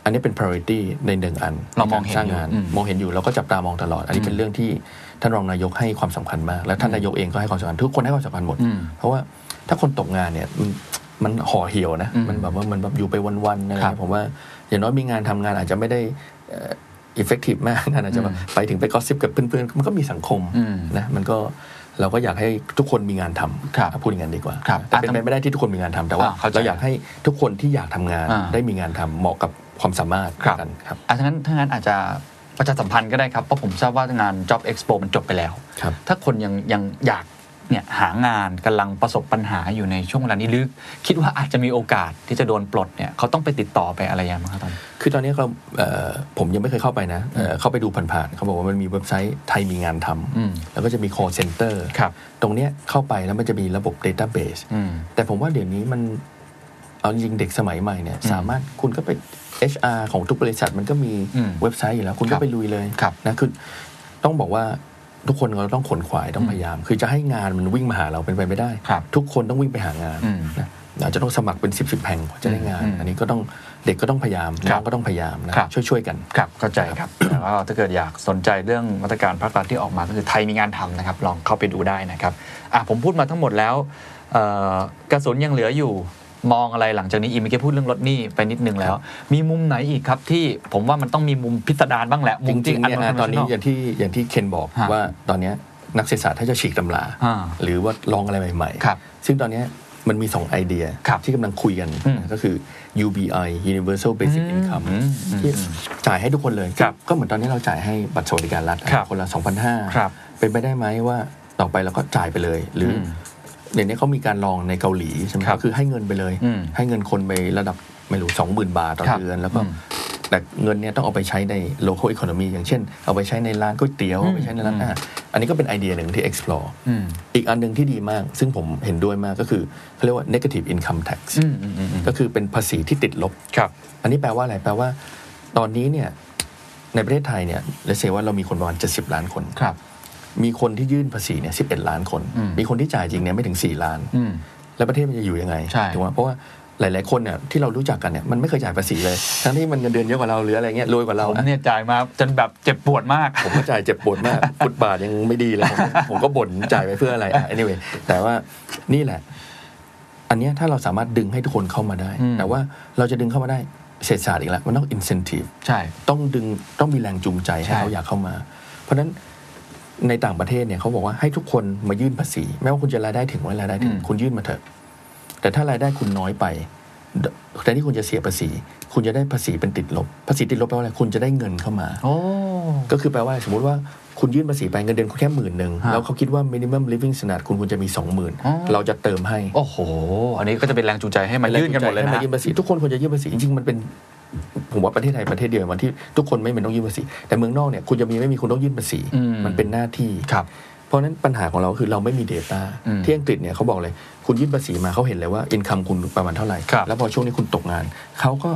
Speaker 3: อันนี้เป็น priority ในหนึ่งอัน
Speaker 2: เรามองเห็น
Speaker 3: ใกสร้าง
Speaker 2: อยู่
Speaker 3: งาน
Speaker 2: อืม
Speaker 3: มองเห็นอยู่เราก็จับตามองตลอด อันนี้เป็นเรื่องที่ท่านรองนายกให้ความสำคัญมาก และท่านนายกเองก็ให้ความสำคัญทุกคนให้ความสำคัญหมด
Speaker 2: อืม
Speaker 3: เพราะว่าถ้าคนตกงานเนี่ยมันมันห่อเหี่ยวนะ
Speaker 2: อืม
Speaker 3: มันแบบว่ามันแบบอยู่ไปวันๆอะไร
Speaker 2: ครับ
Speaker 3: ผมว่าอย่างน้อยมีงานทำงานอาจจะไม่ได้เอิฟเฟกตีฟมาก นะอาจจะแบบไปถึงไปกอสซิบกับเพื่อนๆมันก็มีสังคม
Speaker 2: อืม
Speaker 3: นะมันก็เราก็อยากให้ทุกคนมีงานท
Speaker 2: ครับ
Speaker 3: ำพูดอย่างนั้นดีกว่า
Speaker 2: ครับ
Speaker 3: แต่เป็นไปไม่ได้ที่ทุกคนมีงานทำแต่ว่า
Speaker 2: อ่าเข้าใจ
Speaker 3: เราอยากให้ทุกคนที่อยากทำงาน
Speaker 2: อ่า
Speaker 3: ได้มีงานทำเหมาะกับความสามารถ
Speaker 2: ครับ
Speaker 3: กันครับ
Speaker 2: อาฉะนั้นถ้างั้นอาจจะประชาสัมพันธ์ก็ได้ครับ เพราะผมทราบว่างาน Job Expo มันจบไปแล้ว
Speaker 3: ครับ
Speaker 2: ถ้าคนยังยังอยากเนี่ยหางานกำลังประสบปัญหาอยู่ในช่วงเวลานี้หรือคิดว่าอาจจะมีโอกาสที่จะโดนปลดเนี่ยเขาต้องไปติดต่อไปอะไรยังไงบ้างครับตอนนี้
Speaker 3: คือตอนนี้เราเอ่อผมยังไม่เคยเข้าไปนะเอ่อเข้าไปดูผ่านๆเขาบอกว่ามันมีเว็บไซต์ไทยมีงานทำ
Speaker 2: อืม
Speaker 3: แล้วก็จะมี call center
Speaker 2: ครับ
Speaker 3: ตรงเนี้ยเข้าไปแล้วมันจะมีระบบ database
Speaker 2: อืม
Speaker 3: แต่ผมว่าเดี๋ยวนี้มันเอาจริงๆเด็กสมัยใหม่เนี่ยสามารถคุณก็ไป HR ของทุกบริษัทมันก็มี
Speaker 2: อืม
Speaker 3: เว็บไซต์อยู่แล้ว คุณ
Speaker 2: ครับ
Speaker 3: ก็ไปลุยเลย
Speaker 2: ครับ
Speaker 3: นะคือต้องบอกว่า ทุกคนเราต้องขนขวายต้องพยายาม คือจะให้งานมันวิ่งมาหาเราเป็นไปไม่ได้
Speaker 2: ครับ
Speaker 3: ทุกคนต้องวิ่งไปหางาน
Speaker 2: อืม
Speaker 3: นะอาจจะต้องสมัครเป็น 10บสแห่งกว่าจะได้งาน
Speaker 2: อืม
Speaker 3: อันนี้ก็ต้องเด็กก็ต้องพยายาม
Speaker 2: ครั
Speaker 3: น้
Speaker 2: บ
Speaker 3: องก็ต้องพยายามนะครับ ช่วยๆกัน
Speaker 2: ครับเข้าใจครับแล้วก็ถ้าเกิดอยากสนใจเรื่องมาตรการภาครัฐที่ออกมาก็คือไทยมีงานทำนะครับ ลองเข้าไปดูได้นะครับอ่ะผมพูดมาทั้งหมดแล้วเอ่อกระสุนยังเหลืออยู่มองอะไรหลังจากนี้อีกเมื่อกี้พูดเรื่องรถหนี้ไปนิดนึงแล้ว มีมุมไหนอีกครับที่ผมว่ามันต้องมีมุมพิสดารบ้างแหละ
Speaker 3: จ
Speaker 2: มุม
Speaker 3: ริงๆ
Speaker 2: ที่
Speaker 3: เนี่ยนะตอนนี้อย่างที่อย่างที่เคนบอก
Speaker 2: ฮะ
Speaker 3: ว่าตอนเนี้ยนักเศรษฐศาสตร์ถ้าจะฉีกตำรา
Speaker 2: อ่า
Speaker 3: หรือว่าลองอะไรใหม่
Speaker 2: ครับ
Speaker 3: ซึ่งตอนเนี้ยมันมี 2 ไอเดีย
Speaker 2: ครับ
Speaker 3: ที่กำลังคุยกัน
Speaker 2: อืม
Speaker 3: ก็คือ UBI Universal Basic
Speaker 2: อืม
Speaker 3: Income
Speaker 2: อืมอืม
Speaker 3: ที่จ่ายให้ทุกคนเลย
Speaker 2: ครับ
Speaker 3: ก็เหมือนตอนนี้เราจ่ายให้บัตรสวัสดิการรัฐ
Speaker 2: ครับ
Speaker 3: คนละ
Speaker 2: ครับ
Speaker 3: 2,500เป็นไปได้ไหมว่าต่อไปเราก็จ่ายไปเลย หรืออ
Speaker 2: ม
Speaker 3: เดี๋ยวนี้เขามีการลองในเกาหลีใช่ไหม
Speaker 2: ครับ
Speaker 3: คือให้เงินไปเลย
Speaker 2: อืม
Speaker 3: ให้เงินคนไประดับไม่รู้สองหมื่นบาทต่อ
Speaker 2: ครับ
Speaker 3: เดือนแล้วก็
Speaker 2: อืม
Speaker 3: แต่เงินเนี่ยต้องเอาไปใช้ใน local economy อย่างเช่น เอาไปใช้ในร้านก๋วยเตี๋ยว
Speaker 2: อืม
Speaker 3: เอาไปใช้ในร้านอาหารอันนี้ก็เป็นไอเดียหนึ่งที่ explore
Speaker 2: อืม
Speaker 3: อีกอันหนึ่งที่ดีมาก ซึ่งผมเห็นด้วยมากก็คือเขาเรียกว่า negative income tax
Speaker 2: อืมอืมอืมอืม
Speaker 3: ก็คือเป็นภาษีที่ติดลบ
Speaker 2: ครับ
Speaker 3: อันนี้แปลว่าอะไร แปลว่า ตอนนี้เนี่ยในประเทศไทยเนี่ยเราเซว่าเรามีคนประมาณ 70 ล้านคน
Speaker 2: ครับ
Speaker 3: มีคนที่ยื่นภาษีเนี่ย11 ล้านคน
Speaker 2: อืม
Speaker 3: มีคนที่จ่ายจริงเนี่ยไม่ถึง 4 ล้าน
Speaker 2: อืม
Speaker 3: แล้วประเทศมันจะอยู่ยังไง
Speaker 2: ใช่
Speaker 3: ถูกไหมเพราะว่าหลาย ๆ คนเนี่ยที่เรารู้จักกันเนี่ยมันไม่เคยจ่ายภาษีเลย ทั้งที่มันเงินเดือนเยอะกว่าเราหรืออะไรเงี้ยรวยกว่าเรา
Speaker 2: ผม
Speaker 3: อะ
Speaker 2: เนี่ยจ่ายมาจนแบบเจ็บปวดมาก
Speaker 3: ผมก็จ่ายเจ็บปวดมาก ฟุตบาทยังไม่ดีเลยผม ผมก็บ่นจ่ายไปเพื่ออะไรอ่ะ anyway แต่ว่านี่แหละ อันเนี้ยถ้าเราสามารถดึงให้ทุกคนเข้ามาได้
Speaker 2: อืม
Speaker 3: แต่ว่าเราจะดึงเข้ามาได้เศรษฐศาสตร์อีกแล้วมันต้อง incentive
Speaker 2: ใช่
Speaker 3: ต้องดึงต้องมีแรงจูงใจให้
Speaker 2: ใช่
Speaker 3: เขาอยากเข้ามา เพราะฉะนั้นในต่างประเทศเนี่ยเขาบอกว่าให้ทุกคนมายื่นภาษี แม้ว่าคุณจะรายได้ถึงหรือไม่รายได้ถึง
Speaker 2: อืม
Speaker 3: คุณยื่นมาเถอะแต่ถ้ารายได้คุณน้อยไปแทนที่คุณจะเสียภาษี คุณจะได้ภาษีเป็นติดลบ ภาษีติดลบแปลว่าอะไรคุณจะได้เงินเข้ามา ก็คือแปลว่าสมมติว่าคุณยื่นภาษีไปเงินเดือนคุณแค่หมื่นหนึ่ง
Speaker 2: ฮะ
Speaker 3: แล้วเขาคิดว่า minimum living standard คุณควรจะมีสองหมื่น
Speaker 2: อ๋อ
Speaker 3: เราจะเติมให้
Speaker 2: โอ้โห อันนี้ก็จะเป็นแรงจูงใจให้มายื่นกันหมดเลยนะ
Speaker 3: มายื่นภาษีทุกคนควรจะยื่นภาษีจริงๆมันเป็น ผมว่าประเทศไทยประเทศเดียวมันที่ทุกคนไม่เป็นต้องยื่นภาษีแต่เมืองนอกเนี่ยคุณจะมีไม่มีคุณต้องยื่นภาษี
Speaker 2: อื
Speaker 3: มันเป็นหน้าที่
Speaker 2: ครับ
Speaker 3: เพราะฉะนั้นปัญหาของเราคือเราไม่มี Data
Speaker 2: อืม
Speaker 3: ที่อังกฤษเนี่ยเขาบอกเลย คุณยื่นภาษีมาเขาเห็นเลยว่า income คุณประมาณเท่าไหร่
Speaker 2: ครับ
Speaker 3: แล้วพอช่วงนี้คุณตกงานเขาก็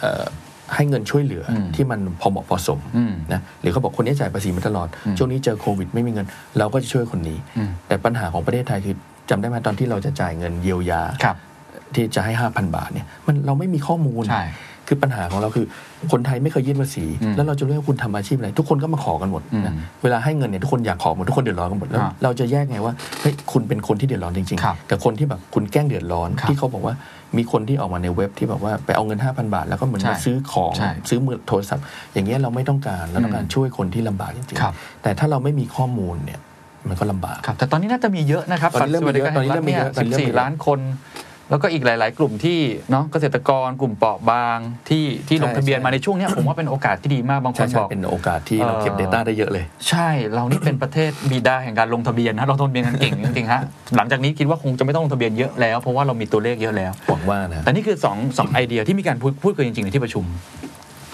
Speaker 3: เอ่อให้เงินช่วยเหลืออ
Speaker 2: ม
Speaker 3: ที่มันพอเหมาะพอสม
Speaker 2: อืม
Speaker 3: นะหรือเขาบอกคนนี้จ่ายภาษีมาตลอด
Speaker 2: อืม
Speaker 3: ช่วงนี้เจอโควิด ไม่มีเงิน เราก็จะช่วยคนนี้
Speaker 2: อืม
Speaker 3: แต่ปัญหาของประเทศไทยคือจำได้ไหมตอนที่เราจะจ่ายเงินเยียวยา
Speaker 2: ครับ
Speaker 3: ที่จะให้ 5,000 บาทเนี่ยมันเราไม่มีข้อมูล
Speaker 2: ใช่
Speaker 3: คือปัญหาของเราคือ คนไทยไม่เคยยื่นภาษี
Speaker 2: อืม
Speaker 3: แล้วเราจะรู้ว่าคุณทำอาชีพอะไร ทุกคนก็มาขอกันหมดนะ
Speaker 2: อืม
Speaker 3: เวลาให้เงินเนี่ยทุกคนอยากขอหมดทุกคนเดือดร้อนกันหมดแล้ว
Speaker 2: ครับ
Speaker 3: เราจะแยกไงว่าเฮ้ยคุณเป็นคนที่เดือดร้อนจริง
Speaker 2: ครับ
Speaker 3: ๆกับคนที่แบบคุณแกล้งเดือดร้อน
Speaker 2: ครับ
Speaker 3: ที่เขาบอกว่ามีคนที่ออกมาในเว็บที่แบบว่าไปเอาเงิน 5,000 บาท แล้วก็เหมือน
Speaker 2: ใช่
Speaker 3: มาซื้อของ
Speaker 2: ใช่
Speaker 3: ซื้อมือโทรศัพท์ อย่างเงี้ยเราไม่ต้องการเราต้องการช่วยคนที่ลำบากจริง
Speaker 2: ครับ
Speaker 3: ๆแต่ถ้าเราไม่มีข้อมูลเนี่ยมันก็ลำบาก
Speaker 2: ครับ แต่ตอนนี้น่าจะมีเยอะนะครับ
Speaker 3: ตอนนี้เริ่มมีเยอะตอนนี้เริ่มมีเยอะตอนนี้
Speaker 2: สิบสี่
Speaker 3: เริ่มมีเยอะ
Speaker 2: ล้านคน แล้วก็อีกหลาย ๆ กลุ่มที่เนาะเกษตรกรกลุ่มเปราะบางที่ที่ลง
Speaker 3: ใช่
Speaker 2: ทะเบียน
Speaker 3: ใช่
Speaker 2: มาในช่วงเนี้ยผมว่าเป็นโอกาสที่ดีมากบางค
Speaker 3: ใช่
Speaker 2: น
Speaker 3: ใช่
Speaker 2: บอก
Speaker 3: เป็นโอกาสที่เราเก็บ
Speaker 2: เอ่อ
Speaker 3: Data ได้เยอะเลย
Speaker 2: ใช่เรานี่เป็นประเทศบิดาแห่งการลงทะเบียนนะเราลงทะเบียนกันเก่งจริงๆฮะหลังจากนี้คิดว่าคงจะไม่ต้องลงทะเบียนเยอะแล้วเพราะว่าเรามีตัวเลขเยอะแล้ว
Speaker 3: หวังว่านะ
Speaker 2: แต่นี่คือสองสองไอเดียที่มีการพูดพูดกันจริง ๆ ในที่ประชุม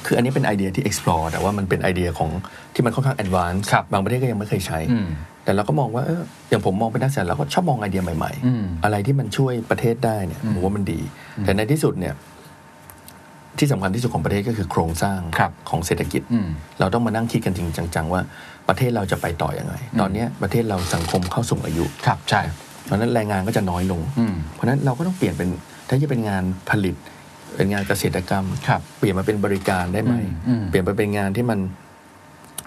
Speaker 3: คืออันนี้เป็นไอเดียที่ explore แต่ว่ามันเป็นไอเดียของที่มันค่อนข้าง advance
Speaker 2: ครับ
Speaker 3: งประเทศก็ยังไม่เคยใช้
Speaker 2: อืม
Speaker 3: แต่เราก็มองว่าเอออย่างผมมองเป็นนักเศรษฐศาสตร์เราก็ชอบมองไอเดียใหม่
Speaker 2: อืม
Speaker 3: อะไรที่มันช่วยประเทศได้เนี่ยผมว่ามันดี แต่ในที่สุดเนี่ยที่สำคัญที่สุดของประเทศก็คือโครงสร้าง
Speaker 2: ครับ
Speaker 3: ของเศรษฐกิจ
Speaker 2: อืม
Speaker 3: เราต้องมานั่งคิดกันจริงจังๆว่าประเทศเราจะไปต่ออยังไง ตอนเนี้ยประเทศเราสังคมเข้าสูงอายุ
Speaker 2: ครับ ใช่
Speaker 3: เพราะฉะนั้นแรงงานก็จะน้อยลง
Speaker 2: อืม
Speaker 3: เพราะฉะนั้นเราก็ต้องเปลี่ยนเป็นถ้าจะเป็นงานผลิต เป็นงานเกษตรกรรม
Speaker 2: ครับ
Speaker 3: เปลี่ยนมาเป็นบริการได้ไหม
Speaker 2: อืมอืม
Speaker 3: เปลี่ยนไปเป็นงานที่มัน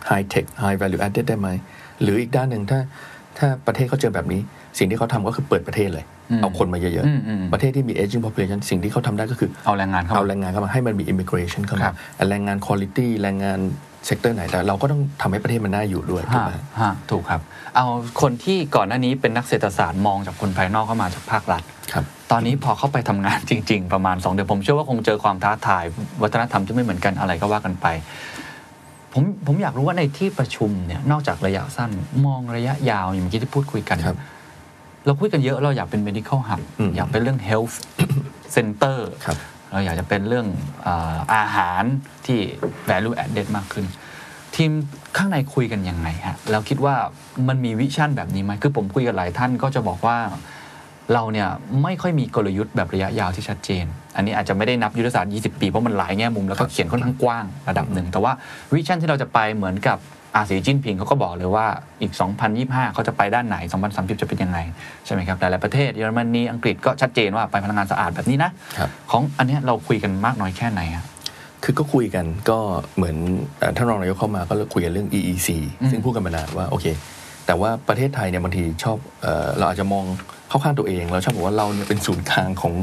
Speaker 3: high tech high value added ได้ไหม หรืออีกด้านหนึ่งถ้า ถ้าประเทศเขาเจอแบบนี้ สิ่งที่เขาทำก็คือเปิดประเทศเลย
Speaker 2: อืม
Speaker 3: เอาคนมาเยอะ
Speaker 2: อืมอืม
Speaker 3: ประเทศที่มี aging population สิ่งที่เขาทำได้ก็คือ
Speaker 2: เอาแรงงานเข้า
Speaker 3: เอา
Speaker 2: มา
Speaker 3: แรงงานเข้ามาให้มันมี immigration เข้า
Speaker 2: ครั
Speaker 3: มา
Speaker 2: บ
Speaker 3: แรงงาน quality แรงงานเซกเตอร์ไหนแต่เราก็ต้องทำให้ประเทศมันน่าอยู่ด้วยถูกไหม
Speaker 2: ฮะถูกครับ เอาคนที่ก่อนหน้านี้เป็นนักเศรษฐศาสตร์มองจากคนภายนอกเข้ามาจากภาครัฐ
Speaker 3: ครับ
Speaker 2: ตอนนี้พอเข้าไปทำงานจริง ๆ ประมาณ 2 เดือนผมเชื่อว่าคงเจอความท้าทาย วัฒนธรรมที่ไม่เหมือนกันอะไรก็ว่ากันไป ผมผมอยากรู้ว่าในที่ประชุมเนี่ยนอกจากระยะสั้นมองระยะยาวอย่างเมื่อกี้ที่พูดคุยกัน
Speaker 3: ครับ
Speaker 2: เราคุยกันเยอะเราอยากเป็น medical hub
Speaker 3: อืม
Speaker 2: อยากเป็นเรื่อง health center
Speaker 3: ครับ
Speaker 2: เราอยากจะเป็นเรื่องอาอาหารที่ value added มากขึ้น ทีมข้างในคุยกันยังไงฮะเราคิดว่ามันมีวิชั่นแบบนี้ไหมคือผมคุยกับหลายท่านก็จะบอกว่าเราเนี่ยไม่ค่อยมีกลยุทธ์แบบระยะยาวที่ชัดเจน อันนี้อาจจะไม่ได้นับยุทธศาสตร์ 20 ปี เพราะมันหลายแง่มุมแล้วก็เขียนค่อนข้างกว้างระดับหนึ่ง แต่ว่าวิชั่นที่เราจะไปเหมือนกับ อาสีจิ้นผิงเขาก็บอกเลยว่าอีก 2025 เขาจะไปด้านไหน 2030 จะเป็นยังไง ใช่ไหมครับหลายๆประเทศเยอรมนีอังกฤษก็ชัดเจนว่าไปพลังงานสะอาดแบบนี้นะครับ ของอันเนี้ยเราคุยกันมากน้อยแค่ไหนครับ
Speaker 3: คือก็คุยกันก็เหมือนเอ่อท่านรองนายกเข้ามาก็คุยกันเรื่อง EEC
Speaker 2: อืม
Speaker 3: ซึ่งพูดกันมานานว่าโอเค แต่ว่าประเทศไทยเนี่ยบางทีชอบเอ่อเราอาจจะมองเข้าข้างตัวเองเราชอบบอกว่าเราเนี่ยเป็นศูนย์กลางของ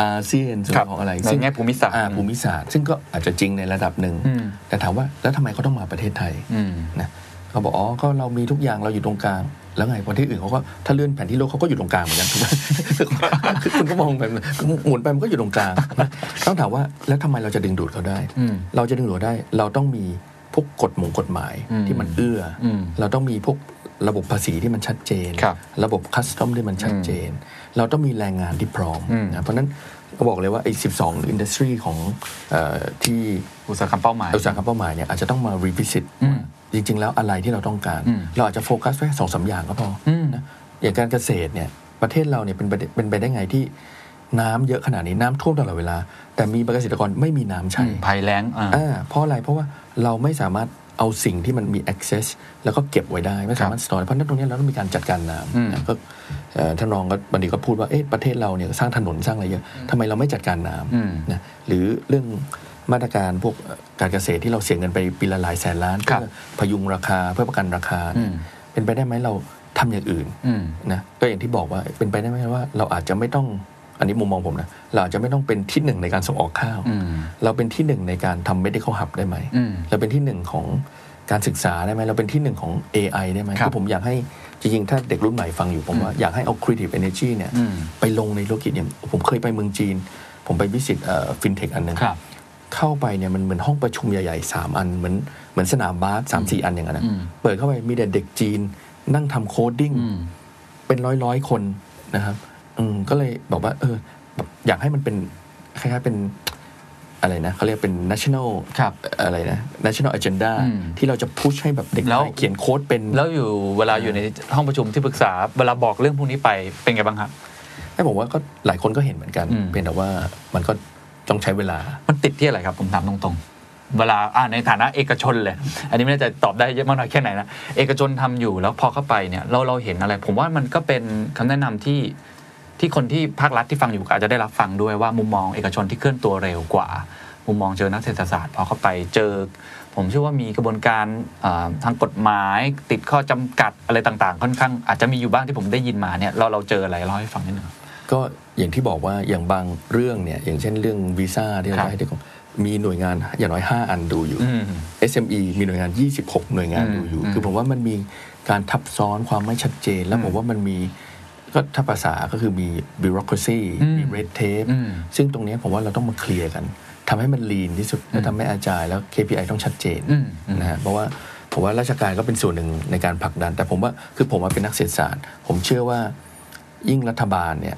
Speaker 3: อาเซียนศูนย์กลางของอะไร
Speaker 2: ในแง่ภูมิศาสตร์
Speaker 3: อ่ภูมิศาสตร์ ซึ่งก็อาจจะจริงในระดับหนึ่ง
Speaker 2: อืม
Speaker 3: แต่ถามว่าแล้วทำไมเขาต้องมาประเทศไทย
Speaker 2: อืม
Speaker 3: นะเขาบอกอ๋อก็เรามีทุกอย่างเราอยู่ตรงกลาง แล้วไงประเทศอื่นเขาก็ถ้าเลื่อนแผนที่โลกเขาก็อยู่ตรงกลางเหมือนกัน ถูกไหม คือคุณก็มองแบบนั้นหมุนไปมันก็อยู่ตรงกลางนะต้องถามว่าแล้วทำไมเราจะดึงดูดเขาได้
Speaker 2: อืม
Speaker 3: เราจะดึงดูดเขาได้ เราต้องมีพวกกฎหมงกฎหมาย
Speaker 2: อืม
Speaker 3: ที่มันเอื้ออ
Speaker 2: ม
Speaker 3: เราต้องมีพวกระบบภาษีที่มันชัดเจน
Speaker 2: ครับ
Speaker 3: ระบบคัสตอมที่มันชัดเจน เราต้องมีแรงงานที่พร้อม
Speaker 2: อืม
Speaker 3: นะเพราะฉะนั้นก็บอกเลยว่าไอ้12อินดัสทรีของเอ่อที่
Speaker 2: อุตสาหกรรมเป้าหมาย
Speaker 3: อุตสาหกรรมเป้าหมายเนี่ยอาจจะต้องมา revisit
Speaker 2: อืม
Speaker 3: จริง ๆ แล้วอะไรที่เราต้องการ
Speaker 2: อืม
Speaker 3: เราอาจจะโฟกัสแค่สองสามอย่างก็พออ
Speaker 2: ม
Speaker 3: นะอย่างการเกษตรเนี่ยประเทศเราเนี่ยเป็นไปได้เป็นไปได้ไงที่น้ำเยอะขนาดนี้น้ำท่วมตลอดเวลา แต่มีเกษตรกรไม่มีน้ำ
Speaker 2: อื
Speaker 3: ใช้
Speaker 2: มภัยแล้งอ่า
Speaker 3: อ่าเพราะอะไรเพราะว่าเราไม่สามารถเอาสิ่งที่มันมี access แล้วก็เก็บไว้ได้ ไม่สามารถ store ได้เพราะฉะนั้นตรงนี้เราต้องมีการจัดการน้
Speaker 2: อืม
Speaker 3: ำนะก็เอ่อท่านรองก็บันดีก็พูดว่าเอ๊ะประเทศเราเนี่ยสร้างถนนสร้างอะไรเยอะทำไมเราไม่จัดการน้ำ
Speaker 2: อืม
Speaker 3: นะหรือเรื่องมาตรการพวกเอ่อการเกษตรที่เราเสียเงินไปปีละหลายแสนล้าน
Speaker 2: ครับ
Speaker 3: เพื่อพยุงราคาเพื่อประกันราคา
Speaker 2: อื
Speaker 3: เนี่ย
Speaker 2: ม
Speaker 3: เป็นไปได้ไหมเราทำอย่างอื่น
Speaker 2: อืม
Speaker 3: นะก็อย่างที่บอกว่าเป็นไปได้ไหมว่า เราอาจจะไม่ต้องอันนี้มุมมองผมนะเราอาจจะไม่ต้องเป็นที่หนึ่งในการส่งออกข้าว
Speaker 2: อืม
Speaker 3: เราเป็นที่หนึ่งในการทำ medical hub ได้ไหม
Speaker 2: อืม
Speaker 3: เราเป็นที่หนึ่งของการศึกษาได้ไหมเราเป็นที่หนึ่งของ AI ได้ไหม
Speaker 2: ครับ
Speaker 3: อผมอยากให้จริงๆ ถ้าเด็กรุ่นใหม่ฟังอยู่ผมว่าอยากให้เอา creative energy เนี่ย
Speaker 2: อืม
Speaker 3: ไปลงในธุรกิจอย่างผมเคยไปเมืองจีน ผมไปวิสิตฟินเทคอันหนึ่ง
Speaker 2: ครับ
Speaker 3: เข้าไปเนี่ยมันเหมือนห้องประชุมใหญ่ๆ 3 อัน เหมือนเหมือนสนามบาสสามสี่อันอย่างนั้นนะ
Speaker 2: อืม
Speaker 3: เปิดเข้าไปมีแต่เด็กจีน นั่งทำโคดดิ้ง
Speaker 2: อืม
Speaker 3: เป็นร้อยร้อยๆคนนะครับอืมก็เลยบอกว่า เออแบบอยากให้มันเป็นคล้ายๆเป็นอะไรนะเขาเรียกเป็น national
Speaker 2: ครับ
Speaker 3: อะไรนะ national agenda
Speaker 2: อืม
Speaker 3: ที่เราจะพุชให้แบบเด็ก
Speaker 2: แล้
Speaker 3: ไท
Speaker 2: ว
Speaker 3: ยเขียนโค้ดเป็น
Speaker 2: แล้วอยู่เวลาอยู่ในห้องประชุมที่ปรึกษาเวลาบอกเรื่องพวกนี้ไปเป็นไงบ้างครับ
Speaker 3: ให้ผมว่าก็หลายคนก็เห็นเหมือนกัน
Speaker 2: อืม
Speaker 3: เป็นแต่ว่ามันก็ต้องใช้เวลา
Speaker 2: มันติดที่อะไรครับ ผมถามตรงๆ เวลาอ่าในฐานะเอกชนเลย อันนี้ไม่แน่ใจตอบได้เยอะมากน้อยแค่ไหนนะ เอกชนทำอยู่แล้วพอเข้าไปเนี่ยเราเราเห็นอะไร ผมว่ามันก็เป็นคำแนะนำที่ที่คนที่ภาครัฐที่ฟังอยู่ก็อาจจะได้รับฟังด้วยว่ามุมมองเอกชนที่เคลื่อนตัวเร็วกว่า มุมมองเจอนักเศรษฐศาสตร์พอเข้าไปเจอ ผมเชื่อว่ามีกระบวนการอ่าทางกฎหมายติดข้อจำกัดอะไรต่างๆ ค่อนข้างอาจจะมีอยู่บ้างที่ผมได้ยินมาเนี่ยเราเราเจออะไรเล่าให้ฟังนิดหนึง
Speaker 3: ก็อย่างที่บอกว่าอย่างบางเรื่องเนี่ย อย่างเช่นเรื่องวีซ่าที่เรา
Speaker 2: ครับ
Speaker 3: จะให้เด็กมีหน่วยงานอย่างน้อย 5 อันดูอยู่
Speaker 2: อืม
Speaker 3: SME มีหน่วยงาน 26 หน่วยงาน
Speaker 2: อืม
Speaker 3: ดูอยู่
Speaker 2: อืม
Speaker 3: คือผมว่ามันมีการทับซ้อนความไม่ชัดเจน แล้วผมว่ามันมีก็ถ้าภาษาก็คือมี bureaucracy
Speaker 2: อืม
Speaker 3: มี red tape
Speaker 2: อืม
Speaker 3: ซึ่งตรงเนี้ยผมว่าเราต้องมาเคลียร์กันทำให้มัน lean ที่สุด และทำให้อาจายแล้ว KPI ต้องชัดเจน
Speaker 2: อืมอืม
Speaker 3: นะฮะเพราะว่าผมว่าราชการก็เป็นส่วนหนึ่งในการผลักดัน แต่ผมว่าคือผมว่าเป็นนักเศรษฐศาสตร์ ผมเชื่อว่ายิ่งรัฐบาลเนี่ย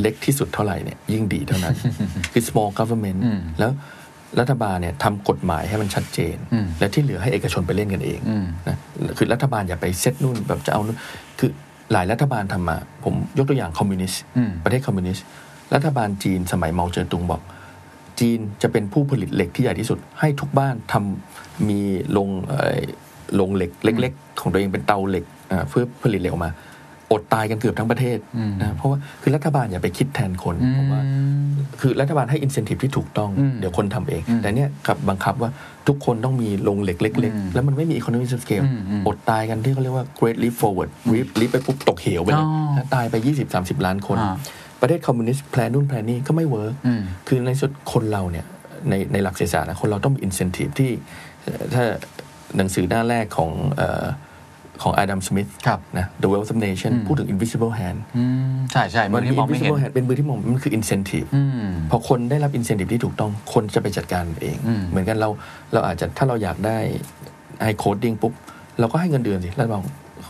Speaker 3: เล็กที่สุดเท่าไหร่เนี่ยยิ่งดีเท่านั้น คือ small government
Speaker 2: อืม
Speaker 3: แล้วรัฐบาลเนี่ยทำกฎหมายให้มันชัดเจน
Speaker 2: อืม
Speaker 3: และที่เหลือให้เอกชนไปเล่นกันเอง
Speaker 2: อืม
Speaker 3: นะคือรัฐบาลอย่าไปเซตนู่นแบบจะเอานู่นคือหลายรัฐบาลทำมา ผมยกตัวอย่างคอมมิวนิสต์
Speaker 2: อืม
Speaker 3: ประเทศคอมมิวนิสต์รัฐบาลจีนสมัยเมาเจ๋อตุงบอก จีนจะเป็นผู้ผลิตเหล็กที่ใหญ่ที่สุด ให้ทุกบ้านทำมีโรงเอ่อโรงเหล็กเล็ก ๆ ของตัวเองเป็นเตาเหล็กอ่าเพื่อผลิตเหล็กออกมา อดตายกันเกือบทั้งประเทศ
Speaker 2: อืม
Speaker 3: นะเพราะว่าคือรัฐบาลอย่าไปคิดแทนคนผมว่า คือรัฐบาลให้อินเซนティブที่ถูกต้อง
Speaker 2: อืม
Speaker 3: เดี๋ยวคนทำเอง
Speaker 2: อืม
Speaker 3: แต่เนี่ยกลับบังคับว่าทุกคนต้องมีโรงเหล็กเล็ก
Speaker 2: อืม
Speaker 3: ๆ แล้วมันไม่มี economy of scale
Speaker 2: อืมอืม
Speaker 3: อดตายกันที่เขาเรียกว่า great leap forward leap leap ไปปุ๊บตกเหวไปเล
Speaker 2: อ๋
Speaker 3: ย
Speaker 2: อ
Speaker 3: นะตายไป 20-30 ล้านคน
Speaker 2: อ่า
Speaker 3: ประเทศคอมมิวนิสต์แพลนนู่นแพลนนี่ก็ไม่เวิร์ก
Speaker 2: อืม
Speaker 3: คือในสุดคนเราเนี่ย ในในหลักเศรษฐศาสตร์นะคนเราต้องมี incentive ที่เอ่อถ้าหนังสือหน้าแรกของเอ่อของอดัมสมิธ
Speaker 2: ครับ
Speaker 3: นะ The Wealth of Nation พูดถึง invisible hand
Speaker 2: อืมใช่ใช่มือที่มองไม่เห็น
Speaker 3: invisible hand เป็นมือที่มองมันคือ incentive
Speaker 2: อืม
Speaker 3: พอคนได้รับอินเซนティブที่ถูกต้องคนจะไปจัดการเอง
Speaker 2: อืม
Speaker 3: เหมือนกันเราเราอาจจะถ้าเราอยากได้ไอโคดดิ้งปุ๊บ เราก็ให้เงินเดือนสิแล้วบอก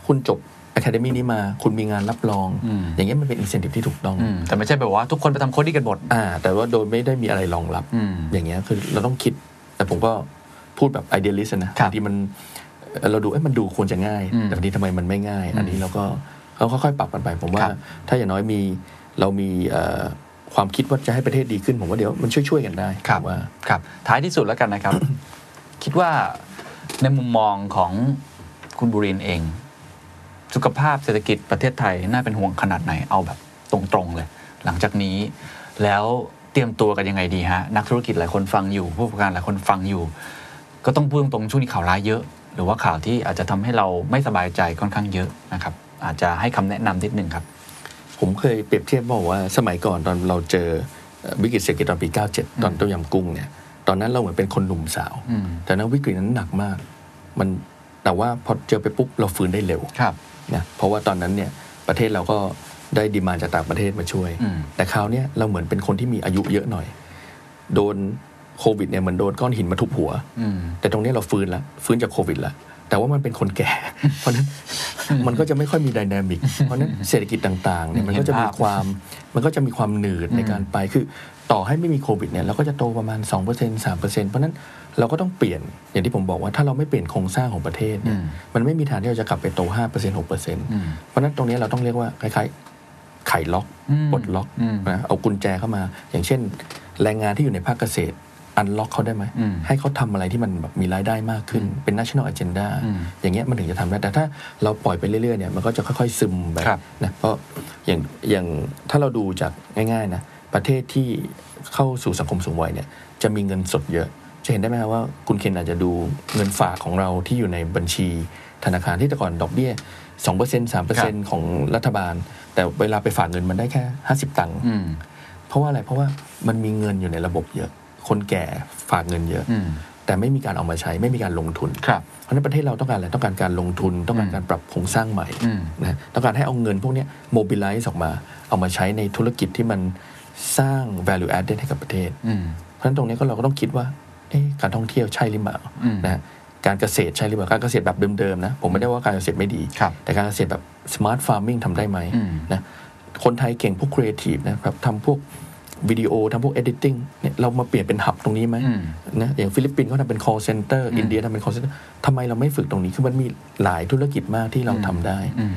Speaker 3: คุณจบ Academy นี้มาคุณมีงานรับรอง
Speaker 2: อืม
Speaker 3: อย่างเงี้ยมันเป็นอินเซนティブที่ถูกต้อง
Speaker 2: อืมแต่ไม่ใช่แบบว่าทุกคนไปทำโคดดี้กันหมด
Speaker 3: อ่าแต่ว่าโดยไม่ได้มีอะไรรองรับ
Speaker 2: อืม
Speaker 3: อย่างเงี้ยคือเราต้องคิด แต่ผมก็พูดแบบไอเดียลิสต์นะครับบางทีมันเอ่อเราดูเอ้ยมันดูควรจะง่าย
Speaker 2: อืม
Speaker 3: แต่บางทีทำไมมันไม่ง่าย อันนี้เราก็เราค่อยๆปรับกันไป ผมว่า
Speaker 2: ครับ
Speaker 3: ถ้าอย่างน้อยมีเรามีเอ่อความคิดว่าจะให้ประเทศดีขึ้น ผมว่าเดี๋ยวมันช่วยๆกันได้
Speaker 2: ครับ
Speaker 3: ผมว่า
Speaker 2: ครับ ท้ายที่สุดแล้วกันนะครับ คิดว่า ในมุมมองของคุณบุรินทร์เอง สุขภาพเศรษฐกิจประเทศไทยน่าเป็นห่วงขนาดไหนเอาแบบตรงๆเลย หลังจากนี้ แล้วเตรียมตัวกันยังไงดีฮะ นักธุรกิจหลายคนฟังอยู่ ผู้ประกอบการหลายคนฟังอยู่ ก็ต้องพูดตรงๆช่วงนี้ข่าวร้ายเยอะ หรือว่าข่าวที่อาจจะทำให้เราไม่สบายใจค่อนข้างเยอะนะครับอาจจะให้คำแนะนำนิดนึงครับ
Speaker 3: ผมเคยเปรียบเทียบบอกว่าสมัยก่อนตอนเราเจอเอ่อวิกฤตเศรษฐกิจตอนปี 97 ตอนต้มยำกุ้งเนี่ยตอนนั้นเราเหมือนเป็นคนหนุ่มสาว
Speaker 2: อืม
Speaker 3: แต่นั้นวิกฤตนั้นหนักมาก มันแต่ว่าพอเจอไปปุ๊บเราฟื้นได้เร็ว
Speaker 2: ครับ
Speaker 3: นะเพราะว่าตอนนั้นเนี่ยประเทศเราก็ได้ดีมานจากต่างประเทศมาช่วย
Speaker 2: อืม
Speaker 3: แต่คราวเนี้ยเราเหมือนเป็นคนที่มีอายุเยอะหน่อย โดนโควิดเนี่ยเหมือนโดนก้อนหินมาทุบหัว
Speaker 2: อืม
Speaker 3: แต่ตรงเนี้ยเราฟื้นละฟื้นจากโควิดละแต่ว่ามันเป็นคนแก่ เพราะฉะนั้นมันก็จะไม่ค่อยมีไดินามิก เพราะฉะนั้นเศรษฐกิจต่างๆเนี่ยมันก็จะมีความมันก็จะมีความหนืดในการไปคือ ต่อให้ไม่มีโควิดเนี่ยเราก็จะโตประมาณ 2% 3%เพราะฉะนั้นเราก็ต้องเปลี่ยนอย่างที่ผมบอกว่าถ้าเราไม่เปลี่ยนโครงสร้างของประเทศเนี่ย
Speaker 2: อืม
Speaker 3: มันไม่มีทางที่เราจะกลับไปโต 5% 6%
Speaker 2: อืม
Speaker 3: เพราะฉะนั้นตรงเนี้ยเราต้องเรียกว่าคล้ายๆไขล็อก
Speaker 2: อืม
Speaker 3: ปลดล็อก
Speaker 2: อืม
Speaker 3: นะเอากุญแจเข้ามา อย่างเช่น แรงงานที่อยู่ในภาคเกษตรอันล็อกเขาได้ไหม
Speaker 2: อืม
Speaker 3: ให้เขาทำอะไรที่มันแบบมีรายได้มากขึ้นเป็น national agenda
Speaker 2: อืม
Speaker 3: อย่างเงี้ยมันถึงจะทำได้แต่ถ้าเราปล่อยไปเรื่อยๆเนี่ยมันก็จะค่อยๆซึมไป
Speaker 2: ครับ
Speaker 3: นะเพราะอย่างอย่างถ้าเราดูจากง่ายๆนะประเทศที่เข้าสู่สังคมสูงวัยเนี่ยจะมีเงินสดเยอะ จะเห็นได้ไหมครับว่าคุณเคนอาจจะดูเงินฝากของเราที่อยู่ในบัญชีธนาคารที่แต่ก่อนดอกเบี้ย2% 3%ของรัฐบาล แต่เวลาไปฝากเงินมันได้แค่ 50 ตังค์
Speaker 2: อืม
Speaker 3: เพราะว่าอะไร เพราะว่ามันมีเงินอยู่ในระบบเยอะ คนแก่ฝากเงินเยอะ
Speaker 2: อืม
Speaker 3: แต่ไม่มีการเอามาใช้ ไม่มีการลงทุน
Speaker 2: ครับ
Speaker 3: เพราะฉะนั้นประเทศเราต้องการอะไร ต้องการการลงทุน ต้องการการปรับโครงสร้างใหม่
Speaker 2: อืม
Speaker 3: นะต้องการให้เอาเงินพวกเนี้โมบิลไลซ์ออกมา เอามาใช้ในธุรกิจที่มันสร้าง value added ให้กับประเทศ
Speaker 2: อืม
Speaker 3: เพราะฉะนั้นตรงนี้ก็เราก็ต้องคิดว่าเอ๊ะการท่องเที่ยวใช่หรือเปล่า
Speaker 2: อืม
Speaker 3: นะการเกษตรใช่หรือเปล่า การเกษตรแบบเดิมๆนะผมไม่ได้ว่าการเกษตรไม่ดี
Speaker 2: ครับ
Speaker 3: แต่การเกษตรแบบ smart farming ทำได้ไหม
Speaker 2: อืม
Speaker 3: นะคนไทยเก่งพวก creative นะครับทำพวกวิดีโอทำพวก editing เนี่ยเรามาเปลี่ยนเป็นหับตรงนี้ไหม
Speaker 2: อืม
Speaker 3: นะอย่างฟิลิปปินส์เขาทำเป็น call center อินเดียทำเป็น call center ทำไมเราไม่ฝึกตรงนี้คือมันมีหลายธุรกิจมากที่เราทำได้
Speaker 2: อืม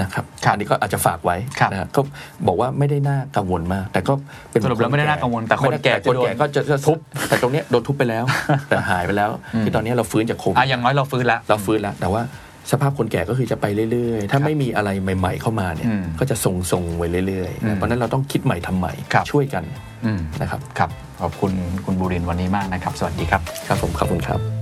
Speaker 3: นะครับ
Speaker 2: ครับ
Speaker 3: อันนี้ก็อาจจะฝากไว้
Speaker 2: ครับ
Speaker 3: นะก็บอกว่าไม่ได้น่ากังวลมาก แต่ก็เป็น
Speaker 2: สรุปแล้วไม่ได้น่ากังวลแต่คนแก่
Speaker 3: ไม่ได้คนแก่
Speaker 2: จะโดน
Speaker 3: ก็จะจะทุบ แต่ตรงเนี้ยโด นทุบไปแล้ว แต่หายไปแล้ว คือตอนเนี้ยเราฟื้นจากโควิ
Speaker 2: อ่ะ
Speaker 3: ด
Speaker 2: อย่างน้อยเราฟื้นแล้ว
Speaker 3: เราฟื้นแล้ว แต่ว่าสภาพคนแก่ก็คือจะไปเรื่อยๆ ถ้าไม่มีอะไรใหม่ ๆ เข้ามาเนี่ย
Speaker 2: อืม
Speaker 3: ก็จะทรงๆไว้เรื่อยๆ
Speaker 2: อืม
Speaker 3: นะเพราะฉะนั้นเราต้องคิดใหม่ทำใหม่
Speaker 2: ครับ
Speaker 3: ช่วยกัน
Speaker 2: อืม
Speaker 3: นะครับ
Speaker 2: ครับขอบคุณคุณบุรินทร์วันนี้มากนะครับ สวัสดีครับ
Speaker 3: ครับผมขอบคุณครับ